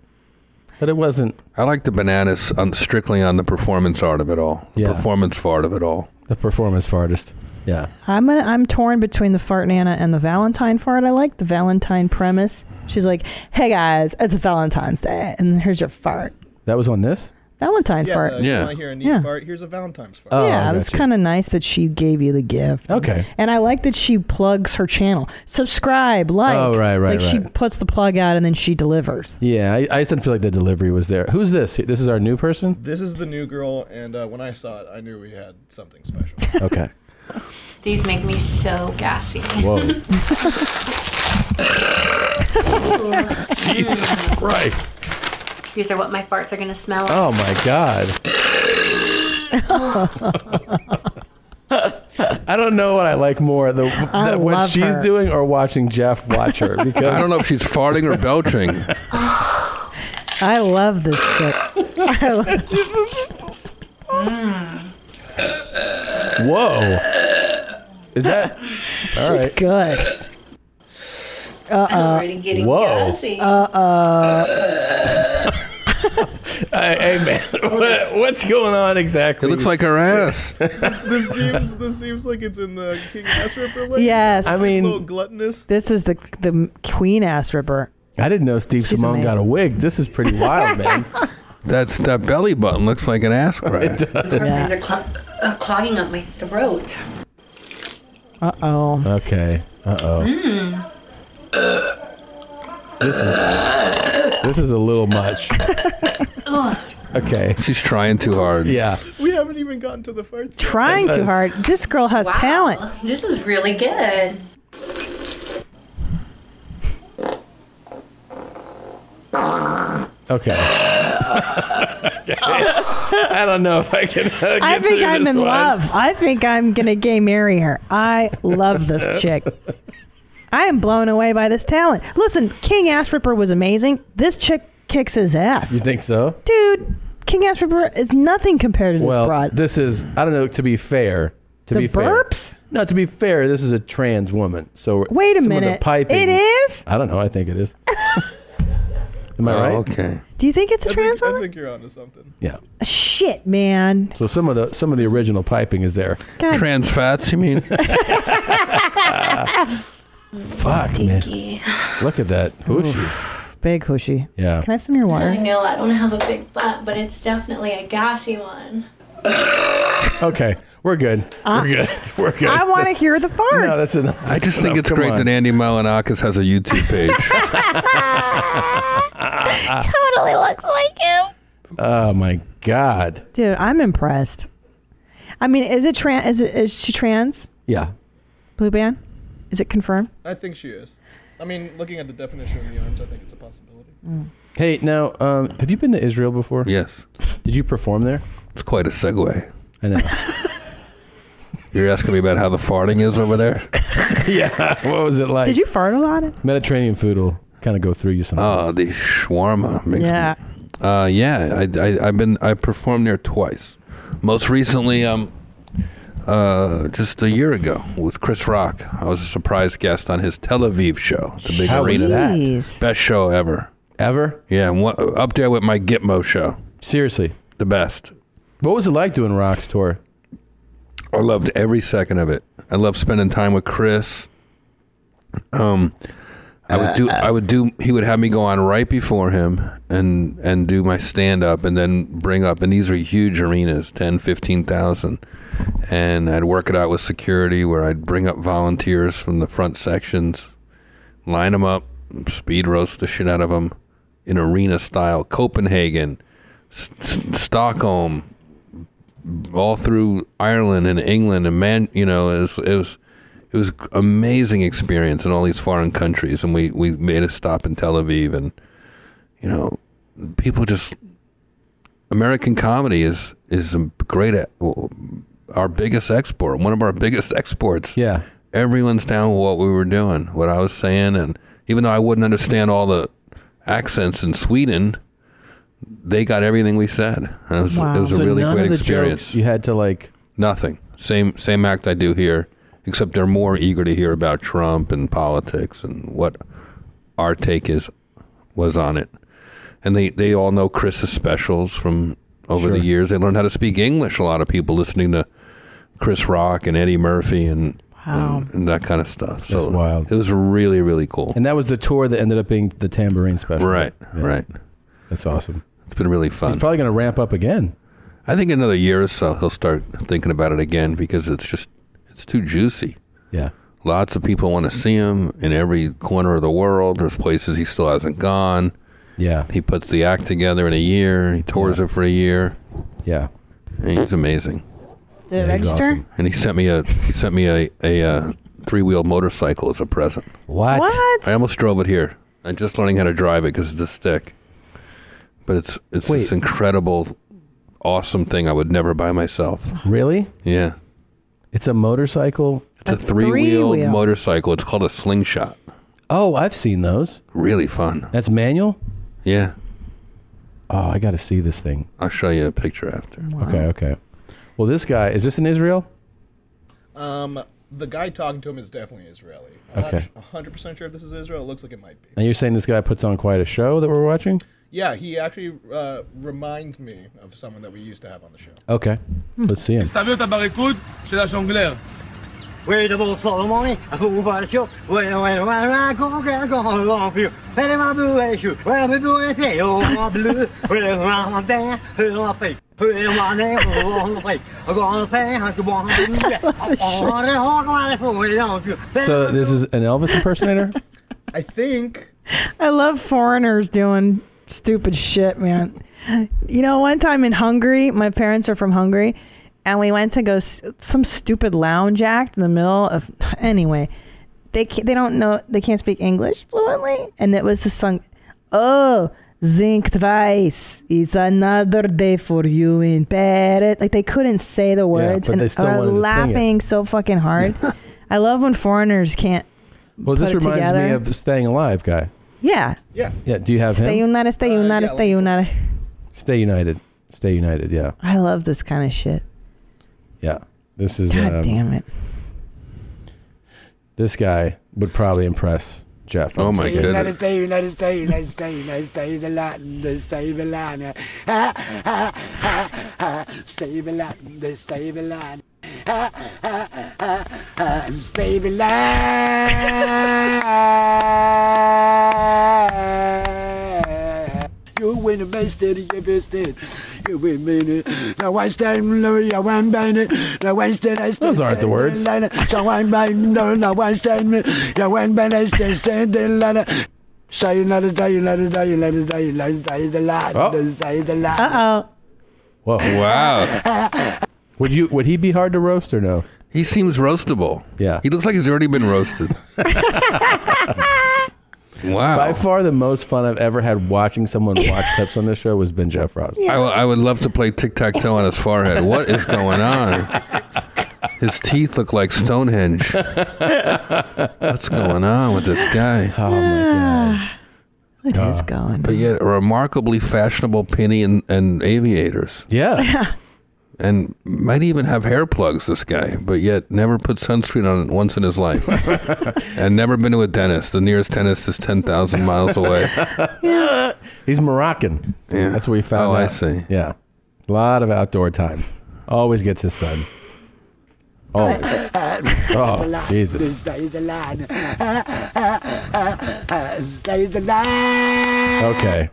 A: but it wasn't
N: I like the bananas on, strictly on the performance art of it all. The
A: Yeah.
N: performance part of it all.
A: the performance fartist. Yeah.
B: I'm gonna, I'm torn between the fart Nana and the Valentine fart. I like the Valentine premise. She's like, "Hey guys, it's Valentine's Day, and here's your fart."
A: That was on this?
B: Valentine
G: yeah, uh,
B: fart.
G: The, You want to hear a neat
B: Yeah.
G: fart? Here's a Valentine's fart.
A: Oh,
B: yeah,
A: I
B: it was
A: gotcha.
B: kind of nice that she gave you the gift.
A: Okay.
B: And I like that she plugs her channel. Subscribe, like.
A: Oh, right, right,
B: Like she
A: right.
B: puts the plug out and then she delivers.
A: Yeah, I, I just didn't feel like the delivery was there. Who's this? This is our new person?
G: This is the new girl, and uh, when I saw it, I knew we had something special.
A: Okay.
O: These make me so gassy.
A: Whoa. Jesus Christ.
O: These are what my farts are gonna smell. like.
A: Oh my God. I don't know what I like more, the,
O: I
A: the- what
O: love
A: she's
O: her.
A: doing or watching Jeff watch her. Because
N: I don't know if she's farting or belching.
B: I love this shit. I love-
A: Whoa. Is that? All
B: She's
A: right.
B: good. Uh
O: Already getting
A: Whoa.
O: gassy.
B: Uh
A: Hey, hey, man, what, what's going on exactly?
N: It looks like her ass.
G: this seems this seems like it's in the King Ass Ripper
B: uh.
G: way.
B: Yes.
G: little gluttonous.
B: this is the the queen ass ripper.
A: I didn't know Steve
B: She's
A: Simone got a
B: amazing.
A: wig. This is pretty wild, man.
N: That's that belly button looks like an ass crack.
A: It does.
O: These are clog- uh, clogging up my throat.
B: Uh oh.
A: Okay. Uh oh.
O: Mm.
A: This is this is a little much.
O: Ugh.
A: Okay.
N: She's trying too hard.
A: Yeah.
G: We haven't even gotten to the farts. yet.
B: Trying too hard. This girl has talent.
O: This is really good.
A: Okay. I don't know if I can. uh,
B: I
A: get
B: think
A: through
B: I'm
A: this
B: in
A: one.
B: love. I think I'm gonna gay marry her. I love this chick. I am blown away by this talent. Listen, King Ass Ripper was amazing. This chick kicks his
A: You
B: ass,
A: think so?
B: dude. King Ass Ripper is nothing compared to this
A: Well,
B: broad.
A: this is. I don't know. To be fair. To
B: The
A: be
B: burps?
A: fair. No, to be fair, this is a trans woman. So
B: Wait a
A: some Of
B: minute.
A: the piping,
B: It is?
A: I don't know. I think it is. Am I
N: Oh,
A: right?
N: Okay.
B: Do you think it's a
G: I
B: trans
G: think, I
B: woman?
G: think you're onto something.
A: Yeah.
B: Shit, man.
A: So some of the some of the original piping is there.
B: God.
N: Trans fats, you mean?
A: Fuck, man. Look at that. Who is
B: she? Big hooshy.
A: Yeah.
B: Can I have some of your
O: I
B: water?
O: know I don't have a big butt, but it's definitely a gassy one.
A: Okay, we're good.
B: Uh,
A: we're good. We're good.
B: I want to
A: That's-
B: hear the farts.
A: No, that's enough.
N: I just think
A: No,
N: it's
A: Oh, come
N: great
A: on.
N: that Andy Malinakis has a YouTube page.
B: totally looks like him.
A: Oh my god.
B: Dude, I'm impressed. I mean, is it trans? Is, it, is she trans?
A: Yeah.
B: Blue band? Is it confirmed?
G: I think she is. I mean, looking at the definition of the arms, I think it's a possibility.
A: Hey, now, um, have you been to Israel before?
N: Yes.
A: Did you perform there?
N: It's quite a segue.
A: I know.
N: You're asking me about how the farting is over there?
A: yeah. What was it like?
B: Did you fart a lot?
A: Mediterranean food will kind of go through you sometimes.
N: Oh, the shawarma makes
B: Yeah.
N: Uh, yeah, I, I, I've been I performed there twice. Most recently, um, uh, just a year ago with Chris Rock. I was a surprise guest on his Tel Aviv show, the big
A: How was
N: arena.
A: that?
N: Best show ever.
A: Ever?
N: Yeah, and one, up there with my Gitmo show.
A: Seriously,
N: the best.
A: What was it like doing Rock's tour?
N: I loved every second of it. I loved spending time with Chris. Um, I would do. I would do. He would have me go on right before him and and do my stand up and then bring up. And these are huge arenas, 10, 15,000. And I'd work it out with security where I'd bring up volunteers from the front sections, line them up, speed roast the shit out of them in arena style. Copenhagen, S- S- Stockholm, all through Ireland and England and man, you know, it was it was, it was amazing experience in all these foreign countries, and we we made a stop in Tel Aviv, and you know, people just American comedy is is a great at, our biggest export, one of our biggest exports.
A: Yeah,
N: everyone's down with what we were doing, what I was saying, and even though I wouldn't understand all the accents in Sweden. They got everything we said. And It was, it was a
A: So
N: really
A: none
N: great
A: of the
N: experience.
A: jokes you had to like.
N: Nothing. Same same act I do here, except they're more eager to hear about Trump and politics and what our take is was on it. And they, they all know Chris's specials from over the
A: Sure.
N: years. They learned how to speak English. A lot of people listening to Chris Rock and Eddie Murphy and and, and that kind of stuff. So
A: That's wild.
N: It was really really cool.
A: And that was the tour that ended up being the tambourine special.
N: Right,
A: Yeah.
N: right.
A: That's awesome.
N: It's been really fun.
A: He's probably going to ramp up again.
N: I think another year or so he'll start thinking about it again because it's just it's too juicy.
A: Yeah.
N: Lots of people want to see him in every corner of the world. There's places he still hasn't gone.
A: Yeah.
N: He puts the act together in a year. He tours it for a year.
A: Yeah.
N: And he's amazing.
B: Did it register?
N: And he sent me a he sent me a a, uh three wheel motorcycle as a present.
A: What?
B: What?
N: I almost drove it here. I'm just learning how to drive it because it's a stick. But it's it's this incredible, awesome thing I would never buy myself.
A: Really?
N: Yeah.
A: It's a motorcycle.
N: It's a, three-wheeled motorcycle. It's called a slingshot.
A: Oh, I've seen those.
N: Really fun.
A: That's manual.
N: Yeah,
A: Oh, I got to see this thing.
N: I'll show you a picture after.
B: Uh-huh.
A: Okay, okay. Well, this guy is this in Israel?
G: Um, the guy talking to him is definitely Israeli. I'm
A: Okay.
G: not 100 percent sure if this is Israel. It looks like it might be.
A: And you're saying this guy puts on quite a show that we're watching?
G: Yeah, he actually uh, reminds me of someone that we used to have on the show.
A: Okay,
B: Hmm.
A: let's see him.
Q: תביאו אותה בריקוד של השונגלר. We the balls for the money, I go by the shop. When I went around, I go get a go on off you. Let him do it, you. Well, we do it, hey, oh, my blue. Well, I'm there, who I pay. Who I name, who I pay. I go on the pay, I go on the blue. On the hog, I go on the blue.
A: So this is an Elvis impersonator.
G: I think.
B: I love foreigners doing stupid shit, man. You know, one time in Hungary, my parents are from Hungary, and we went to go s- some stupid lounge act in the middle of. Anyway, they ca- they don't know they can't speak English fluently, and it was the song. Oh, zinc twice is another day for you in bed. Like they couldn't say the words,
A: but
B: and
A: they still
B: are
A: wanted to sing it.
B: laughing so fucking hard. I love when foreigners can't.
A: Well, this
B: put it
A: reminds
B: together.
A: me of Staying Alive guy.
B: yeah.
G: Yeah.
A: Yeah. Do you have
B: Stay
A: him?
B: united, stay united, stay united.
A: Stay United. Stay United. Yeah.
B: I love this kind of shit.
A: Yeah. This is.
B: God
A: um,
B: damn it.
A: This guy would probably impress Jeff.
N: Oh my
R: United States, United States, United States, United States, the Latin, the state of Latin. Ah, ah, ah, ah, save a Latin, the state of Latin. I'm staying alive. You win the best day of your best day. You win me. Now I stand, I want by it. Now I stand, I stand.
A: Those aren't the words.
R: So I'm by no, now I stand, I want by it. Stand, stand, stand. Sayonara, sayonara, sayonara, sayonara, sayonara, sayonara.
B: Uh oh.
N: Whoa. Wow.
A: Would you? Would he be hard to roast or no?
N: He seems roastable.
A: Yeah.
N: He looks like he's already been roasted. wow.
A: By far, the most fun I've ever had watching someone watch clips on this show was Ben Jeff Ross.
N: I w- I would love to play tic tac toe on his forehead. What is going on? His teeth look like Stonehenge. What's going on with this guy?
A: Oh my
B: What
A: Uh,
B: is going?
N: But yet, a remarkably fashionable penny and, and aviators.
A: Yeah.
N: and might even have hair plugs, this guy, but yet never put sunscreen on once in his life. and never been to a dentist. The nearest dentist is 10,000 miles away.
A: god. He's Moroccan. Yeah. That's what we found.
N: Oh, I
A: out.
N: see.
A: Yeah. A lot of outdoor time. Always gets his sun. Always. oh, Jesus.
R: Stay the line. Stay the line.
A: Okay.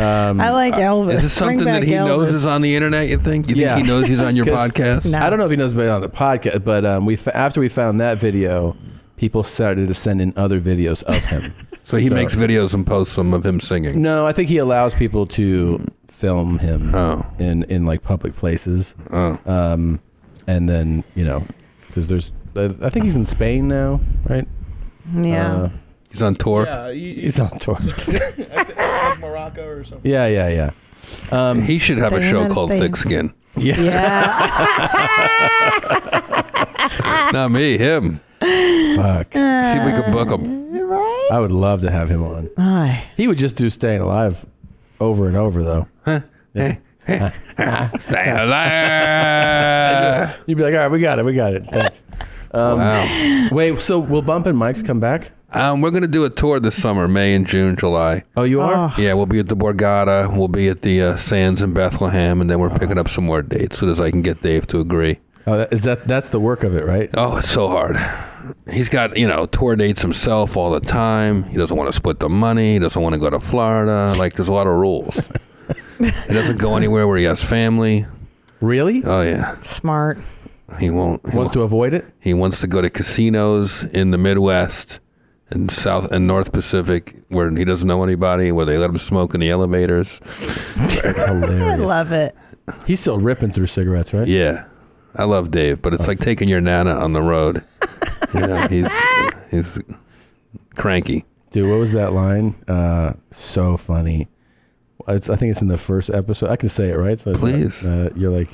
A: Um,
B: I like Elvis.
N: Is this
B: Bring
N: something that
B: back
N: he knows
B: Elvis.
N: is on the internet, you think? You think he knows he's on your
A: 'Cause
N: podcast?
A: I don't know if he knows about it on the podcast, but um, we f- after we found that video, people started to send in other videos of him.
N: So he makes videos and posts them of him singing.
A: No, I think he allows people to film him in in like public places.
N: Uh,
A: Um, and then you know, because there's, I I think he's in Spain now, right?
B: Yeah.
A: Uh,
N: he's on tour.
G: Yeah, you-
A: he's on tour.
G: I think like Morocco or something.
A: yeah, yeah, yeah. Um,
N: he should have a
G: Stay
N: show
G: out of
N: called
G: Spain.
N: Thick Skin.
A: Yeah.
N: Not me, him.
A: Fuck.
N: See if we could book him.
A: I would love to have him on.
B: Aye.
A: He would just do staying alive over and over though. Yeah.
B: Uh.
N: Stay alive.
A: You'd be like, all right, we got it, we got it. Thanks. Um, Wait, so will Bump and Mike's come back?
N: Um, we're going to do a tour this summer, May and June, July.
A: Oh, you
N: are? Yeah, we'll be at the Borgata. We'll be at the uh, Sands in Bethlehem, and then we're picking up some more dates as soon as I can get Dave to agree.
A: Oh, that, is that that's the work of it, right?
N: Oh, it's so hard. He's got, you know, tour dates himself all the time. He doesn't want to split the money. He doesn't want to go to Florida. Like, there's a lot of rules. he doesn't go anywhere where he has family.
A: Really?
N: Oh, yeah.
B: Smart.
N: He won't. He
A: wants to avoid it.
N: He wants to go to casinos in the Midwest and South and North Pacific, where he doesn't know anybody, where they let him smoke in the elevators.
A: That's hilarious.
B: Love it.
A: He's still ripping through cigarettes, right?
N: Yeah, I love Dave, but it's like taking your nana on the road. you know, he's he's cranky.
A: Dude, what was that line? Uh, so funny. It's, I think it's in the first episode. I can say it, right? So Please. Uh, you're like,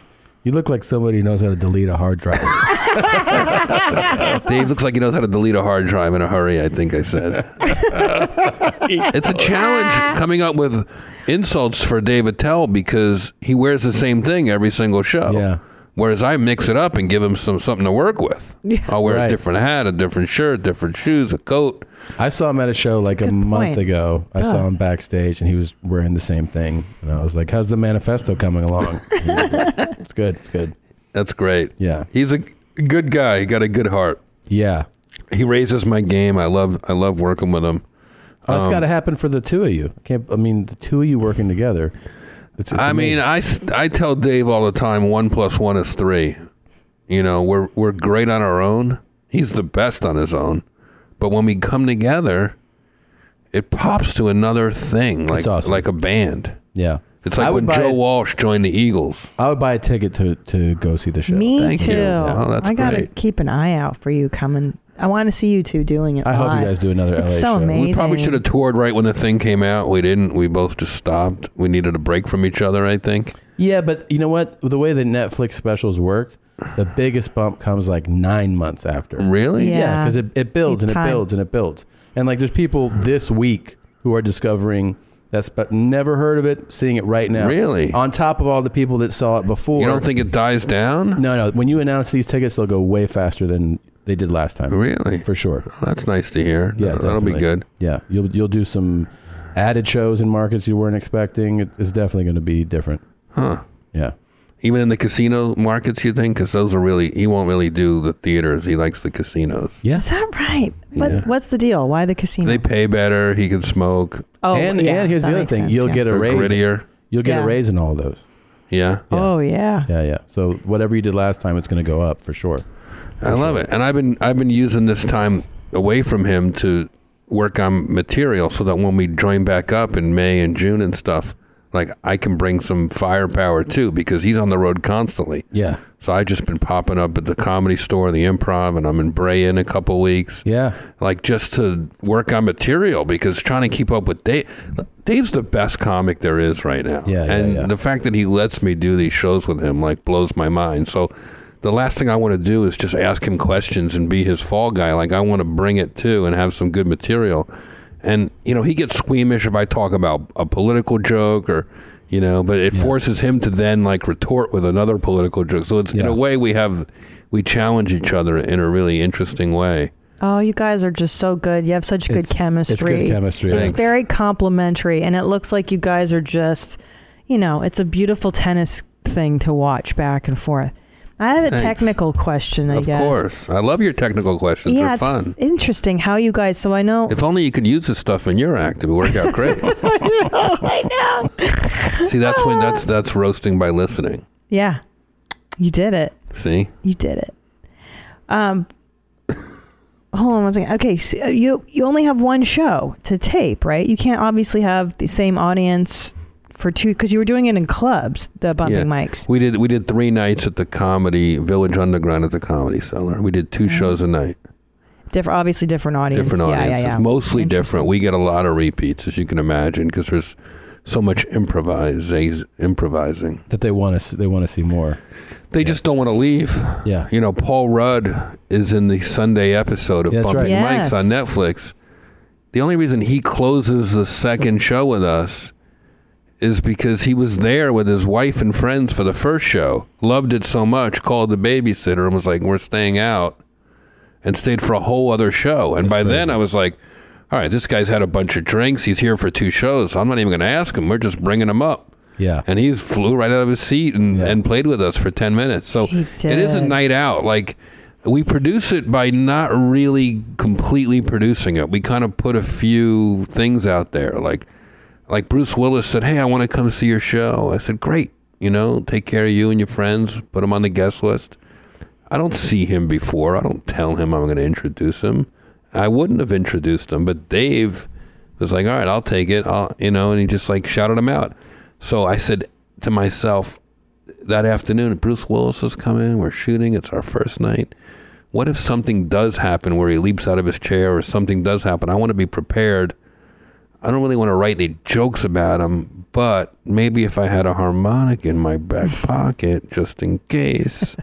A: you look like somebody who knows how to delete a hard drive.
N: Dave looks like he knows how to delete a hard drive in a hurry. I think I said it's a challenge coming up with insults for Dave Attell because he wears the same thing every single show. Yeah. Whereas I mix it up and give him some something to work with. I'll wear a
A: Right.
N: different hat, a different shirt, different shoes, a coat.
A: I saw him at a show like a, month
N: point.
A: ago. I
N: Duh.
A: saw him backstage and he was wearing the same thing. And I was like, how's the manifesto coming along? He was like, it's good. It's good.
N: That's great.
A: Yeah.
N: He's a good guy. He got a good heart.
A: Yeah.
N: He raises my game. I love I love working with him.
A: Oh, it's
N: Um,
A: got to happen for the two of you. I can't, I mean, the two of you working together. It's, it's
N: I mean,
A: amazing.
N: I, s- I tell Dave all the time, one plus one is three. You know, we're we're great on our own. He's the best on his own. But when we come together, it pops to another thing, like like a band.
A: Yeah,
N: it's
A: I
N: like
A: would
N: when
A: buy
N: Joe
A: it-
N: Walsh joined the Eagles.
A: I would buy a ticket to, to go see the show.
B: Me too.
N: Oh, that's
B: I gotta
N: great.
B: keep an eye out for you coming. I want to see you two doing it.
A: I hope you
B: live.
A: guys do another
B: It's
A: LA
B: so
A: show.
B: amazing.
N: We probably should have toured right when the thing came out. We didn't. We both just stopped. We needed a break from each other. I think.
A: Yeah, but you know what? The way the Netflix specials work, the biggest bump comes like nine months after.
N: Really?
A: Yeah,
N: Yeah.
A: because it, it builds
N: Needs
A: and it
N: time.
A: builds and it builds. And like there's people this week who are discovering that's but never heard of it, seeing it right now.
N: Really?
A: On top of all the people that saw it before.
N: You don't think it dies down?
A: No, no. When you announce these tickets, they'll go way faster than they did last time.
N: Really?
A: For sure.
N: That's nice to hear.
A: Yeah,
N: that'll be
A: definitely.
N: good.
A: Yeah, you'll you'll do some added shows in markets you weren't expecting. It- It's definitely going to be different.
N: Huh.
A: Yeah.
N: Even in the casino markets, you think? Because those are really, he won't really do the theaters. He likes the casinos.
A: Yeah.
B: Is that right? What,
N: Yeah.
B: What's the deal? Why the casino?
N: They pay better. He can smoke.
B: Oh,
A: and
B: yeah,
A: and here's the
B: that
A: other
B: makes
A: thing:
B: sense,
A: you'll
B: yeah.
A: get a
N: They're
A: raise.
N: grittier.
A: You'll get
B: Yeah.
A: a raise in all of those.
N: Yeah.
B: Oh yeah.
A: Yeah, yeah. So whatever you did last time, it's going to go up for sure.
N: I love it, and I've been I've been using this time away from him to work on material, so that when we join back up in May and June and stuff, like I can bring some firepower too, because he's on the road constantly.
A: Yeah.
N: So I've just been popping up at the comedy store, the improv, and I'm in Bray in a couple weeks.
A: Yeah.
N: Like just to work on material because trying to keep up with Dave. Dave's the best comic there is right now.
A: Yeah, yeah,
N: And
A: yeah.
N: the fact that he lets me do these shows with him like blows my mind. So the last thing I want to do is just ask him questions and be his fall guy. Like I want to bring it too and have some good material. And you know, he gets squeamish if I talk about a political joke or you know, but it forces him to then like retort with another political joke. So it's in a way we have we challenge each other in a really interesting way.
B: Oh, you guys are just so good. You have such good
N: It's- it's good
B: chemistry.
N: chemistry.
B: It's
N: Thanks.
B: very complimentary, and it looks like you guys are just, you know, it's a beautiful tennis thing to watch back and forth. I have a
N: Thanks.
B: technical question, I
N: Of
B: guess.
N: course. I love your technical questions.
B: yeah,
N: They're
B: it's
N: fun.
B: interesting how you guys. So I know.
N: If only you could use this stuff in your act, it would work out great.
B: I know.
N: See, that's when that's that's roasting by listening.
B: Yeah, you did it.
N: See,
B: You did it. Um, hold on one second. Okay, so uh, you you only have one show to tape, right? You can't obviously have the same audience for two because you were doing it in clubs, the bumping mics.
N: We did we did three nights at the comedy Village Underground at the Comedy Cellar. We did two shows a night,
B: Different, obviously, different Mm-hmm. audience.
N: different
B: yeah,
N: audiences,
B: yeah, yeah.
N: mostly different. We get a lot of repeats, as you can imagine, because there's so much improvise improvising.
A: That they want to they want to see more.
N: They just don't want to leave.
A: Yeah.
N: You know, Paul Rudd is in the Sunday episode of
A: That's
N: Bumping
A: right. Yes.
N: Mics on Netflix. The only reason he closes the second show with us is because he was there with his wife and friends for the first show, loved it so much, called the babysitter and was like, We're staying out, and stayed for a whole other show. And by then I was like, All right, this guy's had a bunch of drinks. He's here for two shows. I'm not even going to ask him. We're just bringing him up.
A: Yeah.
N: And he flew right out of his seat and, and played with us for 10 minutes. So it is a
A: did.
N: night out. Like, we produce it by not really completely producing it. We kind of put a few things out there. Like, like Bruce Willis said, Hey, I want to come see your show. I said, Great. You know, take care of you and your friends, put them on the guest list. I don't see him before. I don't tell him I'm going to introduce him. I wouldn't have introduced him, but Dave was like, "All right, I'll take it." I'll, you know, and he just like shouted him out. So I said to myself that afternoon, "Bruce Willis has come in. We're shooting. It's our first night. What if something does happen where he leaps out of his chair, or something does happen? I want to be prepared." I don't really want to write any jokes about him, but maybe if I had a harmonic in my back pocket just in case,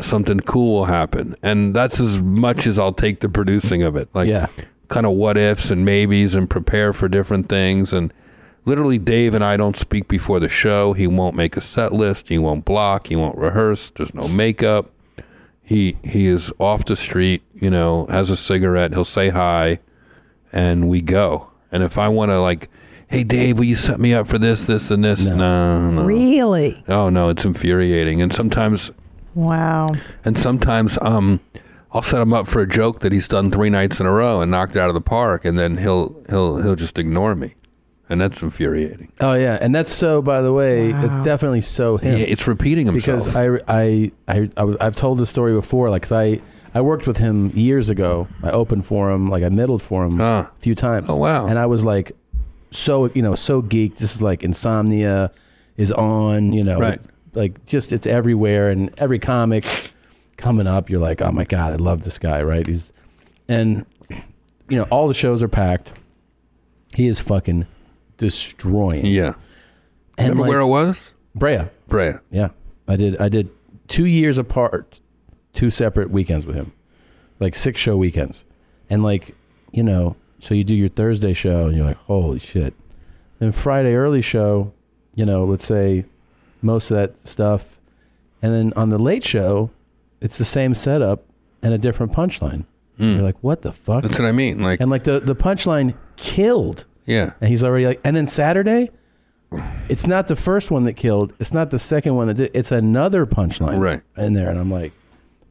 N: something cool will happen. And that's as much as I'll take the producing of it. Like kind of what ifs and maybes and prepare for different things and literally Dave and I don't speak before the show. He won't make a set list, he won't block, he won't rehearse, there's no makeup. He he is off the street, you know, has a cigarette, he'll say hi and we go. And if I want to like, hey Dave, will you set me up for this, this and this? No, no.
B: Really?
N: Oh no, it's infuriating. And sometimes
B: Wow.
N: and sometimes um, I'll set him up for a joke that he's done three nights in a row and knocked it out of the park, and then he'll he'll he'll just ignore me, and that's infuriating.
A: Oh yeah, and that's so. By the way, it's definitely so him.
N: Yeah, it's repeating himself.
A: because I I I I- I've told this story before. Like, 'cause I I worked with him years ago. I opened for him, like I middled for him a few times. Oh wow! And I was like, so you know, so geeked. This is like insomnia is on. You know,
N: Right.
A: it's, like just it's everywhere and every comic coming up. You're like, oh my god, I love this guy. Right? He's and you know all the shows are packed. He is fucking destroying.
N: Yeah. Remember where it was?
A: Brea.
N: Brea.
A: Yeah. I did I did two years apart, two separate weekends with him. Like six show weekends. And like, you know, so you do your Thursday show and you're like, holy shit. Then Friday early show, you know, let's say most of that stuff. And then on the late show, it's the same setup and a different punchline. You're like, what the fuck?
N: That's what I mean. Like
A: and like the, the punchline killed.
N: yeah,
A: And he's already like, and then Saturday, it's not the first one that killed. It's not the second one that did. It's another punchline right in there, and I'm like,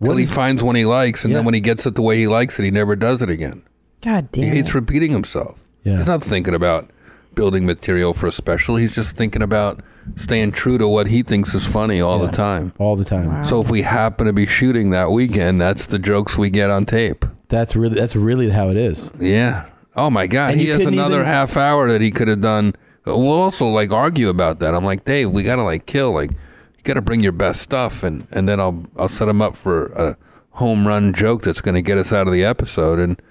N: Till he
A: is-
N: finds one he likes, and
A: Yeah.
N: then when he gets it the way he likes it, he never does it again.
B: God
N: He
B: damn.
N: hates
B: it.
N: repeating himself.
A: Yeah.
N: He's not thinking about building material for a special. He's just thinking about staying true to what he thinks is funny all the time.
A: All the time.
N: So if we happen to be shooting that weekend, that's the jokes we get on tape.
A: That's really that's really how it is.
N: Yeah. Oh my God.
A: And
N: he
A: you
N: has
A: couldn't
N: another
A: even-
N: half hour that he could have done. We'll also like argue about that. I'm like, Dave, we gotta like kill. Like, you gotta bring your best stuff, and and then I'll I'll set him up for a home run joke that's gonna get us out of the episode, and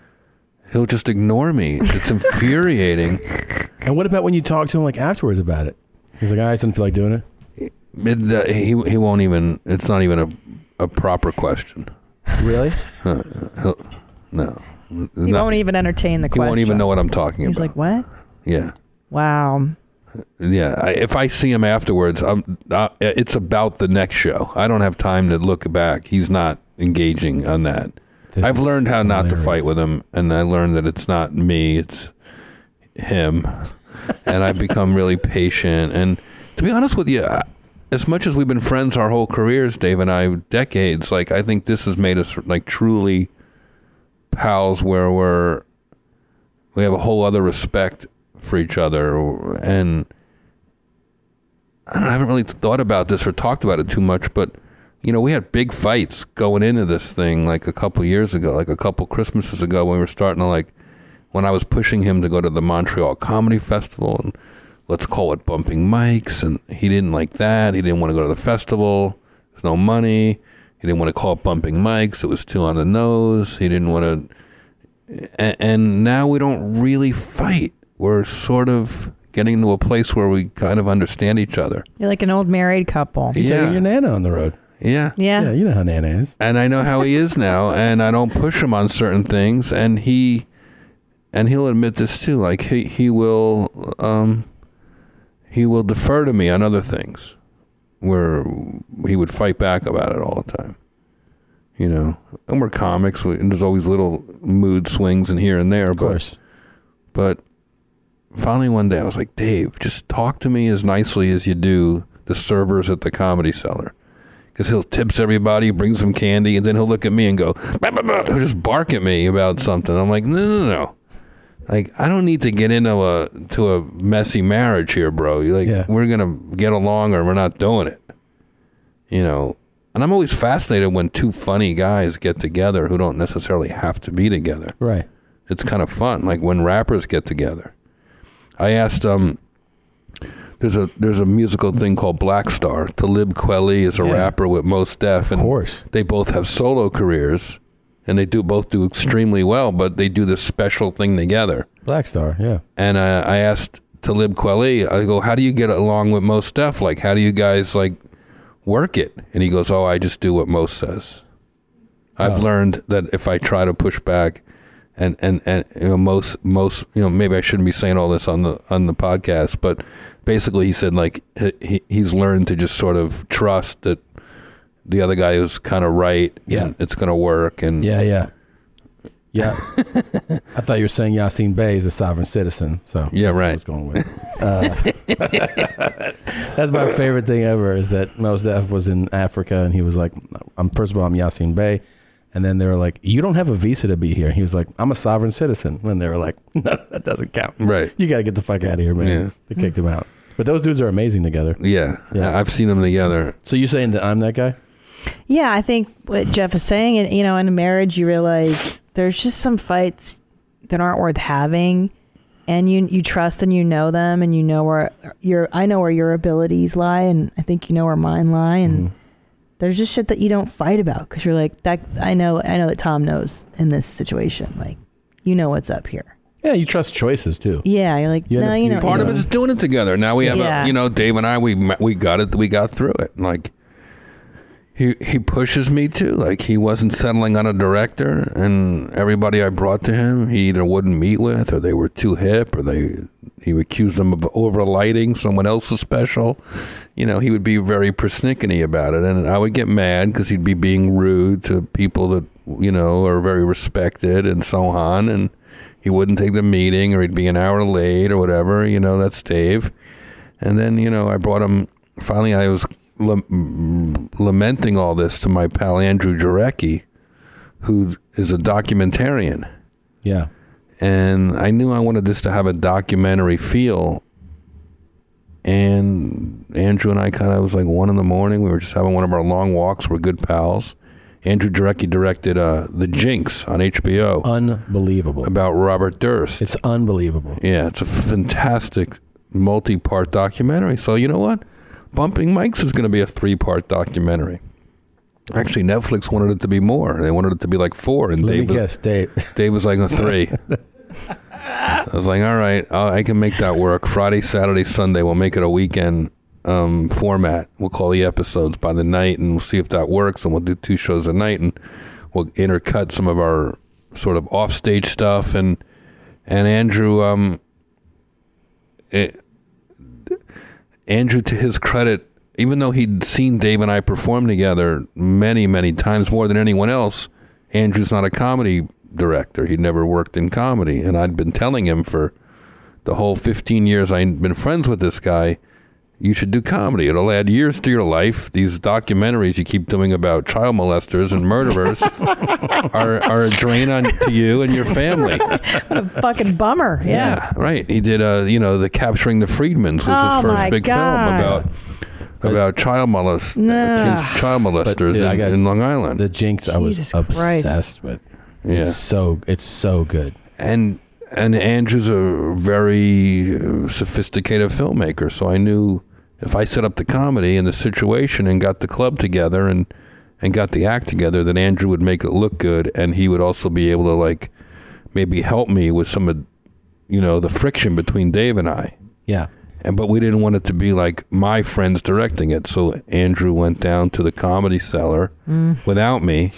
N: he'll just ignore me. It's infuriating.
A: And what about when you talk to him like afterwards about it? He's like, I just didn't feel like doing
N: It,
A: it.
N: the, he he won't even. It's not even a a proper question.
A: Really?
N: Huh. He'll- no. He
B: He won't even entertain the
N: He
B: question.
N: won't even know what I'm talking
B: He's
N: about.
B: like, what?
N: yeah.
B: Wow.
N: Yeah, I, if I see him afterwards, I'm. Uh, it's about the next show. I don't have time to look back. He's not engaging on that. I've learned how not to fight with him, and I learned that it's not me; it's him. and I've become really patient. And to be honest with you, I- as much as we've been friends our whole careers, Dave and I, decades, like I think this has made us like truly pals, where we're we have a whole other respect for each other, and I, don't, know, I haven't really thought about this or talked about it too much, but you know, we had big fights going into this thing like a couple years ago, like a couple Christmases ago when we were starting to like when I was pushing him to go to the Montreal Comedy Festival and let's call it bumping mics and he didn't like that. He didn't want to go to the festival. There's no money. He didn't want to call it bumping mics. It was too on the nose. He didn't want to and, and now we don't really fight. We're sort of getting to a place where we kind of understand each other.
B: You're like an old married couple.
N: He's taking Yeah. your
A: nana on the road.
N: Yeah.
B: Yeah.
A: you know how Nana is.
N: And I know how he is now, and I don't push him on certain things, and he, and he'll admit this too. Like he he will, um, he will defer to me on other things, where he would fight back about it all the time. You know, and we're comics, we- and there's always little mood swings and here and there. Of but,
A: course.
N: But finally, one day, I was like, Dave, just talk to me as nicely as you do the servers at the comedy cellar. Because he'll tips everybody, brings them candy, and then he'll look at me and go, "Bah, bah, bah," he'll just bark at me about something. I'm like, no, no, no. Like, I don't need to get into a to a messy marriage here, bro. You're like, we're gonna get along or we're not doing it. You know. And I'm always fascinated when two funny guys get together who don't necessarily have to be together.
A: Right.
N: It's kind of fun. Like when rappers get together. I asked um there's a there's a musical thing called Black Star. Talib Kweli is a rapper with Mos Def, and of course. they both have solo careers, and they do both do extremely well. But they do this special thing together.
A: Black Star, yeah.
N: And I, I asked Talib Kweli, I go, how do you get along with Mos Def? Like, how do you guys like work it? And he goes, oh, I just do what Mos says. I've learned that if I try to push back, and and and you know, most most you know maybe I shouldn't be saying all this on the on the podcast, but basically he said like he- he he's learned to just sort of trust that the other guy is kind of right. Yeah, it's gonna work. And
A: Yeah, yeah. Yeah. I thought you were saying Yasin Bey is a sovereign citizen. So
N: Yeah,
A: that's what
N: right.
A: I was going with. Uh, that's my favorite thing ever is that Mos Def was in Africa and he was like, "I'm first of all, I'm Yasin Bey," and then they were like, "You don't have a visa to be here." He was like, "I'm a sovereign citizen," and they were like, "No, that doesn't count.
N: Right.
A: You got to get the fuck out of here, man."
N: Yeah.
A: They kicked him out. But those dudes are amazing together.
N: Yeah, yeah. I've seen them together.
A: So you saying that I'm that guy?
L: Yeah, I think what Jeff is saying, and you know, in a marriage, you realize there's just some fights that aren't worth having, and you you trust and you know them, and you know where your I know where your abilities lie, and I think you know where mine lie, and
A: Mm-hmm.
L: there's just shit that you don't fight about because you're like that. I know, I know that Tom knows in this situation, like you know what's up here.
A: Yeah, you trust choices too.
L: Yeah, you're like
A: You end
L: no,
A: up-
L: you
A: you-
L: know,
N: part of it is doing it together. Now we have
L: Yeah.
N: a you know Dave and I we ma- we got it we got through it. Like he he pushes me too. Like he wasn't settling on a director, and everybody I brought to him he either wouldn't meet with, or they were too hip, or they he accused them of overlighting someone else's special. You know he would be very persnickety about it, and I would get mad because he'd be being rude to people that you know are very respected and so on, and he wouldn't take the meeting or he'd be an hour late or whatever. You know, that's Dave. And then, you know, I brought him, finally, I was lam- lamenting all this to my pal Andrew Jarecki, who is a documentarian.
A: Yeah.
N: And I knew I wanted this to have a documentary feel. And Andrew and I kind of, it was like one in the morning. We were just having one of our long walks. We're good pals. Andrew Jarecki directed uh, The Jinx on HBO.
A: Oh. Unbelievable.
N: About Robert Durst.
A: It's unbelievable.
N: Yeah, it's a fantastic multi part documentary. So, you know what? Bumping Mikes is going to be a three part documentary. Actually, Netflix wanted it to be more. They wanted it to be like four. And
A: Let
N: Dave,
A: me
N: was-
A: guess, Dave.
N: Dave was like a three. I was like, all right, uh, I can make that work. Friday, Saturday, Sunday, we'll make it a weekend um, format. We'll call the episodes by the night, and we'll see if that works. And we'll do two shows a night, and we'll intercut some of our sort of offstage stuff. And and Andrew, um, it, Andrew, to his credit, even though he'd seen Dave and I perform together many, many times more than anyone else, Andrew's not a comedy director. He'd never worked in comedy. And I'd been telling him for the whole 15 years I'd been friends with this guy, you should do comedy. It'll add years to your life. These documentaries you keep doing about child molesters and murderers are, are a drain on to you and your family.
B: What a fucking bummer. Yeah.
N: Right. He did, uh, you know, the Capturing the Freedmans was
B: Oh,
N: his
B: my
N: first big film
B: God.
N: about about child molest
B: No.
N: accused child molesters
A: dude, I
N: in,
A: got-
N: in Long Island.
A: The Jinx, I was
B: Jesus Christ.
A: obsessed with. It's
N: Yeah.
A: so it's so good.
N: and and Andrew's a very uh, sophisticated filmmaker, so I knew if I set up the comedy and the situation and got the club together and and got the act together, then Andrew would make it look good, and he would also be able to like maybe help me with some of you know the friction between Dave and I.
A: Yeah.
N: And but we didn't want it to be like my friends directing it, so Andrew went down to the comedy cellar without me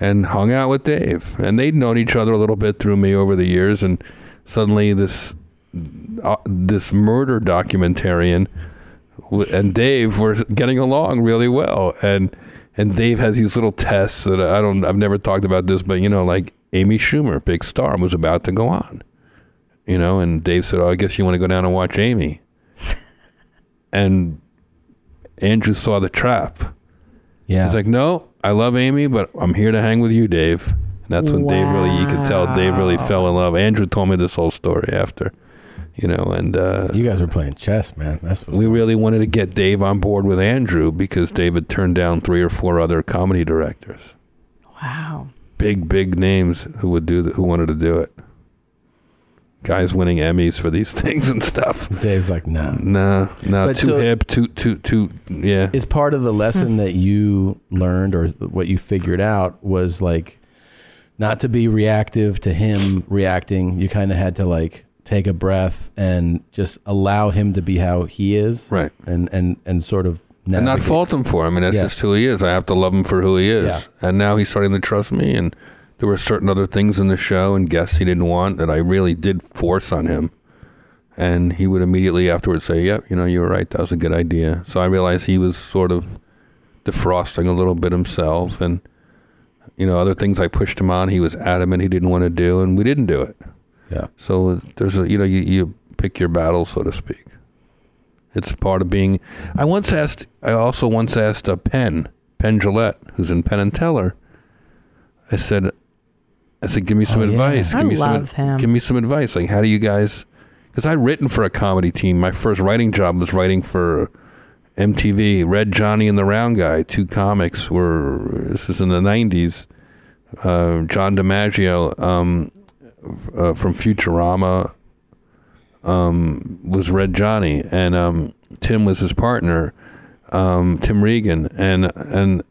N: and hung out with Dave. And they'd known each other a little bit through me over the years. And suddenly, this uh, this murder documentarian w- and Dave were getting along really well. And and Dave has these little tests that I don't I've never talked about this, but you know, like Amy Schumer, big star, was about to go on. You know, and Dave said, "Oh, I guess you want to go down and watch Amy." and Andrew saw the trap.
A: Yeah.
N: He's like, no, I love Amy, but I'm here to hang with you, Dave. And that's when Dave really, you could tell Dave really fell in love. Andrew told me this whole story after, you know, and uh,
A: You guys were playing chess, man. That's what
N: we really wanted to get Dave on board with Andrew because David turned down three or four other comedy directors,
B: Wow.
N: big, big names who would do the, who wanted to do it. Guys winning Emmys for these things and stuff.
A: Dave's like, no,
N: no, no,
A: But
N: too
A: so-
N: hip, too, too, too, yeah.
A: is part of the lesson that you learned or what you figured out was like not to be reactive to him reacting. You kind of had to like take a breath and just allow him to be how he is.
N: Right.
A: And and and sort of
N: and not
A: navigate.
N: fault him for. it. I mean, that's
A: Yeah.
N: just who he is. I have to love him for who he is.
A: Yeah.
N: And now he's starting to trust me. And there were certain other things in the show and guests he didn't want that I really did force on him. And he would immediately afterwards say, "Yep, you know, you were right. That was a good idea." So I realized he was sort of defrosting a little bit himself, and you know, other things I pushed him on, he was adamant he didn't want to do, and we didn't do it.
A: Yeah.
N: So there's a you know you, you pick your battle, so to speak. It's part of being. I once asked. I also once asked a Penn Penn Gillette, who's in Penn and Teller. I said, I said, give me some advice.
B: Oh, I
N: Give me
B: love
N: some, ad-
B: him.
N: Give me some advice. Like, how do you guys? Because I'd written for a comedy team. My first writing job was writing for MTV. Red Johnny and the Round Guy, two comics were. This is in the '90s. Uh, John DiMaggio um, f- uh, from Futurama um, was Red Johnny, and um, Tim was his partner, um, Tim Regan, and and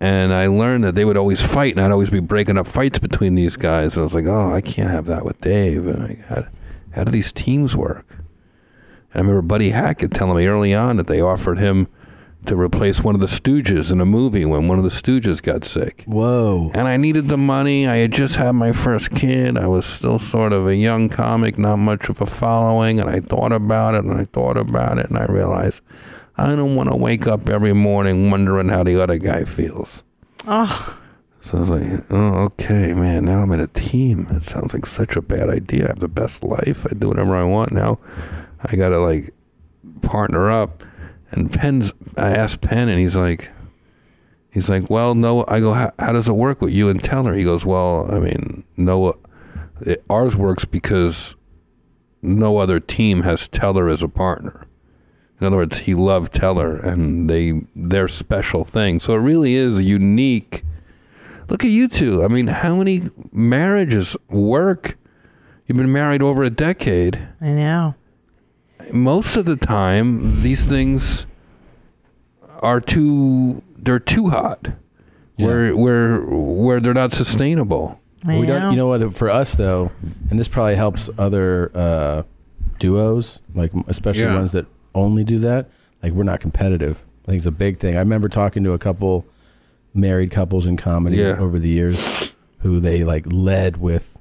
N: and I learned that they would always fight, and I'd always be breaking up fights between these guys. And I was like, oh, I can't have that with Dave. And I, how, how do these teams work? And I remember Buddy Hackett telling me early on that they offered him to replace one of the Stooges in a movie when one of the Stooges got sick.
A: Whoa.
N: And I needed the money. I had just had my first kid. I was still sort of a young comic, not much of a following. And I thought about it and I thought about it and I realized I don't want to wake up every morning wondering how the other guy feels.
B: Oh,
N: So I was like, oh, okay, man, now I'm in a team. It sounds like such a bad idea. I have the best life. I do whatever I want now. I got to like partner up. And Penn's, I asked Penn, and he's like, he's like, well, no. I go, how, how does it work with you and Teller? He goes, well, I mean, no, it, ours works because no other team has Teller as a partner. In other words, he loved Teller, and they their special thing. So it really is unique. Look at you two. I mean, how many marriages work? You've been married over a decade.
B: I know.
N: Most of the time, these things are too they're too hot, where where where they're not sustainable.
A: we don't. You know what? For us though, and this probably helps other uh, duos, like especially
N: Yeah.
A: ones that only do that. Like we're not competitive. I think it's a big thing. I remember talking to a couple married couples in comedy
N: Yeah.
A: over the years, who they like led with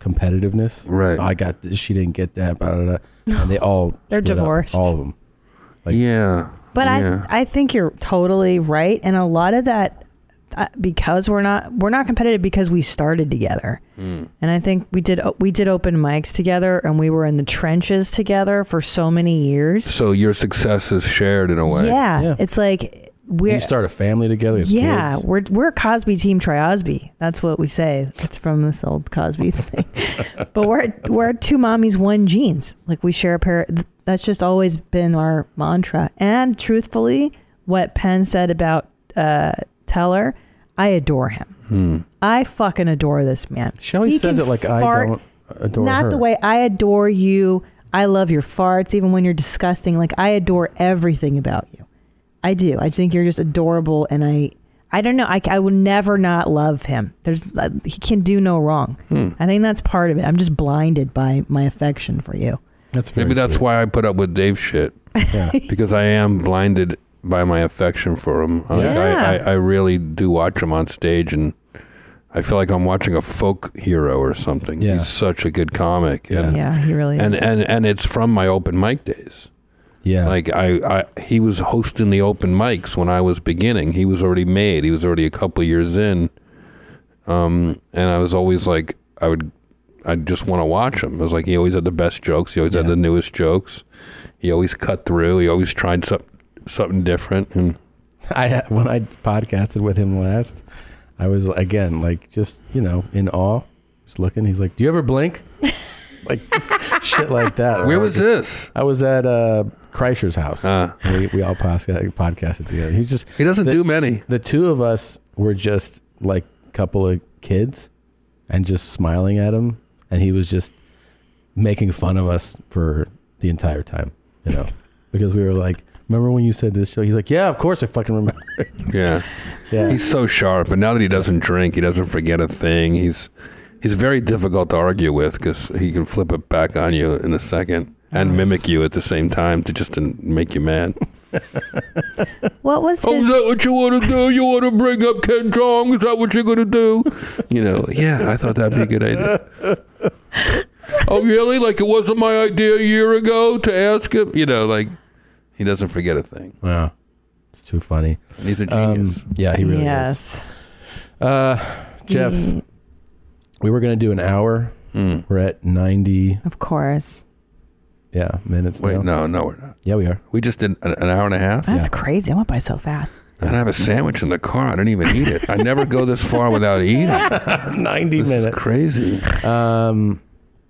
A: competitiveness. Right. I got this. She didn't get that. Blah, blah, blah. And they all
B: They're
A: split up,
B: divorced.
A: all of them. Like,
N: yeah.
B: But I I think you're totally right, and a lot of that uh, because we're not we're not competitive because we started together,
L: Mm.
B: and I think we did we did open mics together, and we were in the trenches together for so many years.
N: So your success is shared in a way.
B: Yeah, it's like we're
A: you start a family together. you have
B: yeah
A: kids.
B: we're we're Cosby team Triosby. That's what we say. It's from this old Cosby thing. but we're we're two mommies, one jeans. Like we share a pair. th- That's just always been our mantra. And truthfully, what Penn said about uh, Teller, I adore him. I fucking adore this man.
A: She always
B: He
A: says
B: can
A: it like I
B: fart-
A: don't adore
B: Not
A: her.
B: the way I adore you. I love your farts, even when you're disgusting. Like I adore everything about you. I do. I think you're just adorable, and I, I don't know. I, I will never not love him. There's uh, he can do no wrong.
N: Hmm.
B: I think that's part of it. I'm just blinded by my affection for you.
A: That's
N: maybe that's why I put up with Dave's shit because I am blinded by my affection for him. Like,
B: Yeah.
N: I, I, I really do watch him on stage, and I feel like I'm watching a folk hero or something.
B: Yeah.
N: He's such a good comic. and-
B: Yeah, he really
N: and
B: is.
N: and and it's from my open mic days.
A: Yeah,
N: like I, I he was hosting the open mics when I was beginning. He was already made. He was already a couple years in, um, and I was always like, I would, I just want to watch him. I was like, he always had the best jokes. He always had the newest jokes. He always cut through. He always tried something something different. And
A: I had- when I podcasted with him last, I was again like just you know in awe, just looking. He's like, "Do you ever blink?" like just shit like that.
N: Where
A: I
N: was Uh. this?
A: I was at uh, Kreischer's house. we, we all podcast, podcasted together. He just
N: he doesn't do many.
A: The two of us were just like couple of kids, and just smiling at him, and he was just making fun of us for the entire time, you know, because we were like, "Remember when you said this joke?" He's like, "Yeah, of course I fucking remember."
N: yeah,
A: yeah,
N: he's so sharp. And now that he doesn't drink, he doesn't forget a thing. He's he's very difficult to argue with because he can flip it back on you in a second and mimic you at the same time to just to make you mad.
B: What was
N: Oh, is that what you want to do? You want to bring up Ken Jong? Is that what you're going to do? You know, yeah, I thought that'd be a good idea. oh, really? Like it wasn't my idea a year ago to ask him? You know, like he doesn't forget a thing.
A: Yeah. It's too funny.
N: He's a genius.
A: Um, yeah, he really
B: Yes.
A: is. Uh, Jeff,
B: Mm.
A: we were going to do an hour.
N: Hmm.
A: We're at 90.
B: Of course.
A: Yeah, minutes
N: Wait,
A: now.
N: no, no, we're not.
A: Yeah, we are.
N: We just did an, an hour and a half.
B: That's crazy. I went by so fast.
N: And I have a sandwich in the car. I didn't even eat it. I never go this far without eating.
A: 90 minutes.
N: crazy.
A: Um,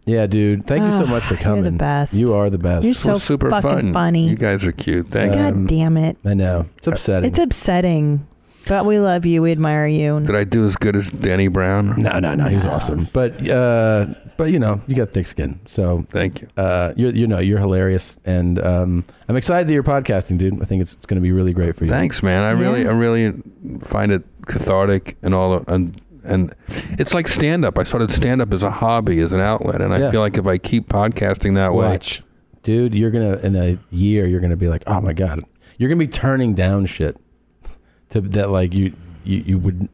A: yeah, dude. Thank you so
B: Ah,
A: much for
B: you're the
A: coming.
B: best.
A: You are the best.
B: You're so fucking funny.
N: You guys are cute.
A: Um,
N: Thank
B: God
N: you.
B: damn it.
A: I know. It's upsetting.
B: It's upsetting, but we love you. We admire you. and-
N: Did I do as good as Danny Brown?
A: No, no, no. He was awesome. But uh, but you know, you got thick skin. So
N: thank you.
A: Uh, you're, you know, you're hilarious, and um, I'm excited that you're podcasting, dude. I think it's, it's going to be really great for you.
N: Thanks, man. I really,
A: Yeah.
N: I really find it cathartic and all, and and it's like stand up. I started stand up as a hobby, as an outlet, and I
A: Yeah.
N: feel like if I keep podcasting that way,
A: Watch, dude. You're gonna in a year. You're gonna be like, oh my god. You're gonna be turning down shit to that like you you, you would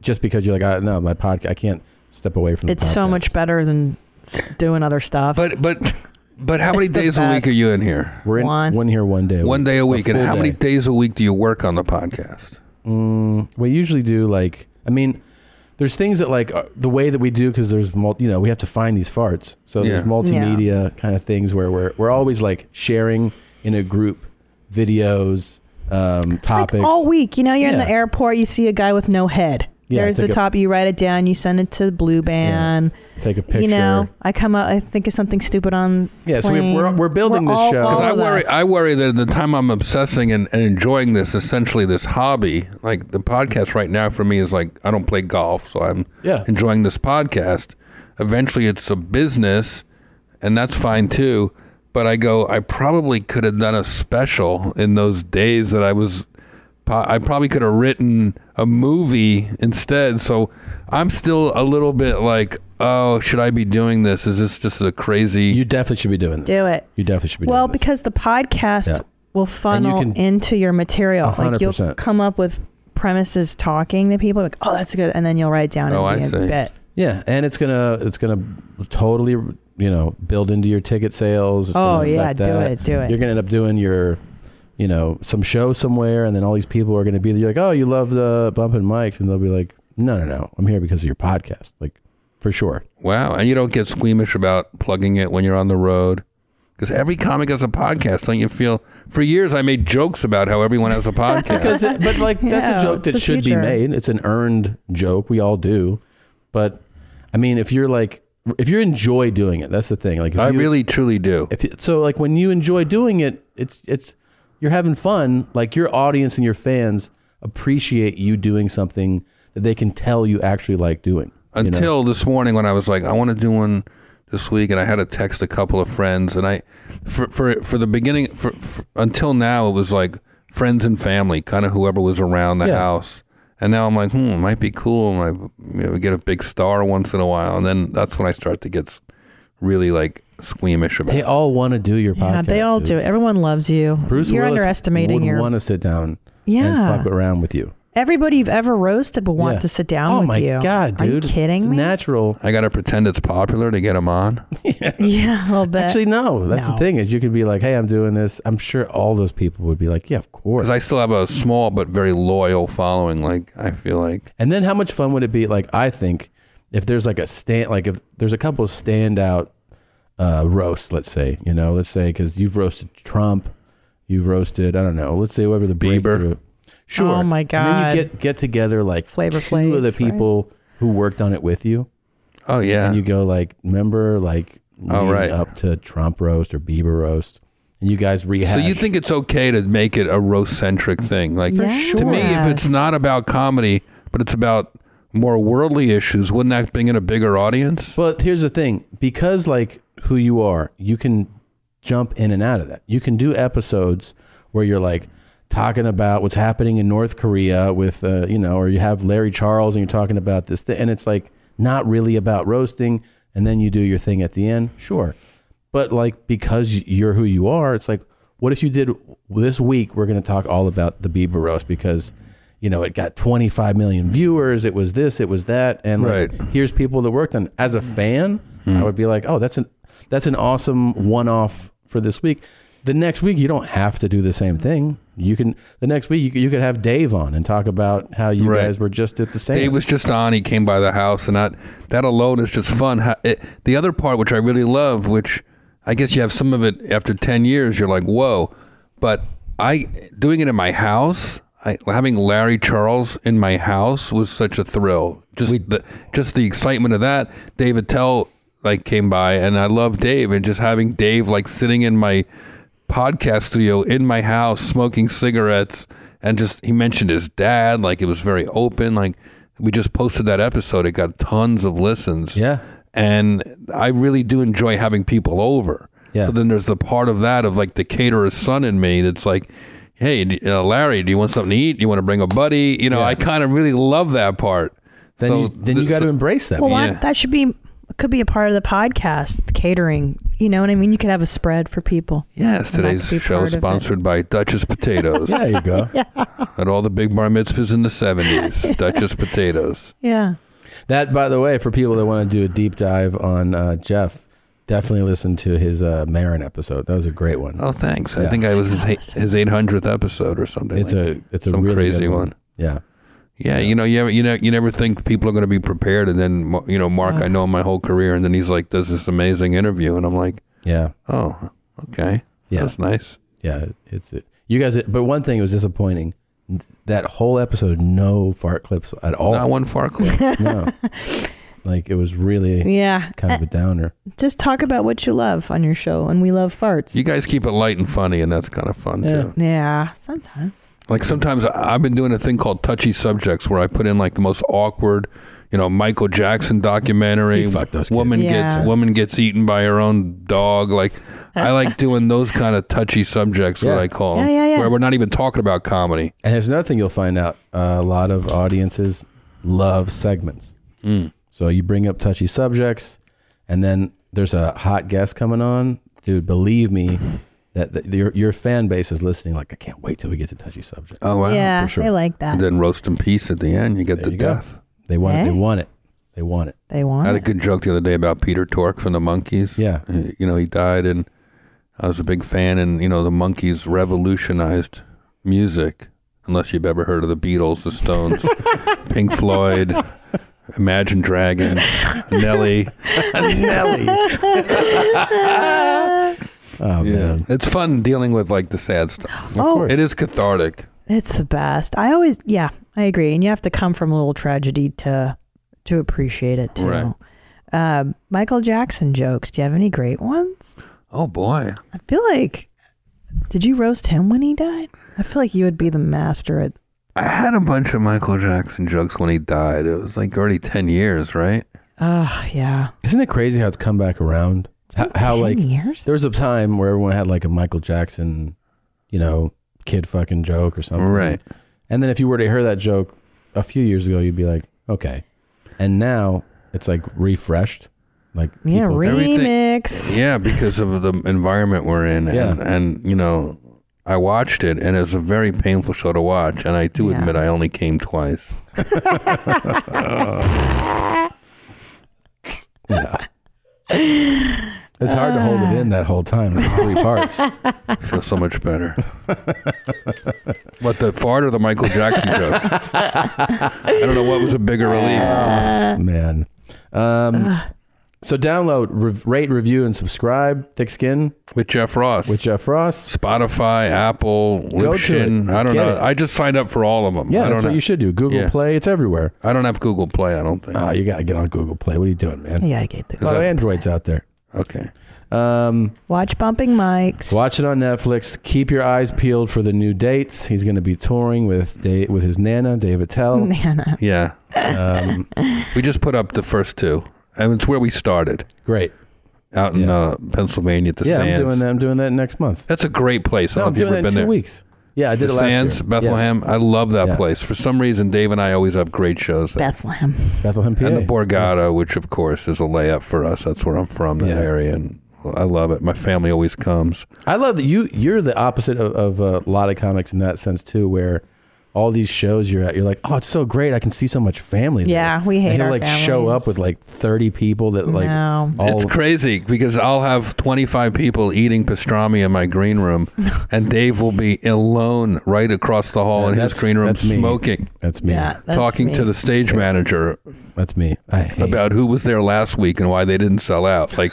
A: just because you're like, I, no, my podcast. I can't step away from.
B: It's
A: the
B: so much better than s- doing other stuff.
N: But but but how many days a week are you in here?
A: We're in one, here, one day, a
N: One
A: week.
N: day a week, and
A: full
N: how many
A: day.
N: days a week do you work on the podcast?
A: Mm, we usually do like I mean, there's things that like are- the way that we do because there's mul- you know we have to find these farts. So there's
N: Yeah.
A: multimedia kind of things where we're we're always like sharing in a group, videos, um, topics.
B: all week. You know, you're in
A: Yeah.
B: the airport, you see a guy with no head.
A: Yeah,
B: There's the
A: take a-
B: top. You write it down. You send it to the blue band.
A: Take a picture.
B: You know, I come up. I think of something stupid on.
A: Yeah, so we-
B: plane.
A: we're- we're building this
B: all-
A: show.
B: all
A: Because
N: I
B: of
N: worry.
B: us.
N: I worry that the time I'm obsessing and, and enjoying this, essentially this hobby, like the podcast right now for me is like I don't play golf, so I'm
A: Yeah.
N: enjoying this podcast. Eventually, it's a business, and that's fine too. But I go, I probably could have done a special in those days that I was. po- I probably could have written a movie instead. So I'm still a little bit like, oh, should I be doing this? Is this just a crazy? You
A: definitely should be doing this.
B: Do it.
A: You definitely should be.
B: Well, because the podcast
A: Yeah.
B: will funnel
A: can-
B: into your material. Like you'll
A: 100%.
B: come up with premises talking to people like, "Oh, that's good," and then you'll write down
A: Oh, I
B: and be a
A: see.
B: bit.
A: Yeah, and it's gonna it's gonna totally you know build into your ticket sales. It's
B: Oh,
A: gonna
B: yeah,
A: let
B: do it, do it.
A: You're gonna end up doing your you know some show somewhere, and then all these people are gonna be like, oh, you love the bump and mics, and they'll be like, no, no, no, I'm here because of your podcast, like for sure.
N: Wow, and you don't get squeamish about plugging it when you're on the road, because every comic has a podcast. Don't you feel? For years, I made jokes about how everyone has a podcast.
A: Because it- but like
B: Yeah,
A: that's a joke
B: it's
A: that
B: the
A: should
B: future.
A: be made. It's an earned joke. We all do, but I mean, if you're like if you enjoy doing it, that's the thing. Like if
N: I
A: you-
N: really truly do.
A: If you, so, like when you enjoy doing it, it's it's you're having fun. Like your audience and your fans appreciate you doing something that they can tell you actually like doing. you know?
N: Until this morning, when I was like, I want to do one this week, and I had to text a couple of friends, and I, for for for the beginning, for, for until now, it was like friends and family, kind of whoever was around the
A: Yeah.
N: house. And now I'm like, hmm, it might be cool. I you know, get a big star once in a while, and then that's when I start to get s- really like squeamish about.
A: they
N: it.
A: all want to do your
B: Yeah,
A: podcast.
B: they all do. it. Everyone loves you.
A: Bruce
B: You're
A: Willis
B: underestimating
A: would
B: your.
A: want to sit down
B: Yeah.
A: and fuck around with you.
B: Everybody you've ever roasted will want
A: Yeah.
B: to sit down
A: Oh
B: with
A: my
B: you.
A: God,
B: Are you
A: dude.
B: kidding
A: It's
B: me?
A: natural.
N: I gotta pretend it's popular to get them on.
B: yeah, a little bit.
A: Actually, no. That's the thing is, you could be like, "Hey, I'm doing this." I'm sure all those people would be like, "Yeah, of course."
N: Because I still have a small but very loyal following. Like I feel like
A: And then how much fun would it be? Like I think if there's like a stand, like if there's a couple of standout uh, roasts, let's say, you know, let's say because you've roasted Trump, you've roasted, I don't know, let's say whoever the breakthrough. Sure.
B: Oh, my
A: And then
B: God.
A: you get get together like
B: Flavor
A: two of the
B: Flavs, right?
A: people who worked on it with you.
N: Oh yeah.
A: And you go like, remember like
N: Oh,
A: leading
N: right.
A: up to Trump roast or Bieber roast, and you guys rehash.
N: So you think it's okay to make it a roast centric thing? Like
A: For
N: to me, if
A: sure.
N: it's not about comedy, but it's about more worldly issues, wouldn't that bring in a bigger audience?
A: But here's the thing because, like, who you are, you can jump in and out of that. You can do episodes where you're like talking about what's happening in North Korea with, uh, you know, or you have Larry Charles and you're talking about this thing, and it's like not really about roasting. And then you do your thing at the end. Sure. But, like, because you're who you are, it's like, what if you did this week? We're going to talk all about the Bieber roast because you know, it got 25 million viewers. It was this, it was that, and like, here's people that worked on. it. As a fan, I would be like, oh, that's an that's an awesome one-off for this week. The next week, you don't have to do the same thing. You can the next week you, could- you could have Dave on and talk about how you guys were just at the same.
N: Dave was just on. He came by the house, and that that alone is just fun. How- It, the other part, which I really love, which I guess you have some of it after ten years, you're like, whoa. But I doing it in my house, I, having Larry Charles in my house was such a thrill. Just the just the excitement of that. David Tell like came by, and I love Dave, and just having Dave like sitting in my podcast studio in my house smoking cigarettes and just he mentioned his dad like it was very open like we just posted that episode it got tons of listens
A: yeah
N: and i really do enjoy having people over
A: Yeah.
N: so then there's the part of that of like the caterer's son in me that's like hey d- uh, larry do you want something to eat do you want to bring a buddy you know i kind of really love that part
A: Then you- then you gotta embrace
B: Well, why- that should be could be a part of the podcast catering. You know what I mean? You could have a spread for people.
N: Yes,
B: And that
N: today's
B: could be
N: show
B: part
N: is
B: of it.
N: sponsored by Duchess Potatoes.
A: There you go.
N: At all the big bar mitzvahs in the 70s, Duchess Potatoes.
B: Yeah.
A: That, by the way, for people that want to do a deep dive on uh, Jeff, definitely listen to his uh, Marin episode. That was a great one.
N: Oh, thanks. I think I was his, eight- his 800th episode or something.
A: It's
N: like
A: a- it's a
N: some
A: really
N: crazy
A: good one.
N: one.
A: Yeah.
N: Yeah, you know, you ever, you know, you never think people are going to be prepared, and then Mar- you know, Mark, I know him my whole career, and then he's like, does this amazing interview, and I'm like,
A: yeah,
N: oh, okay,
A: Yeah.
N: that's nice.
A: Yeah, it's it. You guys, but one thing was disappointing. That whole episode, no fart clips at all.
N: Not one fart clip.
A: no. Like it was really
B: Yeah. Eh,
A: kind of a downer.
B: Just talk about what you love on your show, and we love farts.
N: You guys keep it light and funny, and that's kind of fun too.
B: Yeah, sometimes.
N: Like sometimes I- I've been doing a thing called touchy subjects where I put in like the most awkward, you know, Michael Jackson documentary.
A: He fucked those kids.
N: Woman
A: Yeah.
N: gets woman gets eaten by her own dog. Like I like doing those kind of touchy subjects. What
A: Yeah.
N: I call 'em,
A: Yeah, yeah, yeah.
N: where we're not even talking about comedy.
A: And there's another thing you'll find out: uh, a lot of audiences love segments.
N: Mm.
A: So you bring up touchy subjects, and then there's a hot guest coming on, dude. Believe me, that that your your fan base is listening. Like I can't wait till we get to touchy subjects.
N: Oh wow,
B: Yeah, they like that.
N: And then roast in peace at the end. You get the
A: you go.
N: death.
A: They want it. They
B: Hey.
A: want it. They want it.
B: They
N: I
B: want
N: had
B: it.
N: a good joke the other day about Peter Tork from the Monkees.
A: Yeah.
N: Uh, You know, he died, and I was a big fan, and, you know, the Monkees revolutionized music, unless you've ever heard of the Beatles, the Stones, Pink Floyd, Imagine Dragons, Nelly. Nelly.
A: Oh,
N: man. It's fun dealing with, like, the sad stuff.
B: Of Oh. course.
N: It is cathartic.
B: It's the best. I always, yeah, I agree. And you have to come from a little tragedy to to appreciate it too.
N: Right.
B: Uh, Michael Jackson jokes. Do you have any great ones?
N: Oh, boy.
B: I feel like, did you roast him when he died? I feel like you would be the master at.
N: I had a bunch of Michael Jackson jokes when he died. It was, like, already 10 years, right?
B: Oh yeah.
A: Isn't it crazy how it's come back around? How, how like there was a time where everyone had like a Michael Jackson, you know, kid fucking joke or something,
N: Right.
A: And then if you were to hear that joke a few years ago, you'd be like, okay. And now it's like refreshed, like
B: Yeah,
A: people-
B: remix.
N: Yeah, because of the environment we're in. And,
A: Yeah.
N: and, you know, I watched it and it was a very painful show to watch. And I do
B: Yeah.
N: admit I only came twice. yeah.
A: It's hard to hold it in that whole time. It's three parts.
N: I feel so much better. what, the fart or the Michael Jackson joke? I don't know what was a bigger relief.
A: Man. Um, so download, rev rate, review, and subscribe. Thick Skin
N: with Jeff Ross.
A: With Jeff Ross.
N: Spotify, Apple,
A: Go to
N: Libsyn.
A: it.
N: I don't
A: Get
N: know.
A: it.
N: I just signed up for all of them.
A: Yeah,
N: I
A: that's
N: don't
A: what
N: know.
A: you should do. Google
N: Yeah.
A: Play. It's everywhere.
N: I don't have Google Play. I don't think.
A: Oh, you got to get on Google Play. What are you doing, man?
B: You gotta get the
A: A lot of Androids out there.
N: Okay.
A: Um,
B: watch bumping mics.
A: Watch it on Netflix. Keep your eyes peeled for the new dates. He's going to be touring with da- with his nana, Dave Attell.
B: Nana.
N: Yeah.
A: Um,
N: we just put up the first two, and it's where we started.
A: Great.
N: Out in uh, Pennsylvania at the
A: yeah,
N: Sands.
A: I'm doing that. I'm doing that next month.
N: That's a great place.
A: No,
N: I
A: I'm
N: don't know
A: doing
N: if you've ever
A: that
N: been
A: in two
N: there.
A: weeks. Yeah, I did
N: the
A: it last
N: Sands,
A: year. Yes.
N: Bethlehem. I love that
A: Yeah.
N: place. For some reason, Dave and I always have great shows. there.
B: Bethlehem.
A: Bethlehem, PA.
N: And the Borgata, which of course is a layup for us. That's where I'm from, that
A: Yeah.
N: area, and I love it. My family always comes.
A: I love that you you're the opposite of, of a lot of comics in that sense too, where all these shows you're at, you're like, oh, it's so great. I can see so much family. there."
B: Yeah, we hate
A: and he'll
B: our
A: like show up with like 30 people that like
B: No.
A: all
N: it's crazy because I'll have 25 people eating pastrami in my green room, and Dave will be alone right across the hall
A: Yeah,
N: in his
A: that's-
N: green room
A: that's me.
N: smoking.
A: That's me. Yeah, that's
N: talking
A: me.
N: to the stage manager.
A: That's me. I
N: about who was there last week and why they didn't sell out. Like.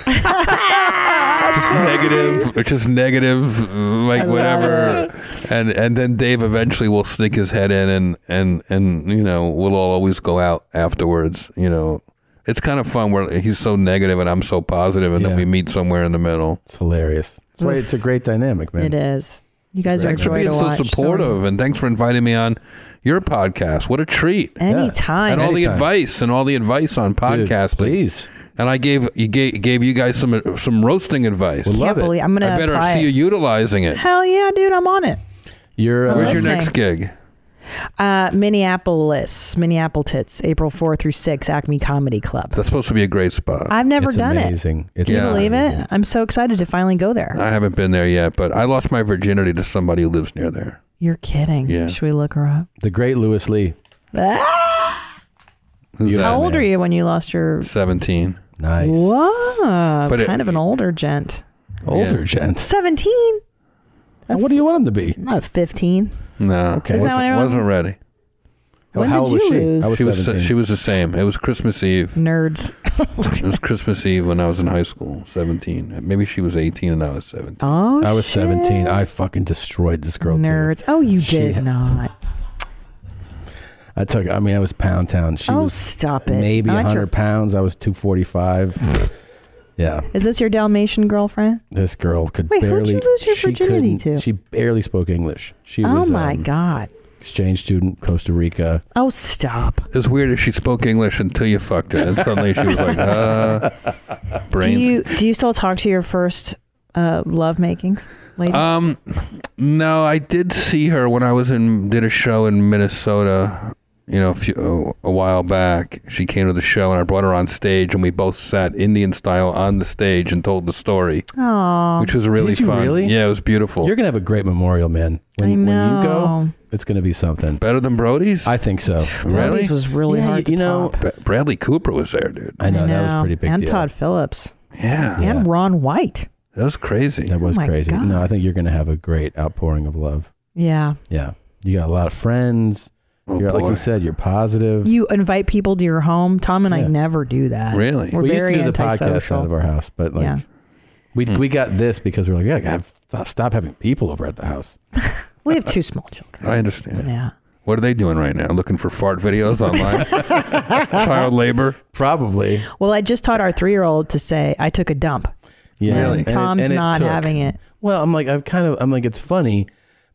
N: Just negative, or just negative, like whatever, and and then Dave eventually will stick his head in, and and and you know we'll all always go out afterwards. You know, it's kind of fun where he's so negative and I'm so positive, and then
A: Yeah.
N: we meet somewhere in the middle.
A: It's hilarious. That's why it's a great dynamic, man.
B: It is. You guys are a
N: Thanks for
B: joy
N: being
B: to
N: so
B: watch.
N: supportive, and thanks for inviting me on your podcast. What a treat!
B: Anytime.
N: and all the
B: Anytime.
N: advice and all the advice on podcasting,
A: please.
N: And I gave you gave, gave you guys some some roasting advice.
B: Can't love it. believe- I'm gonna
N: I better
B: apply
N: see
B: it.
N: you utilizing it.
B: Hell yeah, dude! I'm on it.
A: You're
B: I'm
N: Where's your
B: listening.
N: next gig?
B: Uh, Minneapolis, Minneapolis Tits, April 4 through 6, Acme Comedy Club.
N: That's supposed to be a great spot.
B: I've never done it. Can
N: Yeah.
B: you believe it? I'm so excited to finally go there.
N: I haven't been there yet, but I lost my virginity to somebody who lives near there.
B: You're kidding.
N: Yeah.
B: Should we look her up? Ah,
A: The great Lewis Lee.
N: Who's that?
B: How old were you when you lost your?
N: Seventeen.
A: Nice.
B: Whoa,
N: But it-
B: kind of an older gent.
A: Older gent.
B: Seventeen.
A: And what do you want him to be?
B: Not fifteen.
N: No,
A: Okay.
B: Isn't that
N: wasn't,
B: what everyone-
N: wasn't ready.
A: Well, When how did Oh, old was you she? lose? I was
N: she was
A: 17.
N: she was the same. It was Christmas Eve.
B: Nerds.
N: it was Christmas Eve when I was in high school, 17. Maybe she was 18 and I was 17.
B: Oh,
A: I was
B: shit.
A: 17. I fucking destroyed this girl.
B: Nerds. Oh, you
A: She-
B: did not.
A: I took. I mean, I was pound town. She
B: Oh,
A: was
B: stop it.
A: Maybe
B: Not your
A: 100
B: f-
A: pounds. I was 245. yeah,
B: Is this your Dalmatian girlfriend?
A: this girl could
B: Wait, who'd
A: barely.
B: you lose your
A: she
B: virginity
A: couldn't-
B: to?
A: She barely spoke English. She
B: Oh
A: was.
B: my
A: um,
B: God.
A: Exchange student, Costa Rica.
B: Oh, stop.
N: It's weird if she spoke English until you fucked her, and suddenly she was like, uh, brains.
B: Do you do you still talk to your first uh, love makings? Lady?
N: Um, no, I did see her when I was in did a show in Minnesota. You know, a, few, a while back, she came to the show and I brought her on stage, and we both sat Indian style on the stage and told the story,
B: Aw.
N: which was really
A: Did you
N: fun.
A: really?
N: Yeah, it was beautiful.
A: Oh. You're gonna have a great memorial, man. When,
B: I
A: when you go,
B: know.
A: it's gonna be something.
N: Better than Brody's?
A: I think so.
N: Really?
B: was really
A: Yeah,
B: hard to
A: You know,
N: Bra- Bradley Cooper was there, dude.
A: I know, that was
B: know.
A: pretty big.
B: And
A: deal.
B: Todd Phillips.
N: Yeah,
B: And Ron White.
N: that was crazy.
A: That was
B: Oh my
A: crazy.
B: God.
A: No, I think you're gonna have a great outpouring of love.
B: Yeah.
A: Yeah, you got a lot of friends.
N: Oh,
A: you're, like
N: boy.
A: you said, you're positive.
B: You invite people to your home. Tom and I
A: Yeah.
B: never do that.
N: Really?
B: We're
A: we
B: very
A: used to do the podcast
B: antisocial.
A: out of our house, but like
B: Yeah.
A: we
N: Hmm.
A: we got this because we were like, yeah, gotta f- stop having people over at the house.
B: We have two small children.
N: I understand.
B: Yeah.
N: What are they doing right now? Looking for fart videos online? Child labor?
A: Probably.
B: Well, I just taught our three year old to say, I took a dump.
A: Yeah,
B: And
A: And it-
B: Tom's
A: and it
B: not
A: took.
B: having it.
A: Well, I'm like, I've kind of, I'm like, it's funny,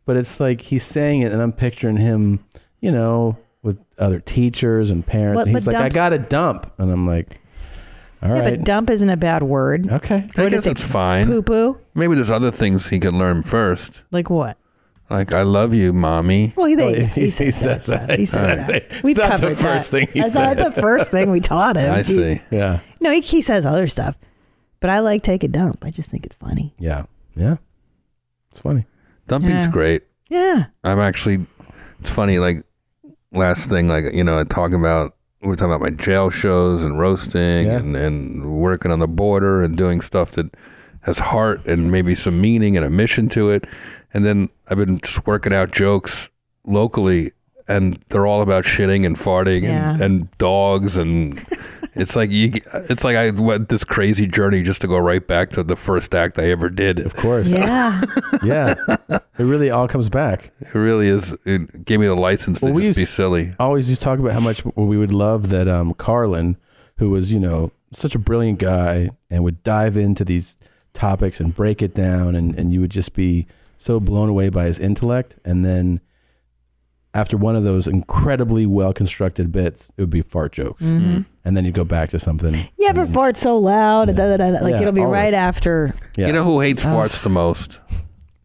A: but it's like he's saying it, and I'm picturing him, you know, with other teachers and parents.
B: But-
A: and he's
B: but
A: like, I
B: dumps-
A: got to dump, and I'm like, all
B: yeah,
A: right,
B: but dump isn't a bad word.
A: okay,
N: I
B: What
N: guess
B: is
N: that's
B: it?
N: fine.
B: Poo poo?
N: Maybe there's other things he could learn first.
B: Like what?
N: Like, I love you, mommy.
B: Well, he,
A: Oh,
B: they,
A: he-
B: he, says, that. He says that.
A: It's
B: We've
A: not the
B: covered
A: first
B: that.
A: thing he
B: That's not
A: said.
B: the first thing we taught him.
N: I
B: He-
N: see.
A: yeah,
B: no, he, he says other stuff, but I like take a dump. I just think it's funny.
A: yeah, yeah. It's funny.
N: Dumping's
B: Yeah.
N: great.
B: Yeah.
N: I'm actually, it's funny, like, last thing, like, you know, I talk about, we we're talking about my jail shows and roasting
A: Yeah.
N: and, and working on the border and doing stuff that has heart and maybe some meaning and a mission to it. And then I've been just working out jokes locally and they're all about shitting and farting and,
B: Yeah.
N: and dogs and it's like you, it's like I went this crazy journey just to go right back to the first act I ever did.
A: Of course, yeah.
B: Yeah.
A: it really all comes back.
N: It really is. It gave me the license
A: Well,
N: to
A: we
N: just be
A: used-
N: silly.
A: always just talk about how much we would love that um, Carlin, who was you know such a brilliant guy, and would dive into these topics and break it down, and and you would just be so blown away by his intellect, and then after one of those incredibly well constructed bits, it would be fart jokes,
N: Mm-hmm. Mm.
A: and then you'd go back to something.
B: Mm-hmm. You ever fart so loud? Da, da, da, da. Like
A: Hmm. Yeah,
B: it'll be
A: always.
B: right after
A: Yeah,
N: You know who hates farts the most?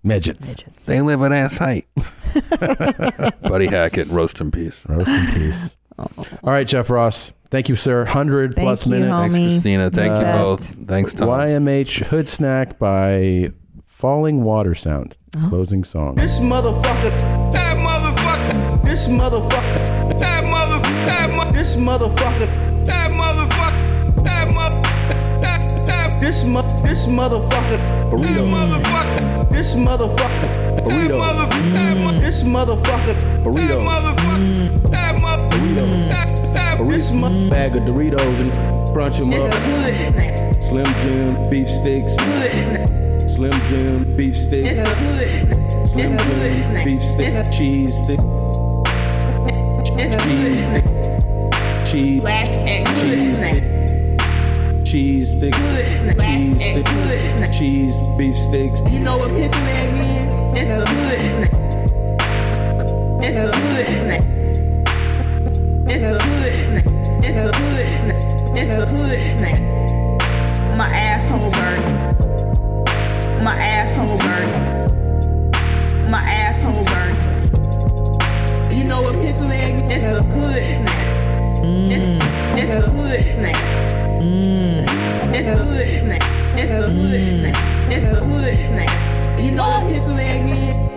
A: midgets.
B: midgets.
N: Uh. They live at ass height. Buddy Hackett, roast in peace.
A: Rest in peace. All right, Jeff Ross. Thank you, sir. Hundred
B: Thank
A: plus
B: you,
A: minutes.
B: homie.
N: Thanks,
B: Me.
N: Christina. Thank you
B: Best.
N: both. Thanks, Tom.
A: YMH Hood Snack by Falling Water Sound.
B: Uh-huh.
A: Closing song.
D: This motherfucker. That motherfucker. This motherfucker. That motherfucker. That mo- this motherfucker. That motherfucker. That mo- that, that, this mo- this motherfucker. Burrito. That motherfucker. This motherfucker. Burrito. That motherfucker. That mo- this motherfucker. Burrito. That motherfucker. That mo- Burrito. That, that, this mo- bag of Doritos and brunch them up. Slim Jim beef sticks. Slim Jim beef sticks. Slim Jim beef stick, cheese stick, cheese stick, cheese, cheese stick, cheese stick, cheese stick, cheese beef sticks.
J: You know what pickle egg is? It's a hood snack. It's a hood snack. It's a hood snack. It's a hood snack. It's a hood snack. My asshole burning. My asshole burning. My asshole burning. You know what pickle egg is? It's a hood snack. It's, it's a hood snack. It's a hood snack. It's a hood snack. It's a hood snack. You know what pickle egg is?